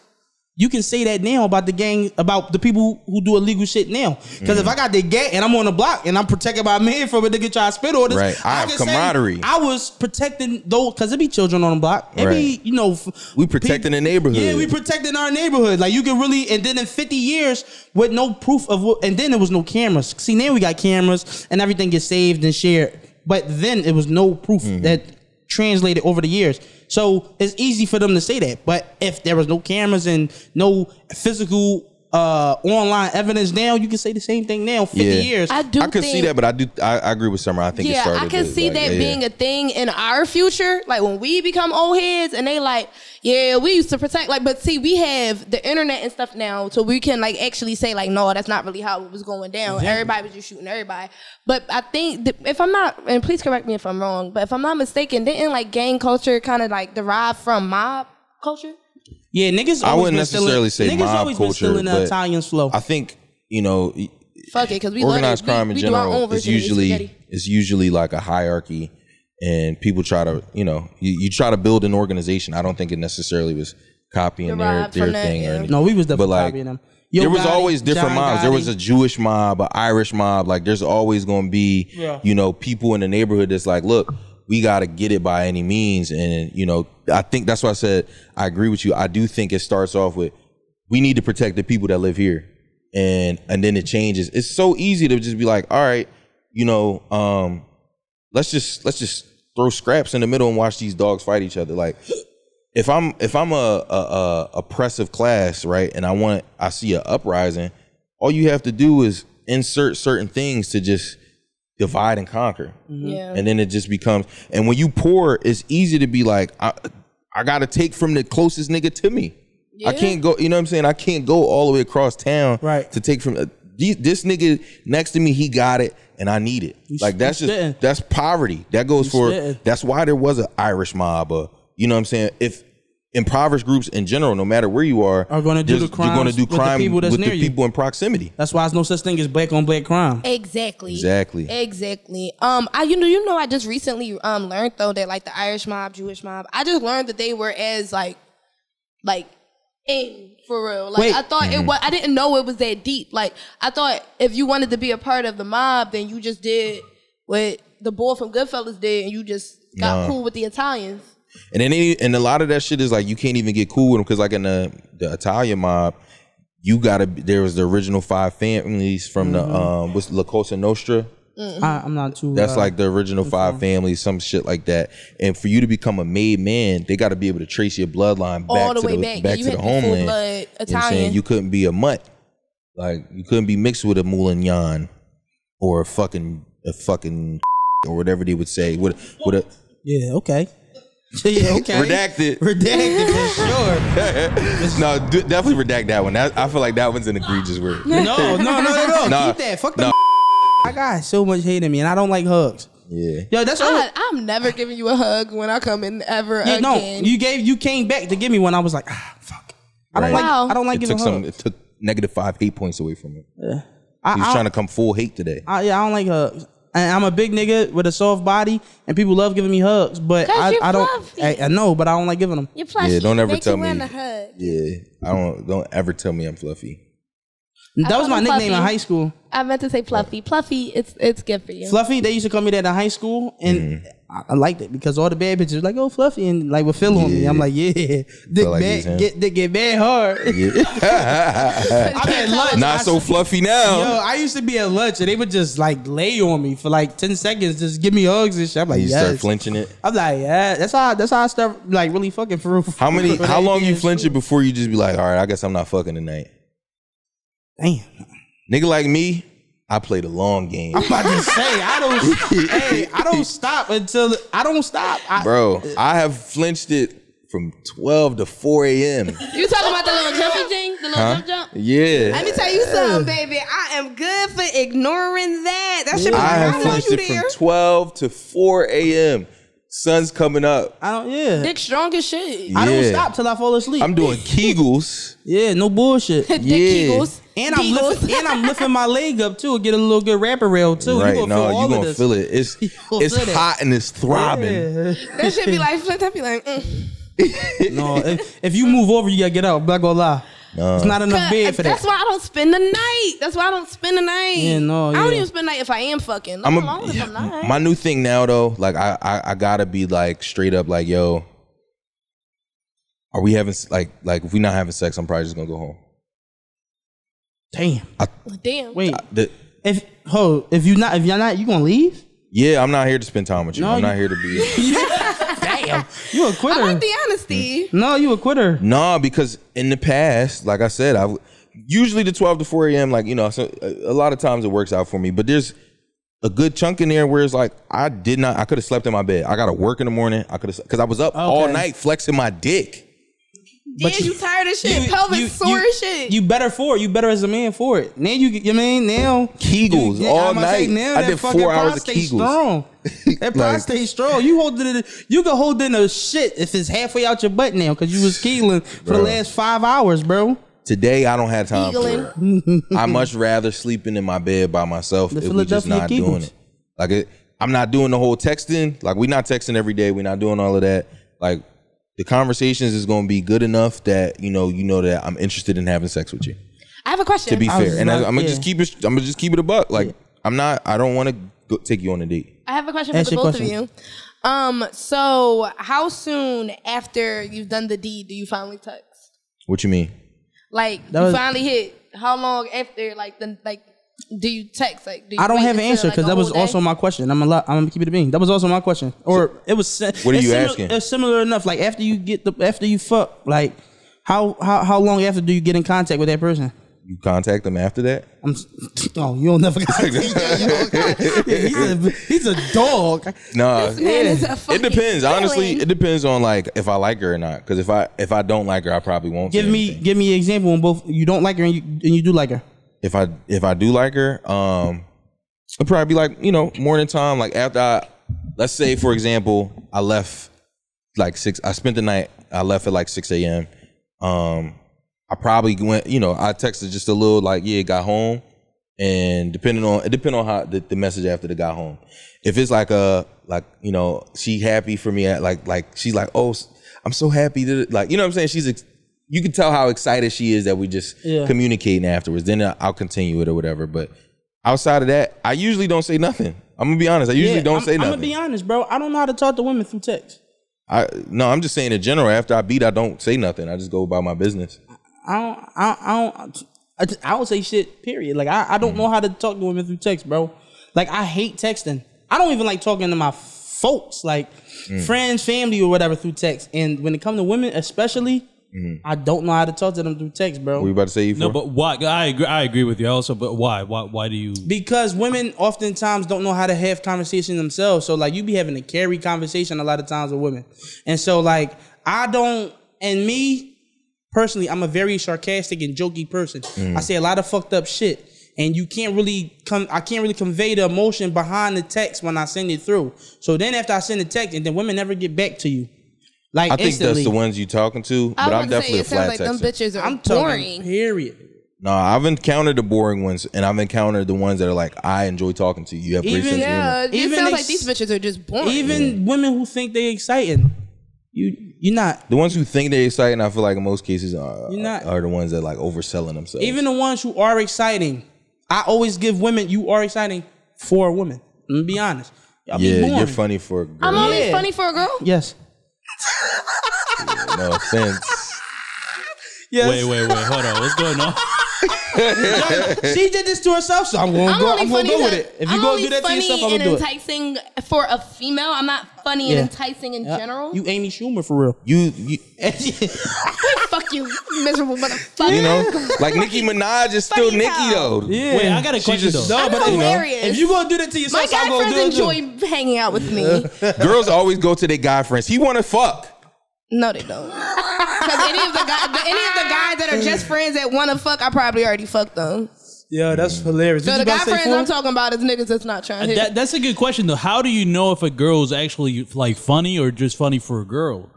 S4: You can say that now about the gang, about the people who do illegal shit now. Because
S2: Mm.
S4: if I got the gang and I'm on the block and I'm protected by man from a nigga trying to spit on this,
S2: Right. I have
S4: can say
S2: camaraderie.
S4: I was protecting those because it be children on the block. It
S2: Right.
S4: be you know f-
S2: We protecting the neighborhood.
S4: Yeah, we protecting our neighborhood. Like you can really and then in fifty years with no proof of what and then there was no cameras. See now we got cameras and everything gets saved and shared. But then it was no proof
S2: Mm-hmm.
S4: that translated over the years. So it's easy for them to say that. But if there was no cameras and no physical uh online evidence now, you can say the same thing now, fifty
S2: Yeah.
S4: years.
S3: I do
S2: I could see
S3: think-
S2: that, but I do. I, I agree with Summer. I think it
S3: Yeah,
S2: started.
S3: I can
S2: to,
S3: see
S2: like,
S3: that
S2: yeah,
S3: being
S2: yeah.
S3: a thing in our future. Like when we become old heads and they like, yeah, we used to protect. Like, but see, we have the internet and stuff now, so we can like actually say like, no, that's not really how it was going down. Everybody was just shooting everybody. But I think th- if I'm not, and please correct me if I'm wrong, but if I'm not mistaken, didn't like gang culture kind of like derive from mob culture?
S4: yeah, niggas.
S2: I
S4: always
S2: wouldn't
S4: been still in-
S2: necessarily say
S4: niggas
S2: mob
S4: always been still
S2: culture,
S4: in
S2: but
S4: the Italian flow.
S2: I think you know, y-
S3: Fuck it, because we
S2: organized
S3: love it.
S2: crime
S3: we,
S2: in
S3: we do our own
S2: general is
S3: version of
S2: usually
S3: spaghetti.
S2: is usually like a hierarchy, and people try to you know you, you try to build an organization. I don't think it necessarily was copying their
S3: Derived from
S2: their
S3: that,
S2: thing or
S3: yeah.
S2: anything.
S4: No, we was definitely
S2: But, like,
S4: copying them.
S2: there was always different mobs. There was a Jewish mob, an Irish mob. Like there's always going to be,
S4: Yeah.
S2: you know, people in the neighborhood that's like, look, we got to get it by any means. And you know, I think that's why I said I agree with you. I do think it starts off with we need to protect the people that live here, and and then it changes. It's so easy to just be like, all right, you know, um, let's just let's just throw scraps in the middle and watch these dogs fight each other. Like if I'm if I'm a, a, a oppressive class, right, and I want I see a uprising, all you have to do is insert certain things to just divide and conquer,
S3: Yeah.
S2: and then it just becomes. And when you poor, it's easy to be like, I I got to take from the closest nigga to me. I
S3: Yeah.
S2: can't go. You know what I'm saying? I can't go all the way across town,
S4: Right.
S2: To take from uh, these- this nigga next to me, he got it, and I need it. like that's
S4: you
S2: just
S4: spittin'.
S2: that's poverty. That goes for
S4: spittin'.
S2: that's why there was an Irish mob. Or, you know what I'm saying? If impoverished groups in general, no matter where you are,
S4: Are gonna do
S2: there's-
S4: the
S2: You're going to
S4: crimes
S2: do
S4: with the
S2: crime
S4: people that's
S2: with the
S4: near you.
S2: people in proximity.
S4: That's why there's no such thing as black on black crime.
S3: Exactly.
S2: Exactly.
S3: Exactly. Um, I you know you know I just recently um learned though that like the Irish mob, Jewish mob, I just learned that they were as like, like in for real. Like
S4: Wait.
S3: I thought
S2: Mm-hmm.
S3: it was. I didn't know it was that deep. Like I thought if you wanted to be a part of the mob, then you just did what the boy from Goodfellas did, and you just got
S2: Nah.
S3: cool with the Italians.
S2: And then any, and a lot of that shit is like you can't even get cool with them because like in the the Italian mob, you gotta there was the original five families from
S3: Mm-hmm.
S2: the um what's La Cosa Nostra.
S4: I, I'm not too.
S2: That's
S4: uh,
S2: like the original five families, some shit like that. And for you to become a made man, they got to be able to trace your bloodline back
S3: All the
S2: to
S3: way
S2: the
S3: back.
S2: back,
S3: Yeah, you
S2: to the
S3: had to be full
S2: homeland.
S3: blood
S2: You, know what I'm saying?
S3: Italian.
S2: you couldn't be a mutt, like you couldn't be mixed with a moulignon or a fucking a fucking or whatever they would say. What what a
S4: yeah, okay. yeah, okay.
S2: redacted.
S4: Redacted for sure.
S2: no, d- definitely redact that one. That, I feel like that one's an egregious word.
S4: No, no, no, no, no.
S2: Nah,
S4: Keep that. Fuck the. I got so much hate in me, and I don't like hugs.
S2: Yeah.
S4: Yo, that's all.
S7: I, I'm never giving you a hug when I come in ever
S4: Yeah, no,
S7: again.
S4: you gave you came back to give me one. I was like, ah, fuck. I don't
S2: Right.
S4: like. I don't like
S2: it
S4: giving
S2: took some.
S4: hugs.
S2: It took negative five hate points away from him.
S4: I,
S2: He was
S4: I-
S2: trying to come full hate today.
S4: I- yeah, I don't like hugs. And I'm a big nigga with a soft body, and people love giving me hugs. But
S3: 'Cause
S4: I,
S3: you're
S4: I don't.
S3: fluffy.
S4: I, I know, but I don't like giving them.
S3: You're plushy.
S2: Yeah, don't ever
S3: Make
S2: tell
S3: you
S2: me.
S3: want a hug.
S2: Yeah. I don't. Don't ever tell me I'm fluffy.
S4: That was
S3: call
S4: my
S3: him
S4: nickname in
S3: Fluffy.
S4: high school.
S3: I meant to say fluffy. Fluffy, it's it's good for you.
S4: Fluffy, they used to call me that in high school, and
S2: Mm-hmm.
S4: I, I liked it because all the bad bitches were like, "Oh, Fluffy," and like would feel on me. I'm like, "Yeah, dick
S2: like
S4: bad,
S2: he's him.
S4: get dick get bad hard." I'm at lunch.
S2: Not
S4: I-
S2: so fluffy now.
S4: Yo, I used to be at lunch and they would just like lay on me for like ten seconds, just give me hugs and shit. I'm like,
S2: you start
S4: yes.
S2: flinching it.
S4: I'm like, yeah. That's how. That's how I start like really fucking for real.
S2: How many?
S4: For
S2: How
S4: that
S2: long you
S4: again.
S2: flinch it before you just be like, all right, I guess I'm not fucking tonight.
S4: Damn.
S2: Nigga like me, I play the long game,
S4: I'm about to say I don't. hey, I don't stop until I don't stop. I,
S2: bro. I have flinched it from 12 to 4 a.m.
S3: You talking about the little jumpy thing? The little jump jump?
S2: Yeah,
S7: Let me tell you something, baby. I am good for ignoring that. That should be
S2: I
S7: I
S2: have
S7: want
S2: flinched
S7: you
S2: it from
S7: there.
S2: 12 to 4 a.m. Sun's coming up.
S4: I don't. Yeah.
S3: Dick strong as shit.
S4: I don't
S2: Yeah.
S4: stop till I fall asleep.
S2: I'm doing Kegels.
S4: Yeah, no bullshit.
S3: Dick
S2: Yeah.
S3: Kegels.
S4: And I'm
S3: Deagles.
S4: lifting, and I'm lifting my leg up too, get a little good rapper rail too.
S2: right
S4: you
S2: now,
S4: gonna feel all
S2: you
S4: of
S2: gonna
S4: this.
S2: feel it. It's
S4: gonna
S2: it's
S4: feel it.
S2: hot and it's throbbing.
S7: That should be like Flint. I'd be like, mm.
S4: No, if, if you move over, you gotta get out. I'm not gonna lie, it's not enough bed for
S3: That's
S4: that.
S3: why I don't spend the night. That's why I don't spend the night.
S4: Yeah, no,
S3: I don't
S4: yeah.
S3: even spend the night if I am fucking.
S2: I'm
S3: I'm
S2: a,
S3: alone if I'm not.
S2: my new thing now though. Like I, I I gotta be like straight up like yo. Are we having s- like like if we not having sex? I'm probably just gonna go home.
S4: Damn.
S3: Damn.
S4: Wait,
S2: The-
S4: if ho, if you not, if you're not, you gonna leave?
S2: yeah, I'm not here to spend time with you.
S4: No,
S2: I'm
S4: you-
S2: not here to be.
S4: You a
S7: I like
S4: quitter?
S7: the honesty.
S4: No, you a quitter.
S2: nah, because in the past, like I said, I usually the 12 to 4 a.m. Like you know, so uh, a, a lot of times it works out for me. But there's a good chunk in there where it's like I did not. I could have slept in my bed. I got to work in the morning. I could have because I was up all
S4: Okay.
S2: night flexing my dick.
S7: Damn, you, tired of shit. Pelvis sore
S4: you,
S7: as shit.
S4: You better for it. You better as a man for it. Now you, you mean now
S2: Kegels
S4: you-
S2: all
S4: I'm about to
S2: night. I
S4: that
S2: did
S4: fucking
S2: four hours of
S4: prostate
S2: Kegels.
S4: Strong. That prostate strong. You holding it. You can hold in a shit if it's halfway out your butt now because you was kegeling for the
S2: Bro.
S4: last five hours, bro.
S2: Today I don't have time
S3: Eagling.
S2: for it. I much rather sleeping in my bed by myself
S4: The
S2: if we just
S4: Philadelphia
S2: not doing
S4: Eagles.
S2: it. Like it, I'm not doing the whole texting. Like we not texting every day. We're not doing all of that. Like the conversations is gonna be good enough that you know you know that I'm interested in having sex with you.
S3: I have a question.
S2: To be
S4: I was
S2: fair, and I,
S4: not-
S2: am gonna
S4: yeah.
S2: just keep it. I'm gonna just keep it a buck. Like I'm not. I don't want to take you on a date.
S3: I have a question for
S4: Ask
S3: the
S4: your
S3: both
S4: question.
S3: of you. Um, so how soon after you've done the deed do you finally text?
S2: What you mean?
S3: Like
S4: That
S3: you
S4: was-
S3: finally hit. How long after? Like the like. Do you text? Like do you
S4: I don't
S3: wait
S4: have an
S3: until,
S4: answer
S3: like,
S4: because
S3: a
S4: that was
S3: whole day?
S4: also my question. I'm a lot. I'm gonna keep it a being. That was also my question, or it was. si-
S2: What are
S4: it's
S2: you
S4: similar,
S2: asking?
S4: It's similar enough. Like after you get the after you fuck, like how how how long after do you get in contact with that person?
S2: You contact them after that?
S4: I'm. s- Oh, you don't never. yeah, he's a he's a dog.
S2: No.
S3: Man, it's a fucking
S2: It depends. Honestly,
S3: feeling.
S2: it depends on like if I like her or not. Because if I if I don't like her, I probably won't. say
S4: Give me
S2: anything.
S4: give me an example when both you don't like her and you and you do like her.
S2: if I if I do like her, um, it'll probably be like you know morning time. Like after I, let's say for example, I left like six. I spent the night. I left at like six a.m. Um, I probably went. You know, I texted just a little like yeah, got home, and depending on it depend on how the, the message after the got home. If it's like a like you know she happy for me at like like she's like oh I'm so happy that like you know what I'm saying she's. Ex- you can tell how excited she is that we just
S4: Yeah.
S2: communicating afterwards. Then I- I'll continue it or whatever. But outside of that, I usually don't say nothing. I'm gonna be honest. I usually
S4: Yeah,
S2: don't
S4: I'm,
S2: say
S4: I'm
S2: nothing.
S4: gonna be honest, bro. I don't know how to talk to women through text.
S2: I no, I'm just saying in general. After I beat, I don't say nothing. I just go about my business.
S4: I don't. I, I don't. I, just- I don't say shit. Period. Like I, I don't know how to talk to women through text, bro. Like I hate texting. I don't even like talking to my folks, like
S2: Mm.
S4: friends, family, or whatever through text. And when it comes to women, especially,
S2: Mm-hmm.
S4: I don't know how to talk to them through text, bro.
S2: What you about to say? You
S5: No, but why? I agree. I agree with you also. But why? Why? Why do you?
S4: because women oftentimes don't know how to have conversation themselves. So like you be having to carry conversation a lot of times with women, and so like I don't. And
S2: Mm.
S4: me personally, I'm a very sarcastic and jokey person. I say a lot of fucked up shit, and you can't really come. I can't really convey the emotion behind the text when I send it through. So then after I send the text, and then women never get back to you. Like
S2: I think
S4: instantly.
S2: that's the ones you talking to,
S3: I
S2: but I'm
S3: was about to
S2: definitely
S3: say,
S2: a
S3: it sounds
S2: flat
S3: like them
S2: texter.
S3: bitches are
S4: I'm
S3: boring.
S4: talking. Period.
S2: no, I've encountered the boring ones, and I've encountered the ones that are like, I enjoy talking to you. You have great
S4: Even-
S2: sense of humor.
S3: Yeah, it
S4: Even
S3: sounds
S4: ex-
S3: like these bitches are just boring.
S4: Even women who think they exciting, you you're not.
S2: The ones who think they're exciting, I feel like in most cases are,
S4: You're not-
S2: are the ones that like overselling themselves.
S4: Even the ones who are exciting, I always give women. You are exciting for a woman. Let me be honest. Y'all be
S2: yeah,
S4: boring.
S2: you're funny for a girl.
S3: I'm only
S4: Yeah.
S3: funny for a girl.
S4: Yes.
S2: no offense.
S4: Yes.
S5: Wait, wait, wait. Hold on. What's going on?
S4: She did this to herself, so I'm going to
S3: I'm
S4: go.
S3: only
S4: I'm going
S3: funny.
S4: to go with
S3: to-
S4: it. If
S3: I'm
S4: you go
S3: only
S4: do that to
S3: funny
S4: yourself, I'm
S3: and
S4: going to do it.
S3: enticing for a female. I'm not funny
S4: Yeah.
S3: and enticing in
S4: Yeah.
S3: general.
S4: You Amy Schumer for real.
S2: You, you,
S3: Fuck you, miserable motherfucker.
S2: you know, like Nicki Minaj is still
S3: Funny
S2: Nicki
S3: though.
S2: though.
S4: Yeah.
S5: Wait, I got a question
S2: just-
S5: though.
S4: No,
S3: I'm
S4: but you know,
S3: hilarious.
S4: if you gonna do that to yourself,
S3: My
S4: so I'm
S3: guy
S4: gonna do it.
S3: friends
S4: too.
S3: enjoy hanging out with me.
S2: Girls always go to their guy friends. He want to fuck.
S3: No, they don't. Because any of the guys, any of the guys that are just friends that want to fuck, I probably already fucked them.
S4: Yeah, that's hilarious.
S3: So
S4: Did
S3: the guy
S4: you guys say
S3: friends
S4: four?
S3: I'm talking about is niggas that's not trying to.
S5: That, that's a good question though. How do you know if a girl's actually like funny or just funny for a girl?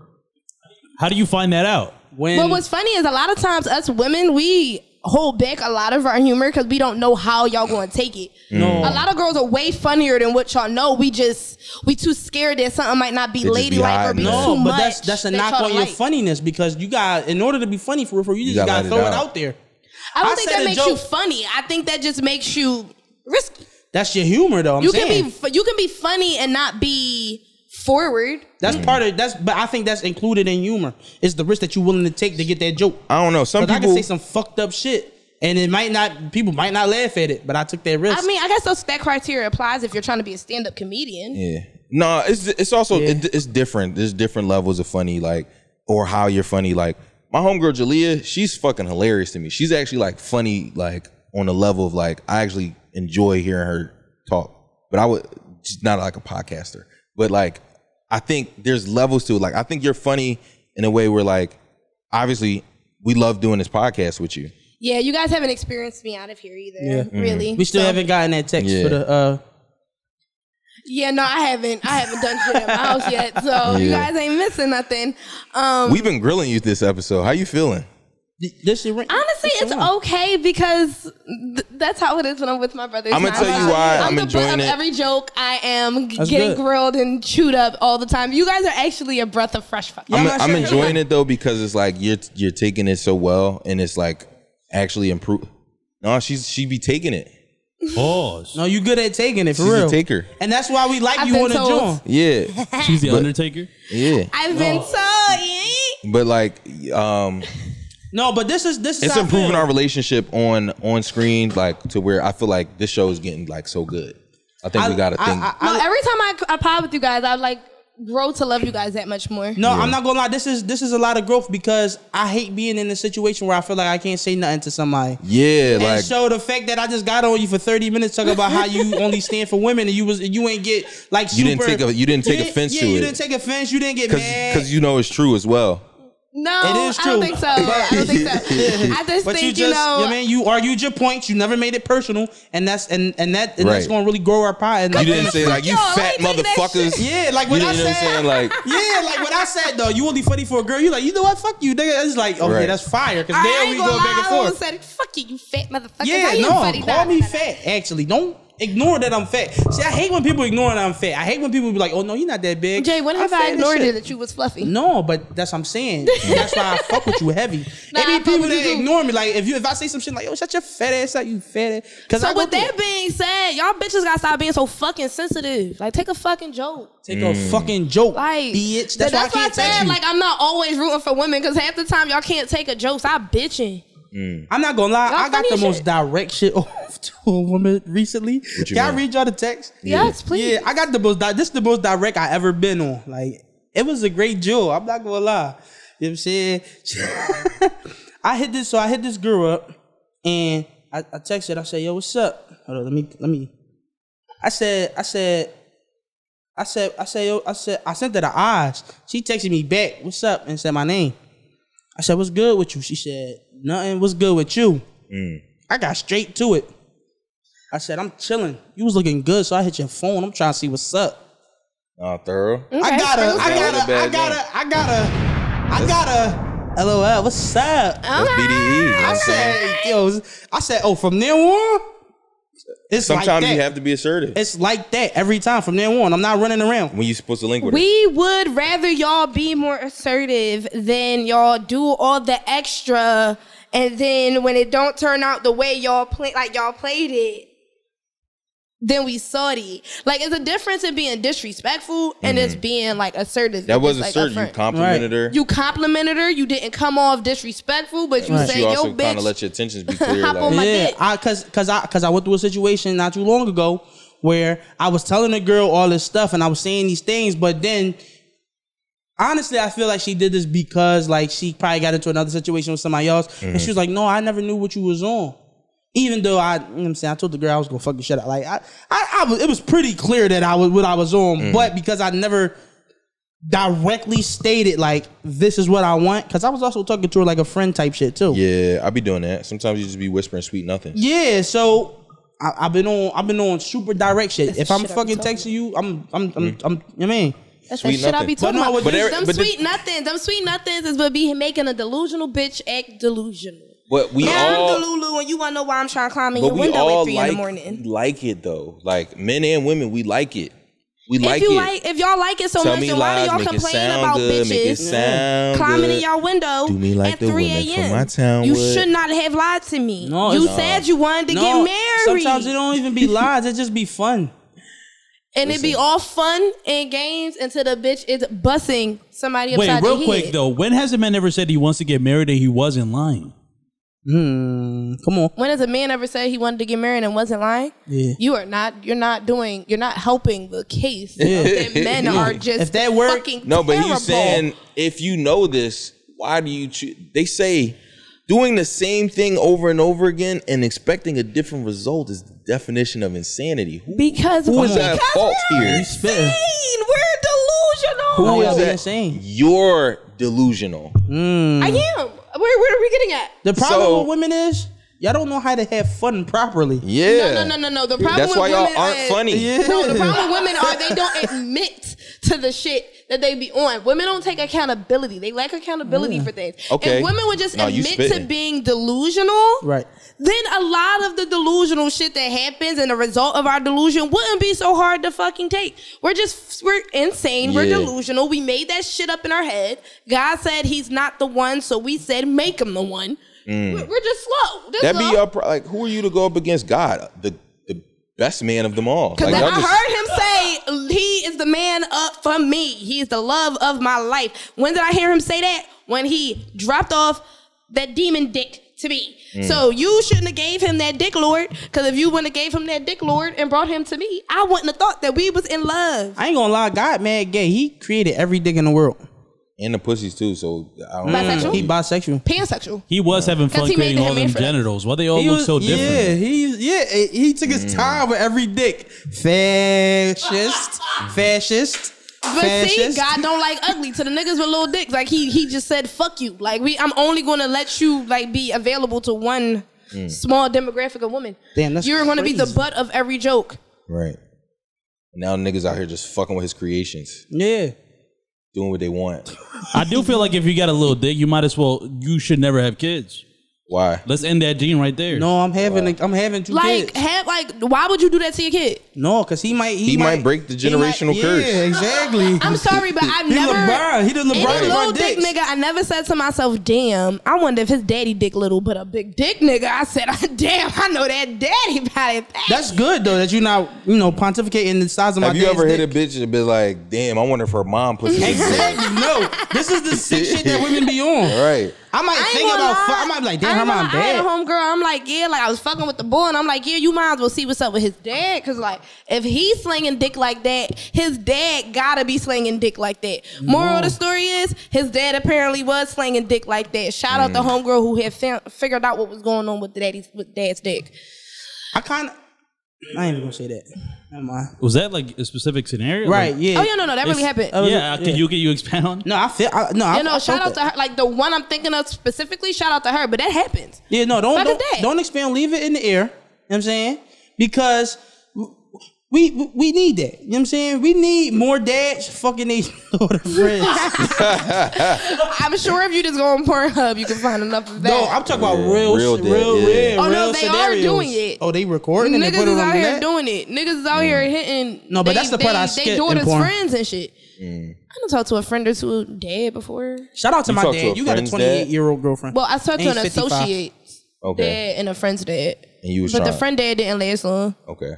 S5: How do you find that out?
S4: when
S3: What was funny is a lot of times us women we hold back a lot of our humor because we don't know how y'all going to take it.
S4: Mm.
S3: A lot of girls are way funnier than what y'all know. We just we too scared that something might not be
S2: They just be
S3: ladylike or
S2: hiding
S3: be
S2: that.
S4: no,
S3: too
S4: but
S3: much.
S4: that's that's a
S3: that
S4: knock
S3: y'all
S4: on your
S3: like.
S4: funniness because you got in order to be funny for real, for real, you, just
S2: gotta
S4: gotta,
S2: let it
S4: throw it
S2: out.
S4: out there.
S3: I don't
S4: I
S3: think
S4: said
S3: that
S4: a
S3: makes you
S4: joke.
S3: funny. I think that just makes you risky.
S4: That's your humor, though. I'm
S3: you
S4: saying.
S3: can be you can be funny and not be forward.
S4: That's part of that's, but I think that's included in humor. It's the risk that you're willing to take to get that joke.
S2: I don't know. Some
S4: Because I can
S2: people.
S4: say some fucked up shit, and it might not people might not laugh at it, but I took that risk.
S3: I mean, I guess those that criteria applies if you're trying to be a stand up comedian.
S2: yeah. No, it's it's also
S4: Yeah.
S2: it, it's different. There's different levels of funny, like or how you're funny. Like my homegirl Jalea, she's fucking hilarious to me. She's actually like funny, like on a level of like I actually enjoy hearing her talk. But I would she's not like a podcaster, but like I think there's levels to it. Like I think you're funny in a way where like obviously we love doing this podcast with you.
S3: Yeah, you guys haven't experienced me out of here either.
S4: Yeah.
S3: Really.
S4: we still
S3: So-
S4: haven't gotten that text
S2: Yeah.
S4: for the. uh
S3: Yeah, no, I haven't. I haven't done shit at my house yet. So you
S2: Yeah.
S3: guys ain't missing nothing. Um
S2: We've been grilling you this episode. How you feeling?
S4: th- This shit.
S3: Honestly, it's okay because th- that's how it is when I'm with my brothers.
S2: I'ma
S3: Not
S2: tell you
S3: about-
S2: why I'm
S3: the butt
S2: enjoying
S3: of
S2: it.
S3: every joke. I am g- getting
S4: good.
S3: grilled and chewed up all the time. You guys are actually a breath of fresh fuck.
S2: I'm,
S4: I'm not
S2: I'm
S4: sure.
S2: enjoying it though because it's like you're you're taking it so well and it's like actually improve. No, she's she be taking it.
S5: Pause.
S4: No, you good at taking it for
S2: She's
S4: real.
S2: a taker.
S4: and that's why we like
S3: I've
S4: you
S3: been
S4: on the
S3: told.
S4: joint.
S2: Yeah,
S5: She's the Undertaker.
S2: yeah.
S3: I've been told. yeah.
S2: But like, um,
S4: No, but this is this is
S2: it's
S4: how I
S2: improving
S4: feel.
S2: our relationship on on screen, like to where I feel like this show is getting like so good. I think we got to
S4: I-
S2: think.
S4: I-
S3: No, every time I, I pod with you guys, I like grow to love you guys that much more.
S4: No, I'm not gonna lie. This is this is a lot of growth because I hate being in a situation where I feel like I can't say nothing to somebody.
S2: yeah,
S4: And
S2: like
S4: so the fact that I just got on you for 30 minutes talking about how you only stand for women and you was you ain't get like
S2: You didn't
S4: super-
S2: take a- you didn't take offense
S4: yeah,
S2: to
S4: you
S2: it.
S4: didn't take offense. You didn't get
S2: because
S4: mad.
S2: because you know it's true as well.
S3: No,
S4: It is
S3: I don't
S4: true.
S3: think so. I don't think so. I just
S4: but
S3: think
S4: you
S3: you,
S4: just,
S3: know.
S4: I mean, you argued your points. You never made it personal, and that's and and that and
S2: Right.
S4: that's gonna really grow our pie. And
S2: You
S4: like-
S2: didn't say like you
S3: Yo, I
S2: fat
S3: ain't taking that
S2: motherfuckers.
S3: shit.
S4: yeah, like
S2: You
S4: when
S2: know
S4: I
S2: what
S4: said,
S2: I'm saying? Like,
S4: yeah, like when I said though, you only funny for a girl. You like, you know what? Fuck you, nigga. It's like, okay,
S2: Right.
S4: that's fire. Because
S3: I
S4: there
S3: ain't
S4: we
S3: gonna
S4: go back and
S3: lie, I
S4: forth.
S3: almost said, "Fuck you, you fat motherfucker."
S4: Yeah,
S3: How you
S4: no,
S3: funny?
S4: call
S3: Nah,
S4: me
S3: nah, nah.
S4: fat. Actually, don't ignore that I'm fat. See, I hate when people ignore that I'm fat. I hate when people be like, "Oh no, you're not that big."
S3: Jay, when
S4: I'm
S3: have
S4: fat
S3: I
S4: as
S3: ignored
S4: shit.
S3: it that you was fluffy?
S4: No, but that's what I'm saying. That's why I fuck with you heavy.
S3: Nah,
S4: it
S3: I fuck
S4: be people
S3: with
S4: that
S3: you too.
S4: ignore me. Like if you if I say some shit like, "Yo, shut your fat ass up, you fat ass," because
S3: So
S4: I go
S3: with
S4: through
S3: that
S4: it.
S3: being said, y'all bitches gotta stop being so fucking sensitive. Like, take a fucking joke.
S4: take a
S2: Mm.
S4: fucking joke,
S3: Like,
S4: bitch.
S3: but
S4: That's, why I can't
S3: I
S4: text
S3: said.
S4: you.
S3: Like, I'm not always rooting for women because half the time y'all can't take a joke. Stop bitching.
S4: I'm not gonna lie.
S3: Y'all
S4: I got
S3: funny
S4: the
S3: as
S4: most
S3: shit.
S4: direct shit off to a woman recently.
S2: you
S4: Can I
S2: mean?
S4: read y'all the text?
S3: Yes, please.
S4: Yeah, I got the most. Di- this is the most direct I ever been on. Like it was a great jewel. I'm not gonna lie. You know what I'm saying? I hit this. So I hit this girl up, and I, I texted. I said, "Yo, what's up? Hold on. Let me. Let me." I said. I said. I said. I said. Yo, I said. I sent her the eyes. She texted me back. What's up? And said my name. I said, "What's good with you?" She said, "Nothing. What's good with you?" I got straight to it. I said, I'm chilling. You was looking good, so I hit your phone. I'm trying to see what's up.
S2: Uh, thorough.
S4: I gotta,
S2: That
S4: I
S2: was a
S4: gotta, I
S2: bad
S4: gotta, I gotta, I gotta. LOL, what's up? I
S2: That's BDE. E, you know what I'm saying?
S4: said, yo, I said, oh, from now on, it's like
S2: Sometimes
S4: that.
S2: you have to be assertive
S4: It's like that every time from now on. I'm not running around.
S2: when you're supposed to link with it.
S3: We would rather y'all be more assertive than y'all do all the extra, and then when it don't turn out the way y'all play, like y'all played it, then we salty. Like it's a difference in being disrespectful and it's being like assertive.
S2: Mm-hmm. That
S3: It's,
S2: was
S3: like,
S2: assertive. You
S3: upfront.
S2: complimented
S4: Right.
S2: her.
S3: You complimented her. You didn't come off disrespectful, but you
S2: but
S3: said,
S2: you
S3: "Yo,
S2: also kind
S3: bitch."
S2: of let your intentions be clear.
S3: Hop on
S2: like,
S3: my-
S4: yeah,
S3: dick.
S4: I cause cause I cause I went through a situation not too long ago where I was telling the girl all this stuff and I was saying these things, but then honestly, I feel like she did this because like she probably got into another situation with somebody else,
S3: Mm-hmm.
S4: and she was like, "No, I never knew what you was on." Even though I, you know what I'm saying, I told the girl I was gonna fucking shut up. Like I, I, I was, it was pretty clear that I was what I was on,
S3: Mm-hmm.
S4: but because I never directly stated like this is what I want, because I was also talking to her like a friend type shit too.
S2: yeah, I be doing that. Sometimes you just be whispering sweet nothing.
S4: Yeah, so I, I've been on I've been on super direct shit. if
S3: the
S4: I'm
S3: shit I be
S4: fucking
S3: talking
S4: texting you, I'm I'm I'm, I'm you mean
S3: That's
S2: Sweet
S3: that shit I be
S2: nothing.
S3: talking
S4: But no,
S3: about.
S4: but
S2: there-
S3: them
S2: but the-
S3: sweet nothings, them sweet nothings is what be making a delusional bitch act delusional.
S2: But we
S7: Now
S2: all.
S7: I'm the Lulu, and you want to know why I'm trying to climb in
S2: But
S7: your
S2: we
S7: window
S2: all
S7: at three in
S2: like,
S7: the morning.
S2: like it though. Like men and women, we like it. We
S3: if
S2: like
S3: you
S2: it.
S3: like, if y'all like it so
S2: Tell
S3: much,
S2: me
S3: then why
S2: lies,
S3: do y'all
S2: make it
S3: complain
S2: sound
S3: about
S2: good, make it
S3: bitches Mm-hmm.
S2: sound
S3: climbing in
S2: good.
S3: y'all window
S2: Do me like
S3: at
S2: the
S3: 3
S2: women from
S3: a.m.?
S2: my town
S3: you
S2: would.
S3: should not have lied to me.
S4: No,
S3: you
S4: it's-
S3: said you wanted to get married,
S4: Sometimes it don't even be lies. It just be fun.
S3: and it be all fun and games until the bitch is bussing somebody
S5: Wait,
S3: upside
S5: real
S3: the
S5: quick
S3: head.
S5: though, when has a man ever said he wants to get married and he wasn't lying?
S4: Hmm. Come on.
S3: When has a man ever said he wanted to get married and wasn't lying?
S4: Yeah.
S3: You are not. You're not doing. You're not helping the case. That men are just
S4: If that word-
S3: fucking
S2: No, but
S3: terrible.
S2: he's saying if you know this, why do you choose? They say doing the same thing over and over again and expecting a different result is the definition of insanity. Who,
S3: because
S2: who is
S3: because
S2: at fault
S3: we're
S2: here?
S4: spitting.
S3: insane. We're delusional.
S2: Who
S4: Oh,
S2: is
S4: y'all be
S2: at-
S4: insane.
S2: You're delusional.
S3: I am. Where where are we getting at?
S4: The problem
S2: So-
S4: with women is y'all don't know how to have fun properly.
S2: Yeah.
S3: No, no, no, no, no. The problem
S2: That's
S3: with
S2: why y'all
S3: women
S2: aren't
S3: is-
S2: funny.
S3: No, the problem with women are they don't admit to the shit that they be on. Women don't take accountability. They lack accountability for things.
S2: Mm. Okay.
S3: If women would just
S2: No, you
S3: admit to
S2: spitting.
S3: being delusional,
S4: Right.
S3: then a lot of the delusional shit that happens and the result of our delusion wouldn't be so hard to fucking take. We're just we're insane. We're
S2: Yeah.
S3: delusional. We made that shit up in our head. God said he's not the one, so we said make him the one. We're, we're just slow. That's
S2: Mm. That be
S3: all.
S2: your pro- like. Who are you to go up against God, the the best man of them all?
S3: Cause
S2: Like,
S3: then
S2: y'all
S3: I
S2: just-
S3: heard him say, "He is the man up for me. He is the love of my life." When did I hear him say that? When he dropped off that demon dick to me. So you shouldn't have gave him that dick, Lord. Because if you wouldn't have gave him that dick, Lord, and brought him to me, I wouldn't have thought that we was in love.
S4: I ain't gonna lie, God mad gay. He created every dick in the world.
S2: and the pussies too. So I don't
S3: Bisexual?
S4: He bisexual.
S3: Pansexual.
S5: He was having
S3: Because
S5: fun
S3: he made
S5: creating
S3: the
S5: all
S3: Hitman
S5: them
S3: for that.
S5: genitals. Why they all
S4: He
S5: look
S4: was-
S5: so different?
S4: Yeah, he yeah he- he took his time with every dick. Fascist, fascist,
S3: But see,
S4: fascist.
S3: God don't like ugly to the niggas with little dicks. Like he he just said, "Fuck you." Like we, I'm only gonna let you like be available to one small demographic of women.
S4: Damn, that's
S3: you're gonna be the
S4: crazy.
S3: butt of every joke.
S2: Right. Now niggas out here just fucking with his creations,
S4: Yeah.
S2: doing what they want.
S5: I do feel like if you got a little dick, you might as well. You should never have kids.
S2: Why?
S5: Let's end that gene right there.
S4: No, I'm having i I'm having two
S3: Like, eh,
S4: kids.
S3: have like, why would you do that to your kid?
S4: No, because he might he,
S2: He might break the
S4: he
S2: generational curse.
S4: Yeah, exactly.
S3: I'm sorry, but I've
S4: He
S3: never.
S4: LeBron. He the
S3: Any
S4: LeBron of our
S3: little dick
S4: dicks.
S3: nigga, I never said to myself, "Damn, I wonder if his daddy dick little." But a big dick nigga, I said, "Damn, I know that daddy body."
S4: That's good though that you not you know pontificating the size of my.
S2: Have you
S4: dad's
S2: ever hit
S4: dick.
S2: a bitch and be like, "Damn, I wonder if her mom pussy." is good."
S4: Exactly. no, this is the sick shit that women be on.
S2: Right.
S4: I might
S3: I ain't
S4: think
S3: gonna
S4: about.
S3: lie.
S4: Fu- I might be like,
S3: I
S4: damn, her
S3: ain't gonna-
S4: mom
S3: I had a
S4: bad.
S3: homegirl. I'm like, yeah, like I was fucking with the boy, and I'm like, yeah, you might as well see what's up with his dad, cause like if he's slinging dick like that, his dad gotta be slinging dick like that. Moral
S4: Mm-hmm.
S3: of the story is his dad apparently was slinging dick like that. Shout out the
S4: Mm.
S3: homegirl who had fi- figured out what was going on with the daddy's with dad's dick.
S4: I kind of. I ain't even gonna say that. Never mind.
S5: Was that like a specific scenario?
S4: Right.
S5: Like,
S4: Yeah.
S3: Oh yeah, no, no, that really happened.
S4: Oh,
S5: yeah. Can you can you expound on?
S4: No, I feel. I, no, I,
S3: you know,
S4: I
S3: shout
S4: felt
S3: out
S4: that.
S3: to her, like the one I'm thinking of specifically. Shout out to her, but that happens.
S4: Yeah, no, don't
S3: Fuck is
S4: don't,
S3: that?
S4: don't expand. Leave it in the air. You know what I'm saying? because w- we we- we need that. You know what I'm saying? We need more dads fucking these daughter friends.
S3: I'm sure if you just go on Pornhub, you can find enough of that.
S4: no, I'm talking about
S2: Yeah,
S4: real,
S2: real
S4: real,
S2: dad,
S4: real,
S2: yeah.
S4: real,
S3: Oh, no, they are
S4: scenarios.
S3: doing it.
S4: Oh, they recording and they
S3: Niggas
S4: put it
S3: is
S4: on
S3: out
S4: the
S3: here
S4: net. Mm.
S3: doing it. Niggas is out here hitting.
S4: No, but
S3: they-
S4: that's the part
S3: they-
S4: I Mm.
S3: they
S4: skipped in
S3: daughter's
S4: porn.
S3: friends and shit. I don't talk to a friend or two dead before.
S4: Shout out to
S2: You
S4: my
S2: talk to
S4: dad.
S2: a
S4: you got a
S2: friend's
S4: 28
S2: dad?
S4: year old girlfriend.
S3: Well, I talked to
S4: Ain't
S3: an
S4: 55.
S3: associate
S2: Okay.
S3: dead and a friend's dad.
S2: And you was
S3: but the
S2: trying-
S3: friend dad didn't last long.
S2: Okay.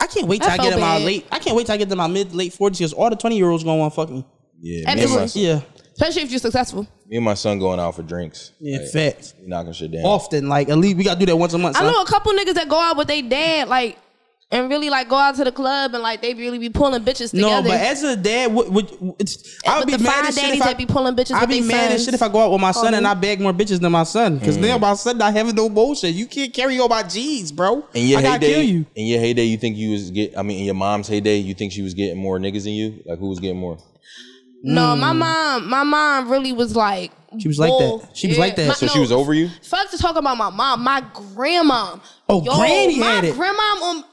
S4: I can't wait till I
S3: I
S4: get
S3: felt
S4: in my
S3: bad.
S4: late. I can't wait till I get to my mid late 40s because all the 20 year olds gonna want fuck me.
S2: Yeah. Me and, my,
S3: Absolutely.
S2: son-
S4: Yeah,
S3: Especially if you're successful.
S2: me and my son going out for drinks.
S4: yeah,
S2: Like,
S4: facts.
S2: knocking shit down.
S4: Often, like at least we gotta do that once a month.
S3: I
S4: son.
S3: know a couple niggas that go out with they dad, like, and really like go out to the club and like they really be pulling bitches together.
S4: No, but as a dad, would, would, it's, I'll
S3: but
S4: be
S3: the
S4: mad
S3: fine
S4: as shit
S3: daddies
S4: if I
S3: that be pulling bitches
S4: I'll
S3: with
S4: be
S3: they
S4: mad as
S3: sons.
S4: shit if I go out with my son and
S3: Mhm.
S4: I bag more bitches than my son because
S2: Mm.
S4: now my son not having no bullshit. You can't carry all my G's, bro.
S2: In your
S4: I gotta
S2: heyday,
S4: kill you.
S2: in your heyday, you think you was get? I mean, in your mom's heyday, you think she was getting more niggas than you? Like who was getting more?
S3: No, my mom, my mom really was like.
S4: Mm. She was like
S3: bull.
S4: that. She was like that.
S3: My-
S2: So she was over you?
S3: Fuck to talk about my mom, my grandma.
S4: Oh, granny
S3: my
S4: had it.
S3: grandma on man,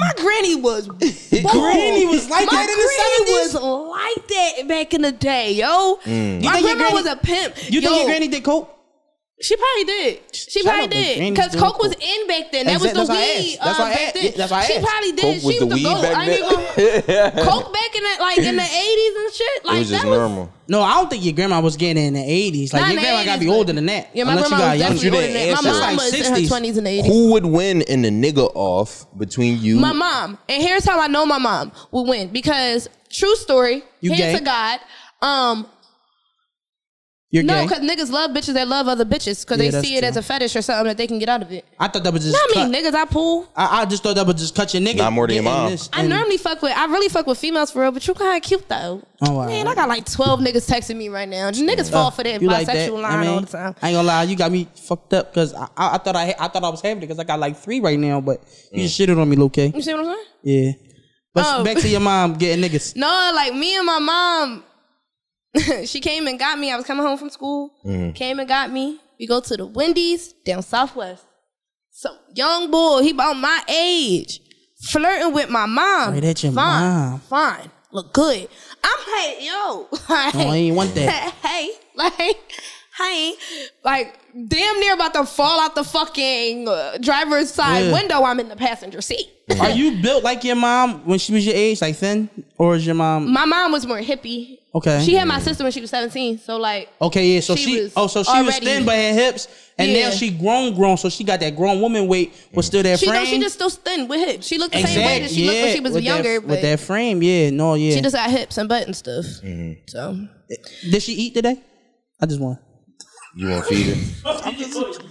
S3: my granny was.
S4: Granny was
S3: my
S4: like that in the
S3: granny
S4: 70s?
S3: was like that back in the day, yo.
S4: Mm. You
S3: My
S4: think
S3: grandma
S4: your granny-
S3: was a pimp.
S4: You
S3: yo,
S4: think your granny did coke?
S3: She probably did. She
S4: Shout
S3: probably
S4: out to
S3: did.
S4: grannies
S3: Because
S4: doing
S3: coke was
S4: coke.
S3: in back then. That
S4: Exact-
S3: was the
S4: that's why I
S3: weed.
S4: asked. That's
S3: uh,
S4: why I
S3: back
S4: asked.
S3: then.
S4: Yeah, that's why I
S3: she
S4: asked.
S3: probably did.
S2: Coke
S3: she
S2: was the weed
S3: goat.
S2: back
S3: I ain't
S2: then.
S3: gonna- coke back in the like in the eighties and shit. Like
S2: it was just
S3: that was
S2: normal.
S4: No, I don't think your grandma was getting it in the 80s. Like,
S3: Not in
S4: your
S3: the
S4: grandma gotta be
S3: 80s,
S4: older
S3: but-
S4: than that.
S3: Yeah, my
S4: unless you
S3: grandma
S4: got
S3: was
S4: young
S3: definitely
S4: shit.
S3: older than that. My
S2: answer.
S3: mom
S2: That's
S3: was
S4: like
S3: in her
S4: 60s.
S3: twenties and eighties.
S2: Who would win in the nigga off between you?
S3: My mom. And here's how I know my mom will win because true story.
S4: You
S3: hand
S4: gay?
S3: to God. Um,
S4: You're
S3: no,
S4: gay.
S3: because niggas love bitches that love other bitches because
S4: Yeah,
S3: they
S4: that's
S3: see it
S4: true.
S3: as a fetish or something that they can get out of it.
S4: I thought that was just.
S3: Not
S4: cut.
S3: me, niggas. I pull.
S4: I, I just thought that was just cut your nigga.
S2: Not more than your
S4: getting
S2: mom.
S4: this
S3: I
S4: and-
S3: normally fuck with. I really fuck with females for real, but you kind of cute though.
S4: Oh, wow.
S3: Man, I got like twelve niggas texting me right now. Niggas fall for that bisexual
S4: You like that?
S3: line
S4: I mean,
S3: all the time.
S4: I ain't gonna lie, you got me fucked up because I, I, I thought I, ha- I thought I was having it because I got like three right now, but you just shitted on me, Luke.
S3: You see what I'm saying?
S4: Yeah. But
S3: Oh.
S4: back to your mom getting niggas.
S3: No, like me and my mom, she came and got me. I was coming home from school. Came and got me. We go to the Wendy's down Southwest. Some young boy, he about my age, flirting with my mom.
S4: Right at your
S3: fine,
S4: mom.
S3: Fine. Look good. I'm like, yo. Like,
S4: No, I ain't want that.
S3: hey, like, hey, like, damn near about to fall out the fucking uh, driver's side
S4: Yeah.
S3: window. I'm in the passenger seat.
S4: Are you built like your mom when she was your age, like thin, or is your mom
S3: My mom was more hippie.
S4: okay?
S3: She had my sister when she was 17. So, like,
S4: okay, yeah. So she,
S3: she was
S4: oh, so she was
S3: already-
S4: thin but had hips, and now
S3: Yeah.
S4: she grown, grown. So she got that grown woman weight, but still that
S3: She
S4: frame.
S3: know she just still thin with hips. She looked the
S4: exact,
S3: same way that she
S4: yeah,
S3: looked when she was
S4: with
S3: younger,
S4: That,
S3: but
S4: with that frame, yeah, no, yeah.
S3: she just got hips and butt and stuff. So
S4: Did she eat today? I just want.
S2: You want to feed her?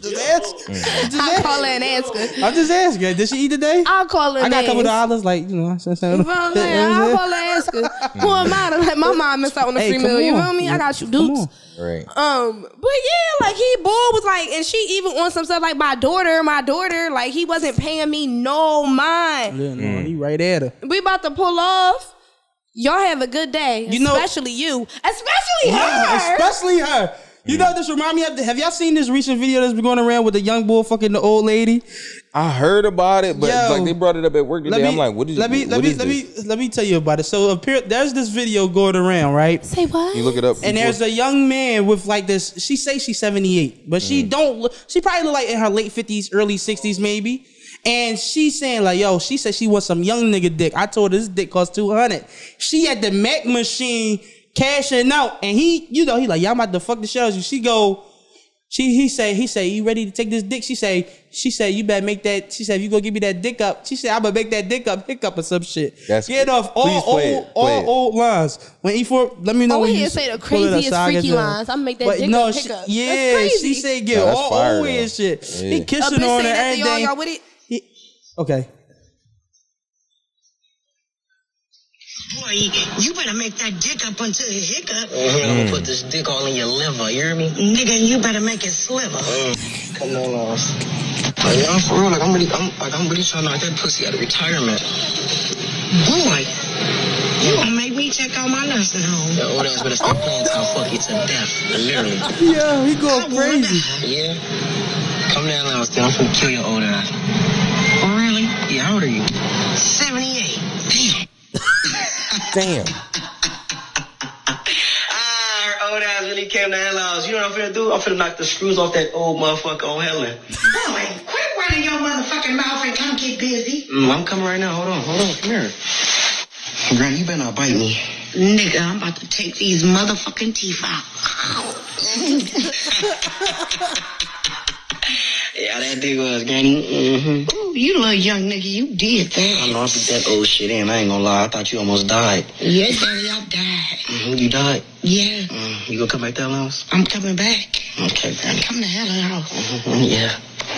S4: Just ask.
S3: I call her and ask her.
S4: I'm just asking. Did she eat today?
S3: I'll call her.
S4: I got a couple
S3: names.
S4: dollars, like you know. what I'm saying?
S3: You feel what I'm saying? I'll call her and ask her. Who am I? to Like my mom missed out on the
S4: Hey,
S3: free
S4: come
S3: meal. You
S4: on.
S3: feel me? I got you,
S4: Come
S3: dudes.
S4: on.
S2: Right.
S3: Um, but yeah, like he boy was like, and she even on some stuff like my daughter, my daughter, like he wasn't paying me no mind.
S4: Yeah, no, he
S2: Mm.
S4: right at her.
S3: We about to pull off. Y'all have a good day,
S4: You know-
S3: especially you, especially her.
S4: especially her.
S2: Mm.
S4: You know, this remind me of. The, have y'all seen this recent video that's been going around with the young boy fucking the old lady?
S2: I heard about it, but
S4: Yo.
S2: like they brought it up at work today. I'm like, what is?
S4: let me
S2: what
S4: let me
S2: is
S4: let
S2: this?
S4: me let me tell you about it. So appear, there's this video going around, right?
S3: Say what?
S2: You look it up.
S4: And there's a young man with like this. She say she's 78, but
S2: Mm.
S4: she don't. look She probably look like in her late 50s, early 60s, maybe. And she saying like, yo, she said she wants some young nigga dick. I told her this dick costs 200. She at the Mac machine cashing out, and he, you know, he like, y'all about to fuck the shells. And she go. She he say he say you ready to take this dick? She say she said you better make that. She said if you go give me that dick up. She said I'm gonna make that dick up hiccup or some shit.
S2: That's-
S4: Get off all
S2: please play
S4: old
S2: it,
S4: all
S2: play it.
S4: old lines. When E4 let me know
S3: Oh,
S4: when
S3: he
S4: you
S3: did say the
S4: pull it up
S3: craziest
S4: so I can
S3: freaky
S4: do it.
S3: lines. I'ma make that
S4: But
S3: dick
S4: no,
S3: up,
S4: she,
S3: pick up. That's
S4: yeah, she
S3: crazy.
S4: said get
S2: Nah, that's
S4: all
S2: fire,
S4: weird
S2: though.
S4: shit.
S2: Yeah.
S4: He
S2: A
S3: A
S4: kissing
S3: bitch say that
S4: on her
S3: to
S4: and
S3: y'all,
S4: everything.
S3: y'all with it?
S4: He- okay,
S8: Boy, you better make that dick up until it hiccup. Mm-hmm. I'm gonna put this dick all in your liver, you hear me? Nigga, you better make it sliver. Come on, Lost. Like, nah, for real, like, I'm really, I'm, like, I'm really trying to knock that pussy out of retirement. Boy, you gonna make me check out my nursing home. Your old ass better stop playing, so I'll fuck you to death. Literally.
S4: yeah, he going
S8: I wanna
S4: crazy.
S8: die. Yeah. Come down, Lost, I'm gonna kill your old ass. For real?
S2: Damn.
S8: Ah, her old ass really came to Helen You know what I'm finna do? I'm finna knock the screws off that old motherfucker on Helen.
S9: Boy, quit running your motherfucking mouth and come get busy.
S8: Mm, I'm coming right now. Hold on, hold on. Come here. Granny, you better not bite me.
S9: Nigga, I'm about to take these motherfucking teeth out.
S8: Yeah, that dick was, Granny. Mm-hmm.
S9: Ooh, you little young nigga, you did
S8: I
S9: that.
S8: know I beat that old shit in. I ain't gonna lie. I thought you almost died.
S9: Yeah, daddy, I died.
S8: hmm You died.
S9: Yeah,
S8: Mm, you gonna come back to Helen
S9: I'm coming back.
S8: Okay, Granny.
S9: Come to hell house.
S8: Yeah.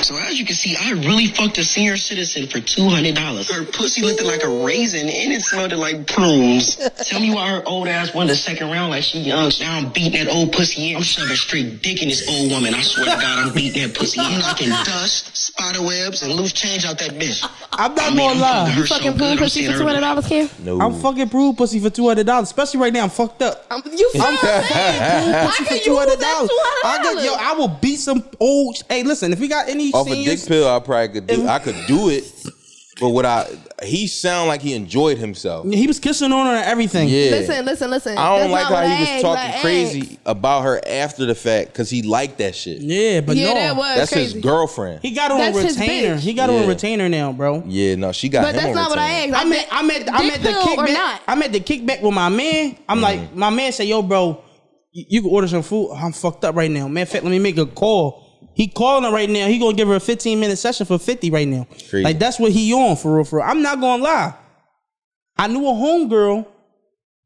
S8: So as you can see, I really fucked a senior citizen for two hundred dollars. Her pussy looked like a raisin and it smelled like prunes. Tell me why her old ass won the second round like she young. Now I'm beating that old pussy in. I'm shoving straight dick in this old woman. I swear to God, I'm beating that pussy. I'm knocking dust, spider webs, and loose change out that bitch.
S4: I'm
S8: I
S4: not
S8: mean,
S4: gonna
S8: I'm
S4: lie.
S8: fucking her so
S3: Fucking
S8: good,
S3: poon
S8: I'm
S3: pussy for
S8: seeing her-
S3: two hundred dollars, Kim.
S2: No.
S4: I'm fucking prude pussy for two hundred dollars, especially right now. I'm fucked up.
S3: Um, You feel me?
S4: Why
S3: can you
S4: two
S3: use
S4: hundred
S3: that
S4: dollars? I could,
S3: $200?
S4: yo, I will beat some old. Hey, listen, if we got any
S2: Off a dick
S4: seniors,
S2: pill, I probably could do. I could do it, but what I he sound like he enjoyed himself.
S4: he was kissing on her and everything.
S2: Yeah.
S3: Listen, listen, listen.
S2: I don't like
S3: That's
S2: how
S3: not what
S2: he
S3: I
S2: was
S3: asked.
S2: talking
S3: Like,
S2: crazy
S3: hey.
S2: about her after the fact because he liked that shit.
S4: yeah, but
S3: Yeah,
S4: no,
S3: that was
S2: That's
S3: crazy.
S2: his girlfriend.
S4: he got her on
S3: That's his
S4: retainer.
S3: bitch.
S4: He got her
S2: Yeah.
S4: on retainer now, bro.
S2: yeah, no, she got.
S3: But
S2: him
S3: that's
S2: on
S3: not what I
S2: retainer.
S3: asked.
S4: I'm at I'm at I'm
S3: dick
S4: at the
S3: pill or
S4: kickback.
S3: not?
S4: I'm at the kickback with my man. I'm like my man said, "Yo, bro, you, you can order some food. I'm fucked up right now, man. In fact, let me make a call." He calling her right now. He gonna give her a 15 minute session for 50 right now.
S2: Crazy.
S4: Like that's what he on for real. For real. I'm not gonna lie. I knew a homegirl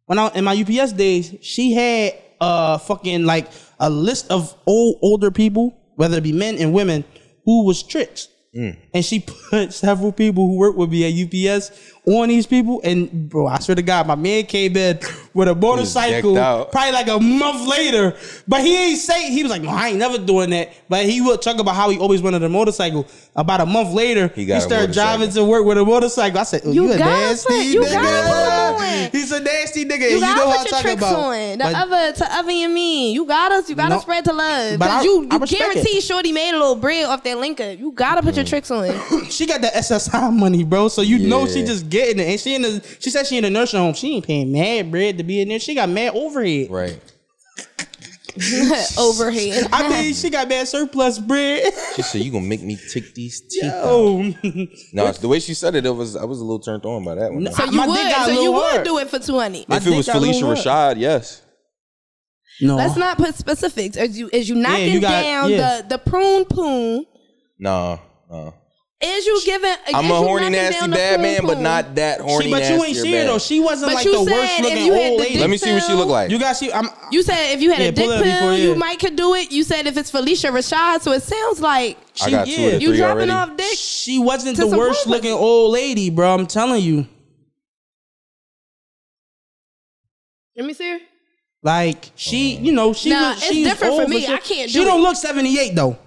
S4: when I in my UPS days. She had uh fucking like a list of old older people, whether it be men and women, who was tricks
S2: Mm.
S4: and she put several people who work with me at UPS on these people. And bro, I swear to God, my man came in with a motorcycle
S2: decked out.
S4: probably like a month later. But he ain't say he was like, no, I ain't never doing that. But he would talk about how he always wanted a motorcycle. About a month later, he,
S2: got a
S4: started
S2: motorcycle.
S4: driving to work with a motorcycle. I said, oh,
S3: You
S4: you, a
S3: gotta
S4: nasty
S3: put- you
S4: nigga.
S3: gotta put 'em on.
S4: He's a nasty nigga.
S3: You
S4: and you
S3: gotta
S4: know what I'm
S3: put your
S4: talking
S3: tricks
S4: about.
S3: on. The
S4: But-
S3: other to other and me. You got us. You gotta
S4: No.
S3: spread the love.
S4: But
S3: Cause
S4: I-
S3: you,
S4: I
S3: you
S4: respect
S3: guarantee Shorty made a little bread off that linker. You gotta put your tricks on.
S4: She got that SSI money, bro. So you know she
S2: Yeah.
S4: just getting it. And she in the she said she in the nursing home. She ain't paying mad bread to be in there. She got mad overhead.
S2: Right.
S3: Overhead.
S4: I mean, she got mad surplus bread.
S2: She said, "You gonna make me tick these teeth." out."
S4: Oh,
S2: No, it's the way she said it, it was I was a little turned on by that one. though.
S3: so you
S4: my dick
S3: would.
S4: got a
S3: So
S4: little
S3: you
S4: hard.
S3: would do it for two hundred.
S2: If it
S4: dick
S2: was
S4: got a
S2: Felicia
S4: little
S2: Rashad, yes.
S4: no.
S3: Let's not put specifics. As you as you knocking
S4: you got-
S3: down
S4: yeah.
S3: the the prune poon.
S2: Nah. nah.
S3: Is you giving?
S2: I'm
S3: is
S2: a
S3: you
S2: horny,
S3: knocking
S2: nasty
S3: down the
S2: bad
S3: prune
S2: man, but
S3: poon?
S2: not that horny.
S4: she, but you ain't
S2: nasty or
S4: see her
S2: bad.
S4: though. She wasn't
S3: But
S4: like
S3: you
S4: the
S3: said
S4: worst
S3: if
S4: looking
S3: you had
S4: old
S3: the
S4: lady.
S2: Let me see what she look like.
S4: You got she. I'm.
S3: You said if you had
S4: Yeah,
S3: a dick
S4: pull
S3: pill,
S4: it up before, yeah.
S3: you might could do it. You said if it's Felicia Rashad, so it sounds like
S2: I got
S4: she-
S2: two of
S4: yeah.
S2: the
S4: You
S2: three
S3: you dropping
S2: already.
S3: off dick.
S4: She wasn't
S3: To
S4: the
S3: some
S4: worst
S3: woman.
S4: looking old lady, bro. I'm telling you.
S3: Let me see. her.
S4: Like she,
S2: Oh.
S4: you know, she.
S3: Nah,
S4: look-
S3: it's
S4: she's
S3: different for
S4: old, but
S3: me.
S4: she-
S3: I can't
S4: She
S3: do
S4: don't
S3: it.
S4: look 78 though.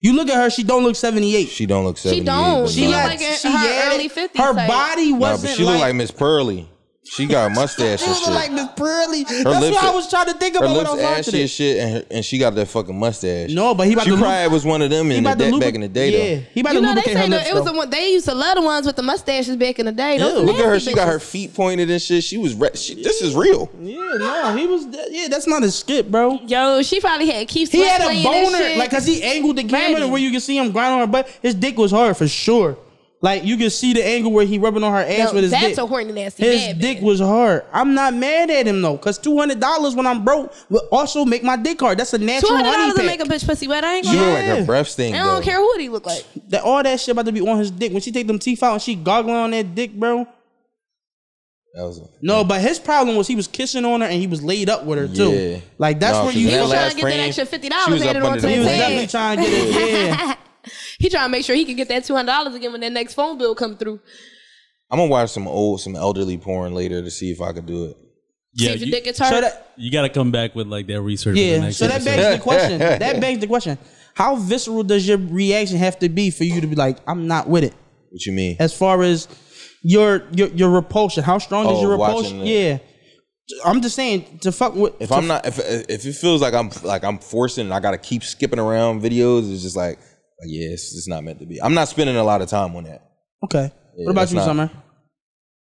S4: You look at her. She don't look 78.
S2: She don't look 78.
S3: She don't.
S2: but
S3: She
S2: nah.
S3: look like in her early 50s
S4: Her
S3: type.
S4: body
S2: Nah,
S4: wasn't
S2: but she look
S4: like,
S2: like Miss Pearly. She got a mustache
S4: she
S2: and
S4: look
S2: shit.
S4: like Miss Pearly. That's
S2: lips
S4: what I
S2: are-
S4: was trying to think
S2: her
S4: about when
S2: lips
S4: I was watching
S2: ashy
S4: it.
S2: as shit, and, her, and she got that fucking mustache.
S4: No, but he about
S2: she
S4: to lu-
S2: probably was one of them in the
S4: about to
S2: day,
S4: lubric-
S2: back in the day
S4: Yeah, he about
S3: You
S4: to
S3: know they
S4: lubricate her
S3: say the,
S4: lips.
S3: it was
S4: though.
S3: the one they used to love the ones with the mustaches back in the day. Those
S4: Ew.
S2: though. Look at her.
S3: nasty
S2: She got
S3: bitches.
S2: her feet pointed and shit. She was. Re- she, this is real.
S4: yeah, no, he was. Yeah, that's not a skip, bro.
S3: Yo, she probably had Keith.
S4: He
S3: Sweat
S4: had a
S3: playing and
S4: boner,
S3: shit.
S4: like, cause he angled the camera to
S3: Ready.
S4: where you can see him grind on her butt. His dick was hard for sure. Like you can see the angle where he rubbing on her ass
S3: Yo,
S4: with his
S3: that's
S4: dick.
S3: a horny nasty.
S4: his
S3: bad
S4: dick
S3: bitch.
S4: was hard. I'm not mad at him though, cause two hundred dollars when I'm broke will also make my dick hard. That's a
S3: Two
S4: natural
S3: hundred dollars
S4: honey
S3: to
S4: pack.
S3: make a bitch pussy wet. I ain't
S2: She
S3: gonna.
S2: look like
S4: Yeah.
S2: her breath stink.
S3: I don't
S2: though.
S3: care what he look like.
S4: that all that shit about to be on his dick. When she take them teeth out and she goggling on that dick, bro.
S2: That was a-
S4: No, but his problem was he was kissing on her and he was laid up with her too.
S2: Yeah.
S4: Like that's
S2: Nah,
S4: where
S2: 'cause
S4: you.
S2: that
S4: He was
S2: last
S3: trying to get that
S2: frame,
S3: extra $50
S2: she was up
S3: added
S2: under
S3: onto
S2: the
S3: his
S2: bed.
S3: head.
S4: definitely trying to get it. Yeah.
S3: He trying to make sure he can get that two hundred dollars again when that next phone bill come through.
S2: I'm gonna watch some old, some elderly porn later to see if I could do it.
S5: Yeah,
S3: See if your
S5: you,
S3: dick gets hurt.
S4: So that,
S5: you got to come back with like that research. for the
S4: yeah.
S5: next
S4: So that
S5: episode.
S4: begs the question. That begs the question. How visceral does your reaction have to be for you to be like, I'm not with it?
S2: What you mean?
S4: As far as your your your repulsion, how strong is
S2: Oh,
S4: your
S2: watching
S4: repulsion?
S2: it.
S4: Yeah. I'm just saying to fuck with.
S2: If
S4: to
S2: I'm not, if if it feels like I'm like I'm forcing and I gotta keep skipping around videos, it's just like, like yeah, it's, it's not meant to be. I'm not spending a lot of time on that.
S4: Okay.
S2: Yeah,
S4: what about
S2: that's
S4: you,
S2: not-
S4: Summer?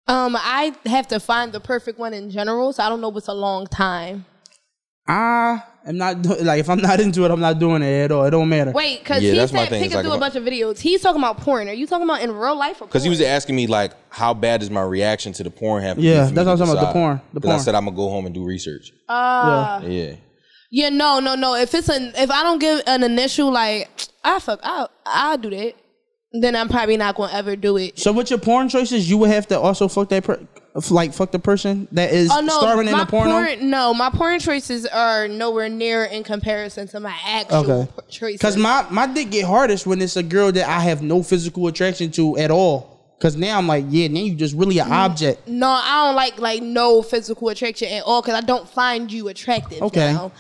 S3: Um, I have to find the perfect one in general, so I don't know what's a long time.
S4: I am not do- like if I'm not into it, I'm not doing it at all. It don't matter.
S3: Wait, because
S2: Yeah,
S3: he
S2: that's my
S3: said
S2: thing,
S3: pick
S2: it's like
S3: up through
S2: if
S3: a
S2: I-
S3: bunch of videos. He's talking about porn. Are you talking about in real life or
S2: Because he was
S3: porn?
S2: asking me like, how bad does my reaction to the porn have? to be
S4: Yeah,
S2: for me
S4: that's
S2: to
S4: what I'm talking about, the
S2: decide?
S4: porn, the
S2: 'Cause I
S4: porn. Uh,
S2: said I'm gonna go home and do research.
S3: Uh.
S4: Yeah.
S2: yeah,
S3: Yeah, no, no, no. If it's an if I don't give an initial like I fuck out, I'll do that. Then I'm probably not gonna ever do it.
S4: So with your porn choices, you would have to also fuck that per- f- like fuck the person that is
S3: Oh no,
S4: starving in
S3: my
S4: the porno.
S3: porn. No, my porn choices are nowhere near in comparison to my actual
S4: Okay.
S3: por- choices.
S4: Cause my my dick get hardest when it's a girl that I have no physical attraction to at all. Cause now I'm like, yeah, now you just really
S3: Mm.
S4: an object.
S3: No, I don't like like no physical attraction at all because I don't find you attractive.
S4: Okay.
S3: Now.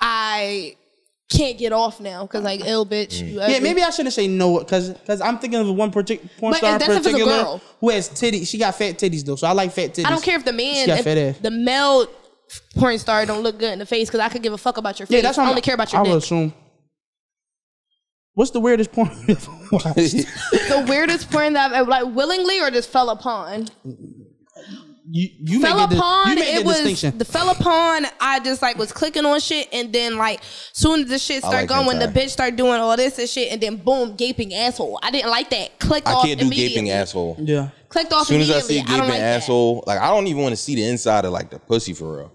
S3: I can't get off now because like ill bitch. You
S4: Yeah,
S3: ugly.
S4: maybe I shouldn't say no, cause cause I'm thinking of one particular porn
S3: But
S4: star in
S3: that's if it's a
S4: particular
S3: girl.
S4: who has titties. She got fat titties though, so I like fat titties.
S3: I don't care if the man,
S4: got
S3: if
S4: fat ass.
S3: the male porn star don't look good in the face because I could give a fuck about your face.
S4: yeah, that's what
S3: I
S4: I'm-
S3: only care about your
S4: I would
S3: dick.
S4: assume. What's the weirdest porn? you've watched?
S3: The weirdest porn that I've like willingly or just fell upon.
S4: you you
S3: fell
S4: make the,
S3: upon
S4: you make
S3: it
S4: the
S3: was
S4: distinction.
S3: the fell upon I just like was clicking on shit and then like soon as the shit
S2: I
S3: start
S2: like
S3: going the
S2: hentai.
S3: bitch start doing all this and shit and then boom gaping asshole I didn't like that clicked
S2: I
S3: off
S2: can't do
S3: immediately
S2: gaping asshole.
S4: yeah.
S3: clicked off
S2: As soon as I
S3: immediately
S2: see a
S3: I, don't
S2: gaping
S3: like
S2: asshole, like I don't even want to see the inside of like the pussy for real.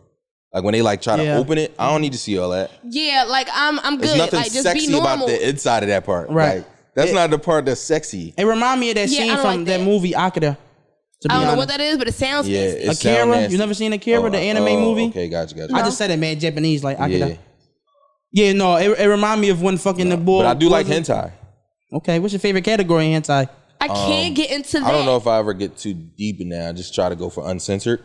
S2: Like when they like try
S4: Yeah.
S2: to open it, I don't need to see all that.
S3: that yeah like I'm I'm
S2: There's
S3: good
S2: nothing
S3: like just
S2: sexy
S3: be normal
S2: about the inside of that part.
S4: Right.
S2: Like, that's not the part that's sexy.
S4: It remind me of that
S3: Yeah, I
S4: scene
S3: don't
S4: from
S3: like
S4: that.
S3: that.
S4: movie Akira. To
S3: I
S4: be
S3: don't know what
S4: honest.
S3: that is but it sounds
S2: Yeah,
S3: nasty.
S2: it's Oh,
S4: Akira? You never seen Akira, the anime movie?
S2: Okay, gotcha, gotcha.
S4: I just said it, man. Japanese, like Akira.
S2: yeah,
S4: Yeah, no, it, it remind me of when fucking the boy.
S2: but I do like
S4: wasn't-
S2: hentai.
S4: Okay, what's your favorite category in hentai?
S3: I can't get into that
S2: um, I don't know if I ever get too deep in that. I just try to go for uncensored.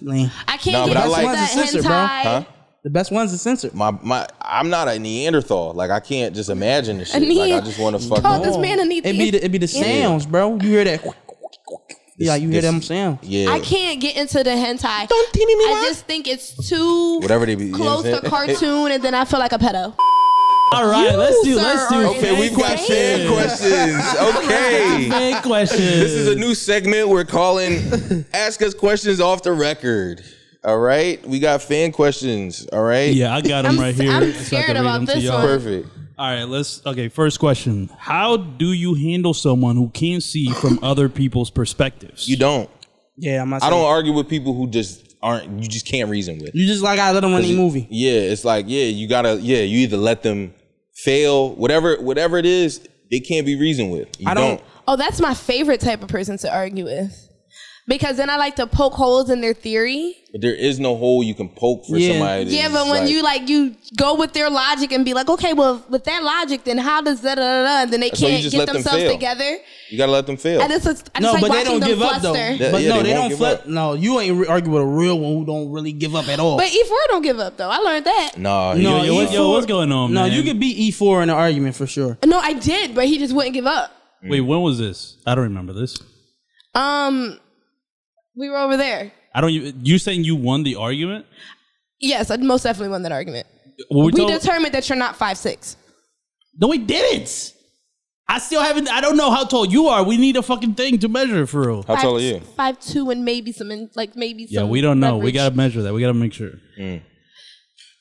S4: Man,
S3: I can't
S2: No,
S3: get
S2: but I
S3: into
S2: like-
S3: that
S4: Mine's a sister,
S3: hentai
S4: bro.
S2: Huh?
S4: The best one's the censor.
S2: My my, I'm not a Neanderthal. Like I can't just imagine this shit. Like I just want to fuck.
S3: called this man a neat
S4: It be the, it be the sounds, bro. You hear that? Yeah, you hear
S2: this-
S4: them sounds.
S2: Yeah.
S3: I can't get into the hentai.
S4: Don't teeny me
S3: I
S4: one.
S3: just think it's too
S2: Whatever they be- you know
S3: close
S2: what I'm
S3: to
S2: saying?
S3: cartoon, and then I feel like a pedo.
S6: All right, let's do
S3: sir,
S6: let's do
S3: are
S2: Okay, we've got fan questions. Okay.
S6: Fan questions.
S2: This is a new segment we're calling Ask Us Questions Off the Record. All right? We got fan questions. All right?
S5: Yeah, I got them
S3: I'm
S5: right
S3: s-
S5: here.
S3: I'm
S5: so I can
S3: scared
S5: read
S3: about
S5: them to
S3: this
S5: y'all.
S3: one.
S2: Perfect.
S5: All right, let's. Okay, first question: How do you handle someone who can't see from other people's perspectives?
S2: You don't.
S4: Yeah, I'm not.
S2: I
S4: saying-
S2: don't argue with people who just aren't, you just can't reason with.
S4: You just like I let them run the movie.
S2: Yeah, it's like, yeah, you gotta, yeah, you either let them fail, whatever whatever it is, they can't be reasoned with. You
S4: I don't-
S3: Oh, that's my favorite type of person to argue with, because then I like to poke holes in their theory.
S2: But there is no hole you can poke for
S4: Yeah.
S2: somebody. that
S3: yeah,
S2: is
S3: but when you like you go with their logic and be like, okay, well, with that logic, then how does that? Da, da, da, and then they
S2: That's why you
S3: can't
S2: just
S3: get
S2: let them
S3: themselves
S2: fail.
S3: together.
S2: you gotta let them fail.
S3: And it's just, I just
S4: No,
S3: like
S4: but they
S3: watching
S4: don't
S3: them
S4: give
S3: fluster.
S4: up though.
S2: Yeah,
S4: but
S2: yeah,
S4: no,
S2: they
S4: they,
S2: won't
S4: don't
S2: give
S4: flip.
S2: up.
S4: No, you ain't re- argue with a real one who don't really give up at all.
S3: But E4 don't give up though. I learned that.
S2: nah, you-
S4: no,
S5: yo, what- yo,
S4: E4
S5: what's going on,
S4: No,
S5: man?
S4: you could be E4 in an argument for sure.
S3: No, I did, but he just wouldn't give up.
S5: Wait, when was this? I don't remember this.
S3: Um, we were over there.
S5: I don't. You you saying you won the argument?
S3: Yes, I most definitely won that argument.
S5: Well,
S3: We,
S5: told-
S3: determined that you're not five six.
S6: No, we didn't. I still haven't. I don't know how tall you are. We need a fucking thing to measure for real.
S2: how tall are you?
S3: Five two and maybe some in, like maybe.
S5: yeah,
S3: some
S5: we don't know. We
S3: leverage.
S5: gotta measure that. We gotta make sure.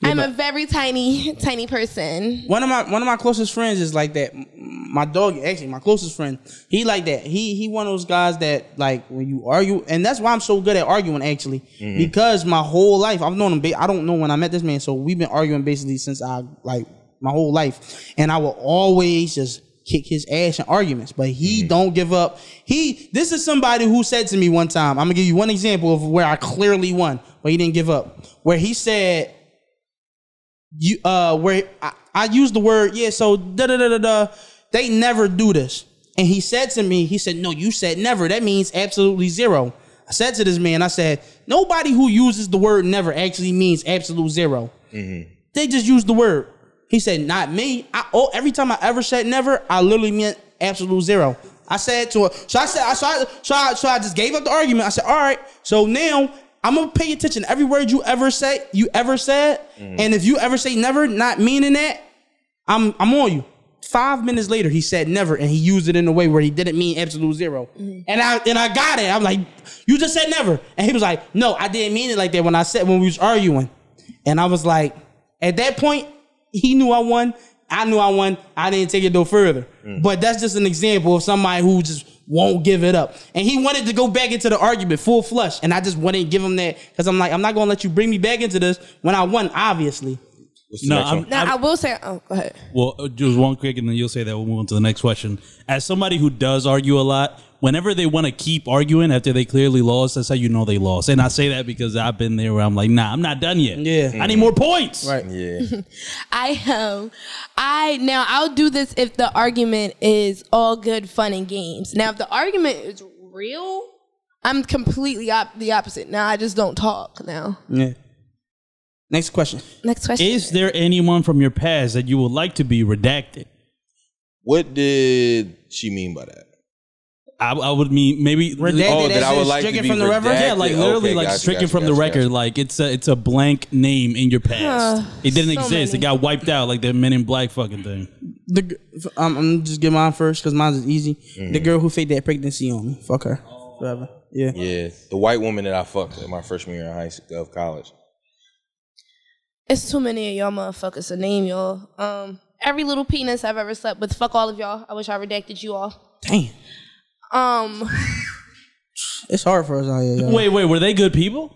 S3: I'm a very tiny, tiny person.
S4: One of my one of my closest friends is like that. M- My dog, actually, my closest friend, he like that. He he one of those guys that like when you argue, and that's why I'm so good at arguing actually, because my whole life I've known him. Ba- I don't know when I met this man, so we've been arguing basically since I like my whole life, and I will always just kick his ass in arguments, but he don't give up. He this is somebody who said to me one time. I'm gonna give you one example of where I clearly won, but he didn't give up. Where he said you uh where I, I use the word yeah so da da da da da they never do this and he said to me he said no you said never that means absolutely zero i said to this man i said nobody who uses the word never actually means absolute 0 they just use the word he said not me i oh every time i ever said never i literally meant absolute zero i said to her so i said I, so, I, so i so i just gave up the argument i said all right so now I'm gonna pay attention to every word you ever say, you ever said, and if you ever say never, not meaning that, I'm I'm on you. Five minutes later, he said never, and he used it in a way where he didn't mean absolute 0 And I and I got it. I'm like, you just said never, and he was like, no, I didn't mean it like that when I said when we was arguing, and I was like, at that point, he knew I won. I knew I won. I didn't take it no further. But that's just an example of somebody who just won't give it up. And he wanted to go back into the argument full flush, and I just wouldn't give him that because I'm like, I'm not gonna let you bring me back into this when I won, obviously.
S2: What's the
S5: No,
S2: next
S5: I'm,
S2: one?
S3: Now I will say, oh, go ahead.
S5: Well, uh, just one quick, and then you'll say that we'll move on to the next question. As somebody who does argue a lot, whenever they want to keep arguing after they clearly lost, that's how you know they lost. And I say that because I've been there where I'm like, nah, I'm not done yet.
S4: Yeah.
S5: I need more points.
S4: Right.
S2: Yeah.
S3: I um, I now I'll do this if the argument is all good fun and games. Now, if the argument is real, I'm completely op- the opposite. Now I just don't talk. Now,
S4: Yeah. Next question.
S3: next question.
S5: Is there anyone from your past that you would like to be redacted?
S2: What did she mean by that?
S5: I, I would mean maybe oh,
S4: Redacted
S2: Oh, that I
S4: as
S2: would
S4: in
S2: like to
S4: stricken
S2: be
S4: from the record.
S2: redacted?
S5: Yeah, like literally,
S2: Okay,
S5: like
S2: gotcha,
S5: stricken
S2: gotcha,
S5: from the
S2: gotcha,
S5: record.
S2: gotcha.
S5: Like it's a it's a blank name in your past. it didn't
S3: so
S5: exist.
S3: many.
S5: It got wiped out like the Men in Black fucking thing.
S4: The g- f- um, I'm just get mine first because mine's is easy.
S2: Mm.
S4: The girl who faked that pregnancy on me, fuck her forever. Yeah.
S2: Yeah, the white woman that I fucked in my freshman year in high school, of college.
S3: It's too many of y'all motherfuckers to name y'all. Um, every little penis I've ever slept with. Fuck all of y'all. I wish I redacted you all.
S4: Damn,
S3: Um,
S4: it's hard for us out here. Y'all.
S5: Wait, wait, were they good people?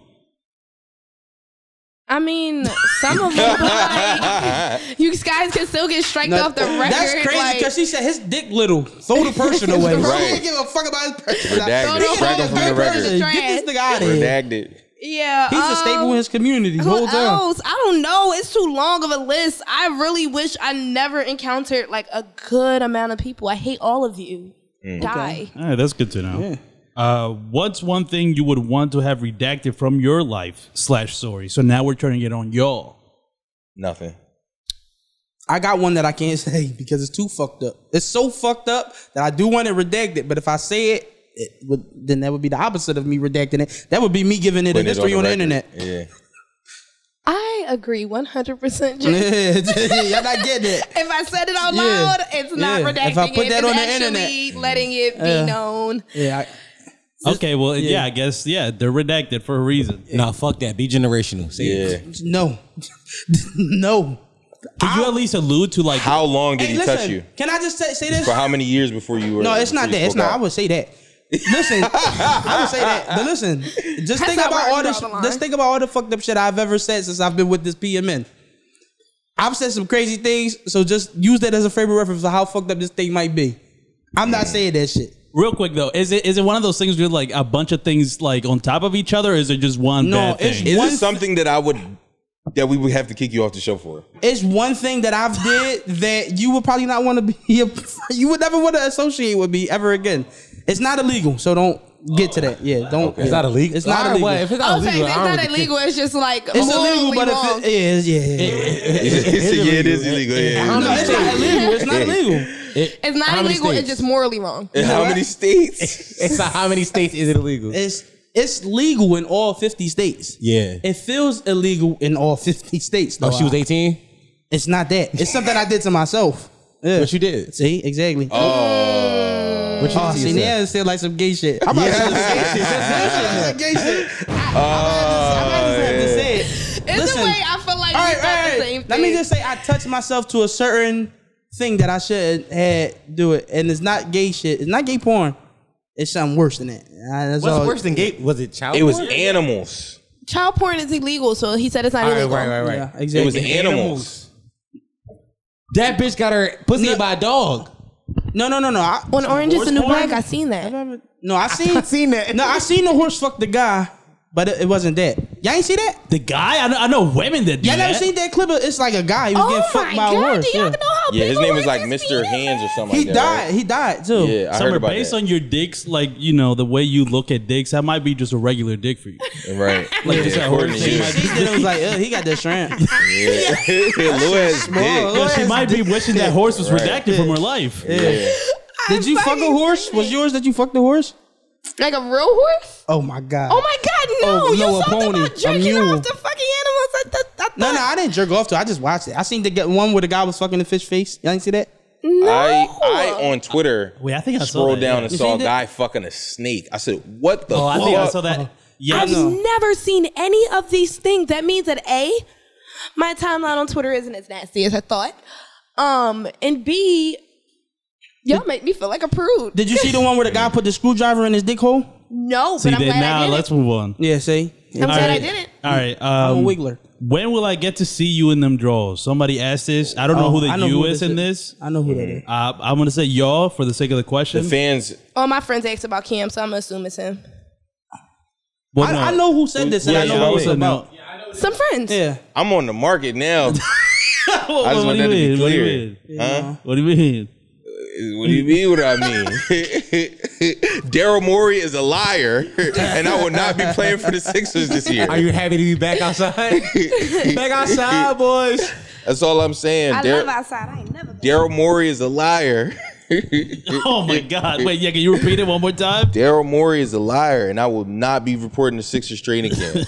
S3: I mean, some of them. but, like, you guys can still get striked
S4: No,
S3: off the record.
S4: That's crazy
S3: like-
S4: because she said his dick little. Throw the person away.
S2: Right.
S4: He didn't give a fuck about his person.
S2: Redacted.
S4: He didn't
S2: Strike
S4: know
S2: him
S4: the
S2: from the
S4: third
S2: record.
S4: person. Get this nigga out of here.
S2: Redacted.
S3: yeah,
S4: He's a staple in
S3: um,
S4: his community.
S3: Who
S4: Hold down.
S3: else? I don't know. It's too long of a list. I really wish I never encountered like a good amount of people. I hate all of you.
S4: Mm.
S3: Die.
S5: All right, that's good to know. Uh, what's one thing you would want to have redacted from your life slash story? So now we're turning it on y'all.
S2: Nothing.
S4: I got one that I can't say because it's too fucked up. It's so fucked up that I do want it redacted, but if I say it, it would, then that would be the opposite of me redacting it. That would be me giving it a
S2: Putting it
S4: history on the
S2: record.
S4: internet.
S2: Yeah.
S3: I agree 100%. Jay.
S4: Y'all not getting it.
S3: if I said it out
S4: Yeah.
S3: loud, it's not
S4: Yeah.
S3: redacting
S4: If I put
S3: it.
S4: that
S3: It's
S4: on the
S3: actually letting it be
S4: Yeah.
S3: known.
S4: Yeah, I,
S5: Okay, well, yeah. I guess yeah, they're redacted for a reason.
S10: Nah, fuck that. Be generational. See?
S2: Yeah.
S4: no, no.
S5: Could you at least allude to like
S2: How long did
S4: Hey,
S2: he
S4: listen.
S2: touch you?
S4: Can I just say, say this?
S2: For how many years before you were?
S4: No, it's not
S2: before
S4: that.
S2: you
S4: It's not.
S2: broke
S4: I would say that. Listen, I would say that. But listen, just think
S3: not
S4: about
S3: where I
S4: all
S3: draw
S4: this.
S3: the line.
S4: Just think about all the fucked up shit I've ever said since I've been with this PMN. I've said some crazy things, so just use that as a favorite reference of how fucked up this thing might be. I'm
S2: Mm.
S4: not saying that shit.
S5: real quick though? Is it is it one of those things where like a bunch of things like on top of each other? Or is it just one
S4: No,
S5: bad
S4: it's-
S5: thing?
S2: Is
S4: One
S2: this
S4: th-
S2: something that I would that we would have to kick you off the show for?
S4: It's one thing that I've did that you would probably not want to be. A, you would never want to associate with me ever again. It's not illegal, so don't get to that. Yeah, don't.
S10: It's not illegal.
S4: It's not
S10: Alright,
S4: illegal.
S10: well, if it's
S3: I
S10: not
S3: was saying
S10: illegal,
S3: it's
S10: I don't
S3: not
S10: really
S3: illegal. It's just like
S4: it's illegal, but
S3: wrong.
S4: if it is, yeah, yeah, yeah.
S2: it is illegal. yeah.
S4: No, it's not illegal. It's not illegal.
S3: it's not
S10: How many
S3: illegal. It's
S10: states?
S3: just morally wrong.
S2: In how many states?
S10: It's not how many states is it illegal?
S4: It's it's legal in all fifty states.
S10: Yeah.
S4: It feels illegal in all fifty states. Though
S10: oh, she was 18?
S4: It's not that. It's something I did to myself. Yeah.
S10: But you did.
S4: see exactly. Oh,
S10: But you did to
S4: see
S10: yourself.
S4: now it's still like some gay shit. I'm about to say some gay shit. I'm about to have to say it.
S3: It's
S4: Oh, Listen.
S3: the way I feel like
S4: All
S3: we said
S4: right, all
S3: the
S4: right.
S3: same thing.
S4: Let me just say I touched myself to a certain thing that I should had do it, and it's not gay shit. It's not gay porn. It's something worse than that. Uh, That's
S10: What's
S4: all.
S10: worse than gay? Was it child?
S2: It was
S10: porn?
S2: animals.
S3: Child porn is illegal, so he said it's not
S10: All right,
S3: illegal.
S10: right, right, right.
S4: Yeah,
S2: It was
S4: exactly.
S2: animals.
S10: That bitch got her pussy
S4: No.
S10: by a dog.
S4: No, no, no, no. I,
S3: On Orange is the New
S10: porn?
S3: Black, I seen that.
S4: No, I seen,
S10: seen that.
S4: No, I seen the horse fuck the guy, but it, it wasn't that. Y'all ain't see that?
S5: the guy I know, I know women that do
S4: Y'all never
S5: that.
S4: seen that clip? Of, it's like a guy he was
S3: Oh
S4: getting
S3: my
S4: fucked by
S3: god!
S4: a horse.
S3: Do y'all
S4: yeah.
S3: know how
S2: Yeah, his
S3: people
S2: name was
S3: is
S2: like
S3: just
S2: Mr.
S3: being-
S2: Hands or something
S4: He
S2: like
S4: died.
S2: that.
S4: He died too.
S2: right? Yeah, I heard
S5: Summer,
S2: about
S5: based
S2: that.
S5: on your dicks, like you know the way you look at dicks, that might be just a regular dick for you.
S2: right.
S5: Like just
S2: yeah,
S5: a
S2: according
S5: horse
S2: to
S5: dick
S2: you.
S5: might
S4: She did. It was like, Ugh, he got that shrimp.
S2: Yeah. Louis dick.
S5: Yo, she
S4: Yes,
S5: might be wishing that horse was redacted from her life.
S4: Did you fuck a horse? Was yours that you fucked the horse?
S3: Like a real horse?
S4: Oh my god.
S3: Oh my god, no!
S4: Oh,
S3: you
S4: no, a
S3: saw
S4: pony,
S3: them
S4: a
S3: about jerking
S4: mule.
S3: off the fucking animals. I, th- I thought
S4: No, no, I didn't jerk off to. it. I just watched it. I seen the get one where the guy was fucking the fish face. Y'all ain't see that?
S2: I I on Twitter
S5: Wait, I think I saw
S2: scrolled
S5: that,
S2: down
S5: yeah.
S2: and
S5: You
S2: saw a
S5: seen it?
S2: guy fucking a snake. I said, "What the
S5: Oh,
S2: fuck?"
S5: I think I saw that. Yeah,
S3: I've never seen any of these things. That means that A, my timeline on Twitter isn't as nasty as I thought. Um, and B, y'all make me feel like a prude.
S4: Did you see the one where the guy put the screwdriver in his dick hole?
S3: No,
S5: See,
S3: but I'm
S5: then
S3: glad
S5: now
S3: I did
S5: let's move on.
S4: Yeah, see?
S3: it. I'm glad I
S5: right.
S3: did it.
S5: All right.
S4: I'm
S5: Um,
S4: a wiggler.
S5: When will I get to see you in them draws? Somebody asked this. I don't know
S4: Oh,
S5: who the
S4: I know
S5: you
S4: who
S5: is
S4: this
S5: in
S4: is.
S5: this.
S4: I know who that is.
S5: Uh, I'm gonna say y'all for the sake of the question.
S2: The fans.
S3: All my friends asked about Cam, so I'm gonna assume it's him.
S5: Well,
S4: I,
S5: no.
S4: I know who said this and I
S2: Yeah,
S4: know
S2: yeah,
S4: what it's
S2: yeah.
S4: about.
S3: Some friends.
S4: Yeah.
S2: I'm on the market now. I
S5: What,
S2: just
S5: what
S2: want
S5: do
S2: that
S5: you
S2: to be
S5: mean? What do you
S2: clear.
S5: mean?
S2: Huh?
S5: What do you mean?
S2: What do you mean? What I mean? Daryl Morey is a liar, and I will not be playing for the Sixers this year.
S10: Are you happy to be back outside? back outside, boys.
S2: That's all I'm saying.
S7: I
S2: Dar-
S7: love outside. I ain't never. been.
S2: Daryl Morey is a liar.
S5: Oh my God! Wait, yeah. Can you repeat it one more time?
S2: Daryl Morey is a liar, and I will not be reporting the Sixers training camp.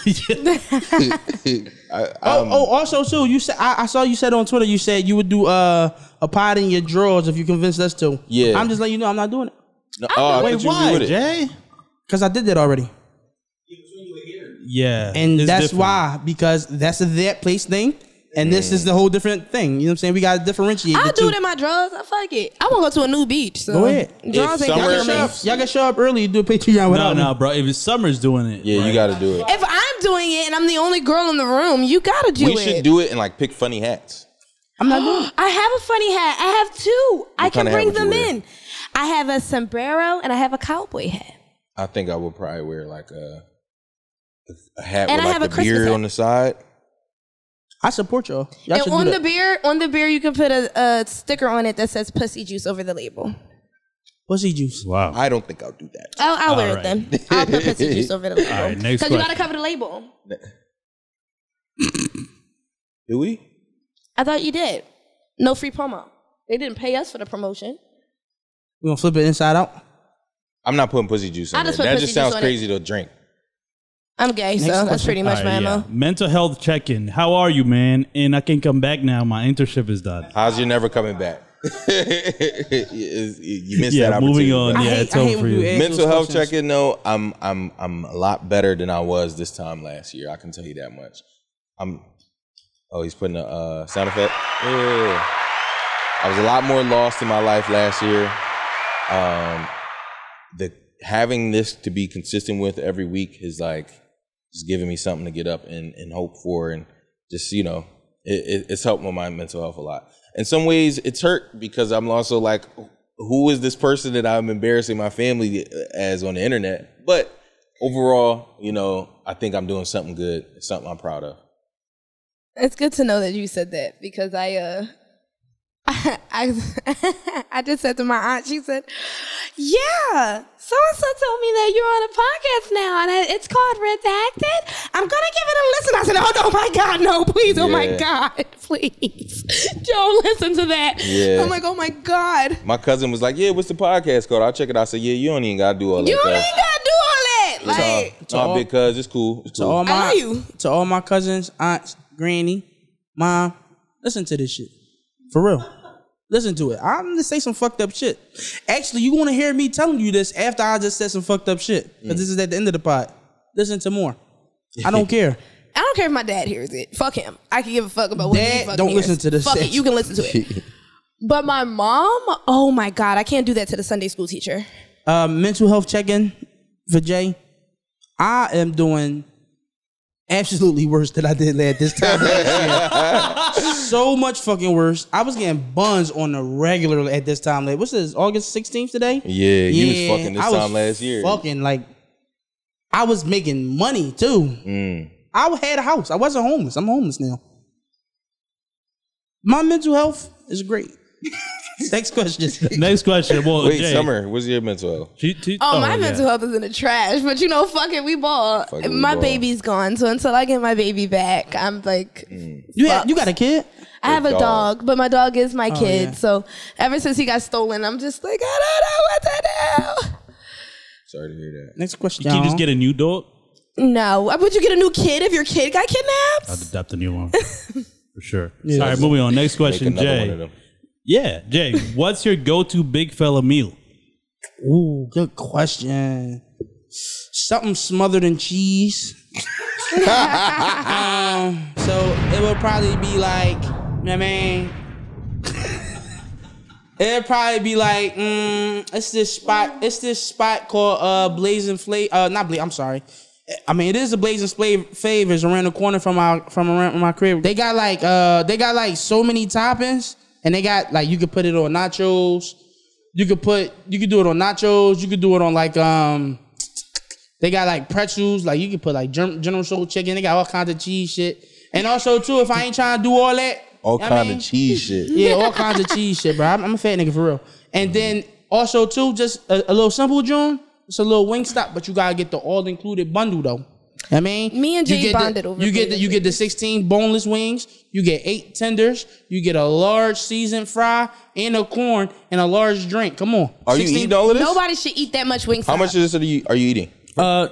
S2: I,
S4: Oh,
S2: I'm-
S4: oh, also too, you said I, I saw you said on Twitter you said you would do uh, a pod in your drawers if you convinced us to.
S2: Yeah.
S4: I'm just letting you know I'm not doing it
S2: no, oh, I thought you was with it.
S5: Jay?
S4: because I did that already,
S5: Yeah,
S4: and
S5: it's
S4: that's
S5: different.
S4: why because that's a that place thing, and this is the whole different thing. You know what I'm saying? We gotta differentiate.
S3: I'll
S4: the
S3: do
S4: two.
S3: it in my drugs. I fuck it. I wanna go to a new beach. So
S4: Go ahead.
S3: Drugs
S2: If
S3: ain't
S2: summer-
S4: Y'all
S3: gonna kill
S4: can,
S3: me.
S4: show up, y'all can show up early. Do a Patreon
S5: No,
S4: without me.
S5: no, bro. If it's summer's doing it,
S2: Yeah,
S5: right?
S2: you got to do it.
S3: If I'm doing it and I'm the only girl in the room, you gotta do
S2: We
S3: it.
S2: should do it and like pick funny hats.
S4: I'm not doing. it.
S3: I have a funny hat. I have two. I can
S2: kind of hat
S3: bring
S2: would you
S3: them
S2: wear?
S3: in. I have a sombrero and I have a cowboy hat.
S2: I think I would probably wear like a a hat
S3: And I
S2: with
S3: have
S2: like the
S3: a Christmas
S2: beard
S3: hat.
S2: on the side.
S4: I support y'all. Y'all
S3: and
S4: should do
S3: on the
S4: that.
S3: beer, on the beer, you can put a, a sticker on it that says "pussy juice" over the label.
S4: pussy juice.
S5: Wow.
S2: I don't think I'll do that.
S3: I'll, Oh, I'll wear
S5: Alright.
S3: it then. I'll put pussy juice over the label
S5: Alright, next
S3: you
S5: question.
S3: gotta cover the label.
S2: Do we?
S3: I thought you did. No free promo. They didn't pay us for the promotion.
S4: We gonna flip it inside out.
S2: I'm not putting pussy juice
S3: I
S2: on it.
S3: just put
S2: That
S3: pussy
S2: just sounds
S3: juice on it.
S2: crazy to drink.
S3: I'm gay, so that's pretty much
S5: All right,
S3: my
S5: yeah.
S3: mo.
S5: Mental health check in. How are you, man? And I can come back now. My internship is done.
S2: How's you never coming back? you missed
S5: Yeah,
S2: that. opportunity,
S5: moving on.
S2: bro.
S5: Yeah,
S4: hate-
S5: it's
S4: I hate
S5: over for
S4: when
S5: you.
S4: you ask-
S2: Mental
S4: those
S2: health
S4: questions.
S2: check in though, I'm I'm I'm a lot better than I was this time last year. I can tell you that much. I'm oh he's putting a uh, sound effect. Yeah. I was a lot more lost in my life last year. Um the having this to be consistent with every week is like just giving me something to get up and, and hope for and just you know it, it, it's helped with my mental health a lot in some ways it's hurt because i'm also like who is this person that i'm embarrassing my family as on the internet but overall you know i think i'm doing something good it's something i'm proud of
S3: It's good to know that you said that because I uh I I, I just said to my aunt, she said, Yeah, so and so told me that you're on a podcast now and I- it's called Redacted. I'm gonna give it a listen. I said, Oh no, my God, no, please, oh my
S2: Yeah.
S3: God, please. Don't listen to that.
S2: Yeah.
S3: I'm like, Oh my God.
S2: my cousin was like yeah what's the podcast called i'll check it out i said yeah you don't even gotta do all
S3: You
S2: that
S3: don't
S2: cuz."
S3: even gotta do all that. Like,
S2: It's all- nah, big cuz it's cool it's
S4: To
S2: cool
S4: all my
S3: I love you.
S4: to all my cousins, aunts, granny, mom, listen to this shit. For real. Listen to it. I'm gonna say some fucked up shit. Actually, you wanna hear me telling you this after I just said some fucked up shit. Because
S5: Mm.
S4: this is at the end of the pod. Listen to more. I don't care.
S3: I don't care if my dad hears it. Fuck him. I can give a fuck about what
S4: Dad,
S3: he fucking
S4: don't
S3: hears.
S4: listen to this
S3: Fuck
S4: shit.
S3: it. You can listen to it. but my mom, oh my god, I can't do that to the Sunday school teacher.
S4: Uh, mental health check-in for Jay. I am doing absolutely worse than I did last this time. last year. so much fucking worse. I was getting buns on the regular at this time. Like, what's this? August sixteenth today?
S2: yeah you was fucking this
S4: I was
S2: time last year
S4: Fucking like, I was making money too.
S2: Mm.
S4: I had a house. I wasn't homeless. I'm homeless now. My mental health is great. Next question.
S5: Next question. Well,
S2: wait
S5: Jay,
S2: summer what's your mental health
S5: she- she-
S3: Oh, my
S5: yeah.
S3: mental health is in the trash, but you know, fuck it, we ball.
S2: Fuck it, we
S3: my
S2: ball.
S3: baby's gone, so until I get my baby back, I'm like,
S4: You had, you got a kid?
S3: I have a
S2: dog.
S3: dog. but my dog is my kid.
S4: yeah.
S3: So ever since he got stolen, I'm just like, I don't know what to do.
S2: sorry to hear that
S4: Next question.
S5: Can you just get a new dog?
S3: No, Uh, would you get a new kid if your kid got kidnapped?
S5: I'd adopt a new one for sure. All right, moving on. Next
S2: make
S5: question,
S2: another one
S5: Jay.
S2: of them
S5: Yeah, Jay, what's your go-to big fella meal?
S4: Ooh, good question. Something smothered in cheese. um, so it would probably be like, I mean, it'd probably be like, mm, it's this spot, it's this spot called uh Blazing Flavor. Uh, not Blaze. I'm sorry. I mean, it is a Blazing Flav- Flavors around the corner from my from around my crib. They got like uh, they got like so many toppings, and they got like you could put it on nachos. You could put you could do it on nachos. You could do it on like um they got like pretzels. Like you could put like Germ- General Soul chicken. They got all kinds of cheese shit. And also too, if I ain't trying to do all that,
S2: All
S4: I
S2: kind
S4: mean-
S2: of cheese shit.
S4: yeah, all kinds of cheese shit, bro. I'm, I'm a fat nigga for real. And then also too, just a, a little simple joint. It's a little wing stop, but you gotta get the all included bundle though. I mean,
S3: Me and
S4: you
S3: Jay
S4: get the-
S3: bonded over
S4: You get the,
S3: food.
S4: you get the 16 boneless wings. You get eight tenders. You get a large seasoned fry and a corn and a large drink. Come on,
S2: Are you
S4: 16
S2: eating all of this?
S3: Nobody should eat that much Wingstop.
S2: How much of this are you are you eating?
S4: Uh,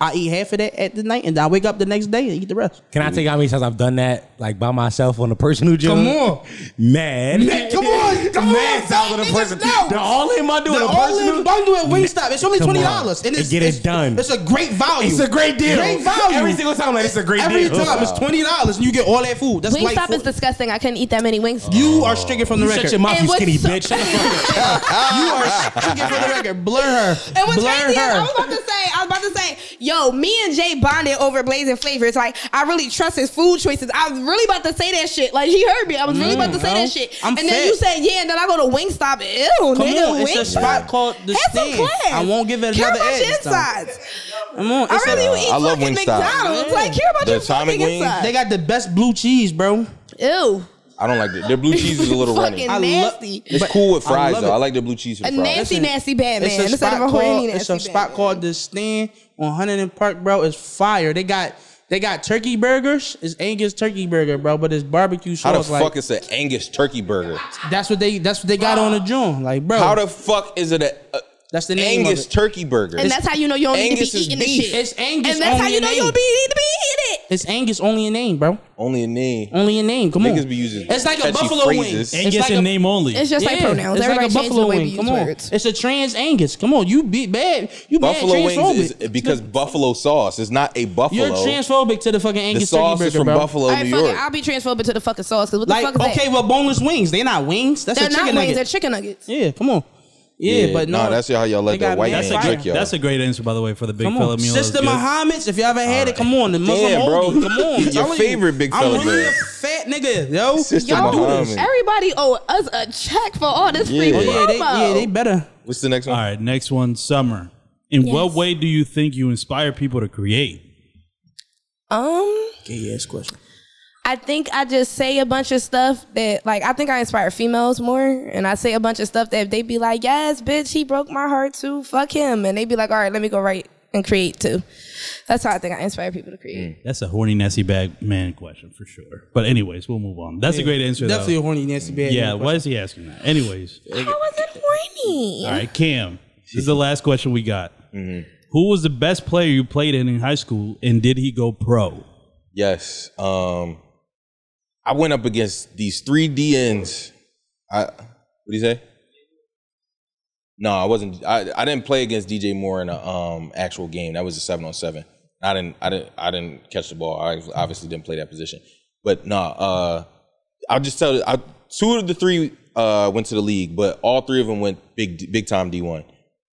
S4: I eat half of that at the night, and I wake up the next day and eat the rest.
S10: Can I tell you how many times I've done that, like by myself on a personal gym?
S4: Mm. Come on.
S10: man.
S4: Man, come on, come
S10: man,
S4: on,
S10: times on a
S4: niggas,
S10: person.
S4: no.
S10: The all in I do
S4: The
S10: on a
S4: all-in
S10: personal.
S4: bundle at Wingstop. It's only
S10: Come on.
S4: twenty dollars, and it's
S10: And get it
S4: it's-
S10: done.
S4: It's a great value.
S10: It's a great deal.
S4: Great value.
S10: Every single time, like, it's a great
S4: Every
S10: deal.
S4: time, it's twenty dollars, and you get all that food. That's like
S3: Wingstop
S4: food.
S3: is disgusting. I couldn't eat that many wings.
S4: you are stricken from the
S10: Shut
S4: record.
S10: your mouth,
S3: And
S10: you
S3: what's
S10: skinny
S3: so-
S10: bitch. Shut the fuck up.
S4: you are stricken from the record. Blur her.
S7: And what's
S4: Blur
S7: crazy
S4: her.
S7: is I was about to say, I was about to say, yo, me and Jay bonded over blazing flavors. Like, I really trust his food choices. I was really about to say that shit. Like, he heard me. I was really about to say
S4: Mm, no.
S7: that shit.
S4: I'm
S7: and then
S4: fat.
S7: you said, yeah, and then I go to Wingstop. Ew,
S4: Come
S7: nigga,
S4: on, it's a
S7: Wingstop.
S4: spot called the
S7: Have some
S4: stand.
S7: class.
S4: I won't give it another
S7: Care about
S4: edge.
S7: your
S4: this time.
S7: insides.
S4: Come on,
S7: I
S4: it's
S7: rather
S4: a-
S7: you eat
S2: I love
S7: fucking
S2: Wingstop.
S7: McDonald's. Like, care about
S2: The
S7: your
S2: atomic
S7: fucking
S2: wings,
S7: insides.
S4: They got the best blue cheese, bro.
S3: Ew.
S2: I don't like the, their blue cheese is a little runny.
S3: Fucking
S4: I love-
S3: nasty.
S2: It's
S4: but
S2: cool with
S4: I
S2: fries
S4: love
S2: though.
S4: it.
S2: I like the blue cheese
S3: a
S2: with fries.
S3: nasty, nasty bad man.
S4: Oh, It's a
S3: Instead of a
S4: spot
S3: horny,
S4: called
S3: nasty
S4: it's a
S3: bad
S4: spot
S3: man.
S4: called the Stand on Huntington Park, bro. It's fire. They got they got turkey burgers. It's Angus turkey burger, bro. But it's barbecue
S2: How the
S4: sauce.
S2: fuck
S4: Like
S2: is an Angus turkey burger?
S4: that's what they that's what they got on the joint. Like bro,
S2: How the fuck is it a, a
S4: that's the name
S2: Angus
S4: of it.
S2: turkey burger?
S3: And that's how you know you don't need
S2: Angus
S3: to be
S2: is
S3: eating
S2: beef.
S3: this shit.
S4: It's Angus
S3: And that's how
S4: only
S3: you know
S4: name.
S3: you don't be, need to be eating it.
S4: It's Angus only a name, bro.
S2: Only a name.
S4: Only a name. Come on.
S2: Niggas be using
S4: It's like a
S2: catchy
S4: buffalo wing.
S2: phrases.
S4: It's
S5: Angus
S4: like
S5: in
S4: a-
S5: name only.
S3: It's just like
S4: Yeah,
S3: pronouns.
S4: It's
S3: Everybody
S4: like a
S3: changes
S4: buffalo
S3: the way we
S4: wing.
S3: use
S4: Come on.
S3: words.
S4: It's a trans Angus. Come on. You be bad. You
S2: Buffalo
S4: bad transphobic.
S2: wings is because buffalo sauce is not a buffalo.
S4: You're transphobic to the fucking
S2: the
S4: Angus turkey
S2: sauce
S4: burger,
S2: is from
S4: bro.
S2: Buffalo,
S3: All right,
S2: New
S3: fuck
S2: York.
S3: it. I'll be transphobic to the fucking sauce. Cause what the
S4: Like
S3: fuck is
S4: okay,
S3: that?
S4: well, boneless wings. They're not wings. That's
S3: They're
S4: a chicken
S3: not wings.
S4: nugget.
S3: They're chicken nuggets.
S4: Yeah, come on. Yeah,
S2: Yeah,
S4: but no,
S2: nah, that's how y'all let
S4: they
S2: that
S4: got-
S2: white
S4: that's
S5: that's,
S2: man
S4: fire.
S5: a
S2: trick
S5: good,
S2: y'all.
S5: that's a great answer, by the way, for the big
S4: Come
S5: fella
S4: on,
S5: meal.
S4: Sister
S5: That's good.
S4: Muhammad's. If you ever had it, come on, the Muslim
S2: Damn, bro.
S4: Oldie, Come on,
S2: Your
S4: telling
S2: favorite big fella,
S4: I'm really
S2: bro.
S4: a fat nigga, yo.
S2: Sister
S4: Y'all do
S2: Muhammad.
S4: this.
S3: Everybody owe us a check for all this free
S2: Yeah.
S4: Oh,
S3: promo.
S4: yeah, they, yeah, they better.
S2: What's the next one?
S5: All right, next one, Summer. In what way do you think you inspire people to create?
S3: um,
S4: Gay ass question.
S3: I think I just say a bunch of stuff that, like, I think I inspire females more, and I say a bunch of stuff that they be like, "Yes, bitch, he broke my heart too. Fuck him," and they be like, "All right, let me go write and create too." That's how I think I inspire people to create.
S5: That's a horny, nasty bag man question for sure. But anyways, we'll move on. That's a great answer, though.
S4: Definitely a horny nasty bad.
S5: yeah,
S4: nigga
S5: why is he asking that? Anyways,
S2: Mm.
S3: How was it horny?
S5: all right, Cam. This is the last question we got. Who was the best player you played in in high school, and did he go pro?
S2: Yes. Um, I went up against these three DNs. I what do you say? No, I wasn't. I, I didn't play against DJ Moore in a um actual game. That was a seven on seven. I didn't. I didn't. I didn't catch the ball. I obviously didn't play that position. But no. Uh, I'll just tell you. I, two of the three uh went to the league, but all three of them went big big time D one.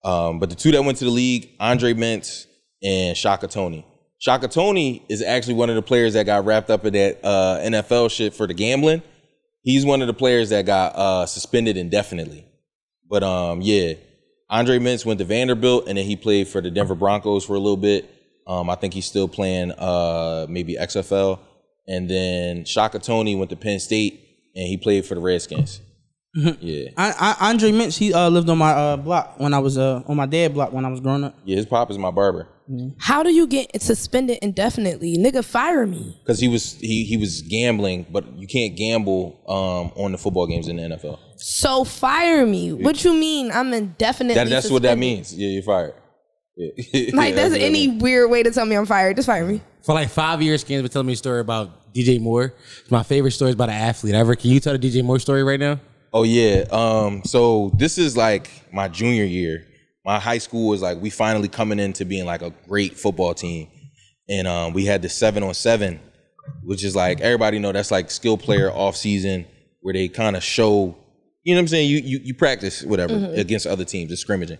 S2: Um, but the two that went to the league, Andre Mintz and Shaka Tony. Shaka Tony is actually one of the players that got wrapped up in that uh, NFL shit for the gambling. He's one of the players that got uh, suspended indefinitely. But um, yeah, Andre Mintz went to Vanderbilt, and then he played for the Denver Broncos for a little bit. Um, I think he's still playing uh, maybe XFL. And then Shaka Tony went to Penn State, and he played for the Redskins. yeah,
S4: I, I, Andre Mintz, he uh, lived on my uh, block when I was uh, on my dad block when I was growing up.
S2: yeah. His pop is my barber.
S3: How do you get suspended indefinitely? Nigga, fire me.
S2: because he was he he was gambling, but you can't gamble um, on the football games in the NFL.
S3: So fire me. What you mean? I'm indefinitely.
S2: That, that's what that
S3: suspended?
S2: means. Yeah, you're fired. Yeah.
S3: Like
S2: Yeah,
S3: that's
S2: what that
S3: any
S2: means.
S3: weird way to tell me I'm fired. Just fire me.
S10: For like five years, Ken's been telling me a story about DJ Moore. It's my favorite story is about an athlete ever. Can you tell the DJ Moore story right now?
S2: Oh yeah. Um. So this is like my junior year. My high school was like we finally coming into being like a great football team, and um, we had the seven on seven, which is like everybody know that's like skill player off season where they kind of show. You know what I'm saying? You you, you practice whatever against other teams, it's scrimmaging,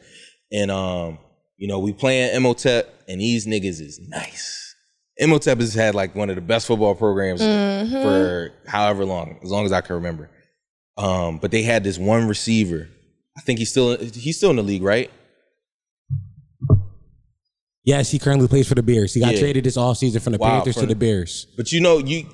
S2: and um, you know we playing Emotep, E and these niggas is nice. Emotep E has had like one of the best football programs for however long, as long as I can remember. Um, but they had this one receiver. I think he's still he's still in the league, right?
S11: Yes, he currently plays for the Bears. He got
S2: Yeah.
S11: traded this offseason from the
S2: Wow,
S11: Panthers
S2: from
S11: to the
S2: the-
S11: Bears.
S2: But you know, you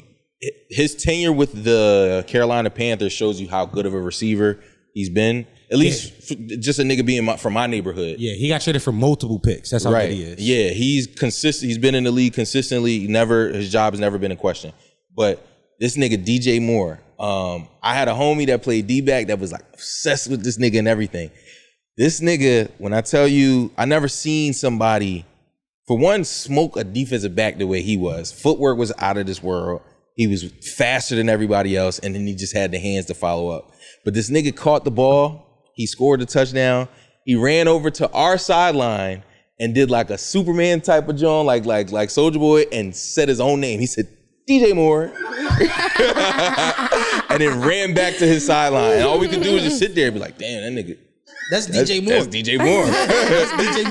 S2: his tenure with the Carolina Panthers shows you how good of a receiver he's been. At least f- just a nigga being my, from my neighborhood.
S11: Yeah, he got traded for multiple picks. That's how
S2: right.
S11: good he is.
S2: Yeah, he's consistent. He's been in the league consistently. Never his job has never been in question. But this nigga DJ Moore, um, I had a homie that played D back that was like obsessed with this nigga and everything. This nigga, when I tell you, I never seen somebody for one smoke a defensive back the way he was. Footwork was out of this world. He was faster than everybody else, and then he just had the hands to follow up. But this nigga caught the ball. He scored the touchdown. He ran over to our sideline and did like a Superman type of John, like like like Soldier Boy, and said his own name. He said DJ Moore, and then ran back to his sideline. And all we could do was just sit there and be like, "Damn, that nigga."
S4: That's
S2: That's
S4: DJ Moore.
S2: That's DJ Moore.
S4: DJ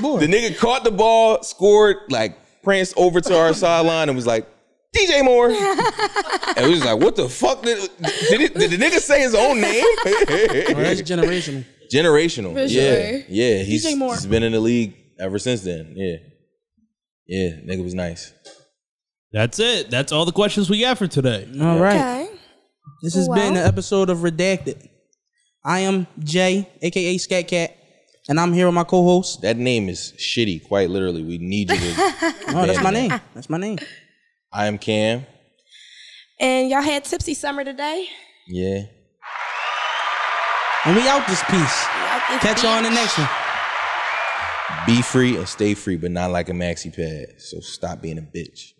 S4: Moore.
S2: The nigga caught the ball, scored, like pranced over to our sideline and was like, DJ Moore. and we was like, what the fuck? Did, did, it, did the nigga say his own name?
S4: That's generational.
S2: Generational.
S3: For
S2: Yeah.
S3: sure.
S2: Yeah. He's,
S3: DJ Moore.
S2: he's been in the league ever since then. Yeah. Yeah. Nigga was nice.
S5: That's it. That's all the questions we got for today.
S4: All right.
S3: Okay.
S4: This has been
S3: Well.
S4: an episode of Redacted. I am Jay, aka Scat Cat, and I'm here with my co-host.
S2: That name is shitty, quite literally. We need you to.
S4: Oh, that's my name. That's my name.
S2: I am Cam.
S3: And y'all had tipsy summer today.
S2: Yeah.
S4: And we out this piece.
S3: Y'all-
S4: Catch you on the next one.
S2: Be free and stay free, but not like a maxi pad. So stop being a bitch.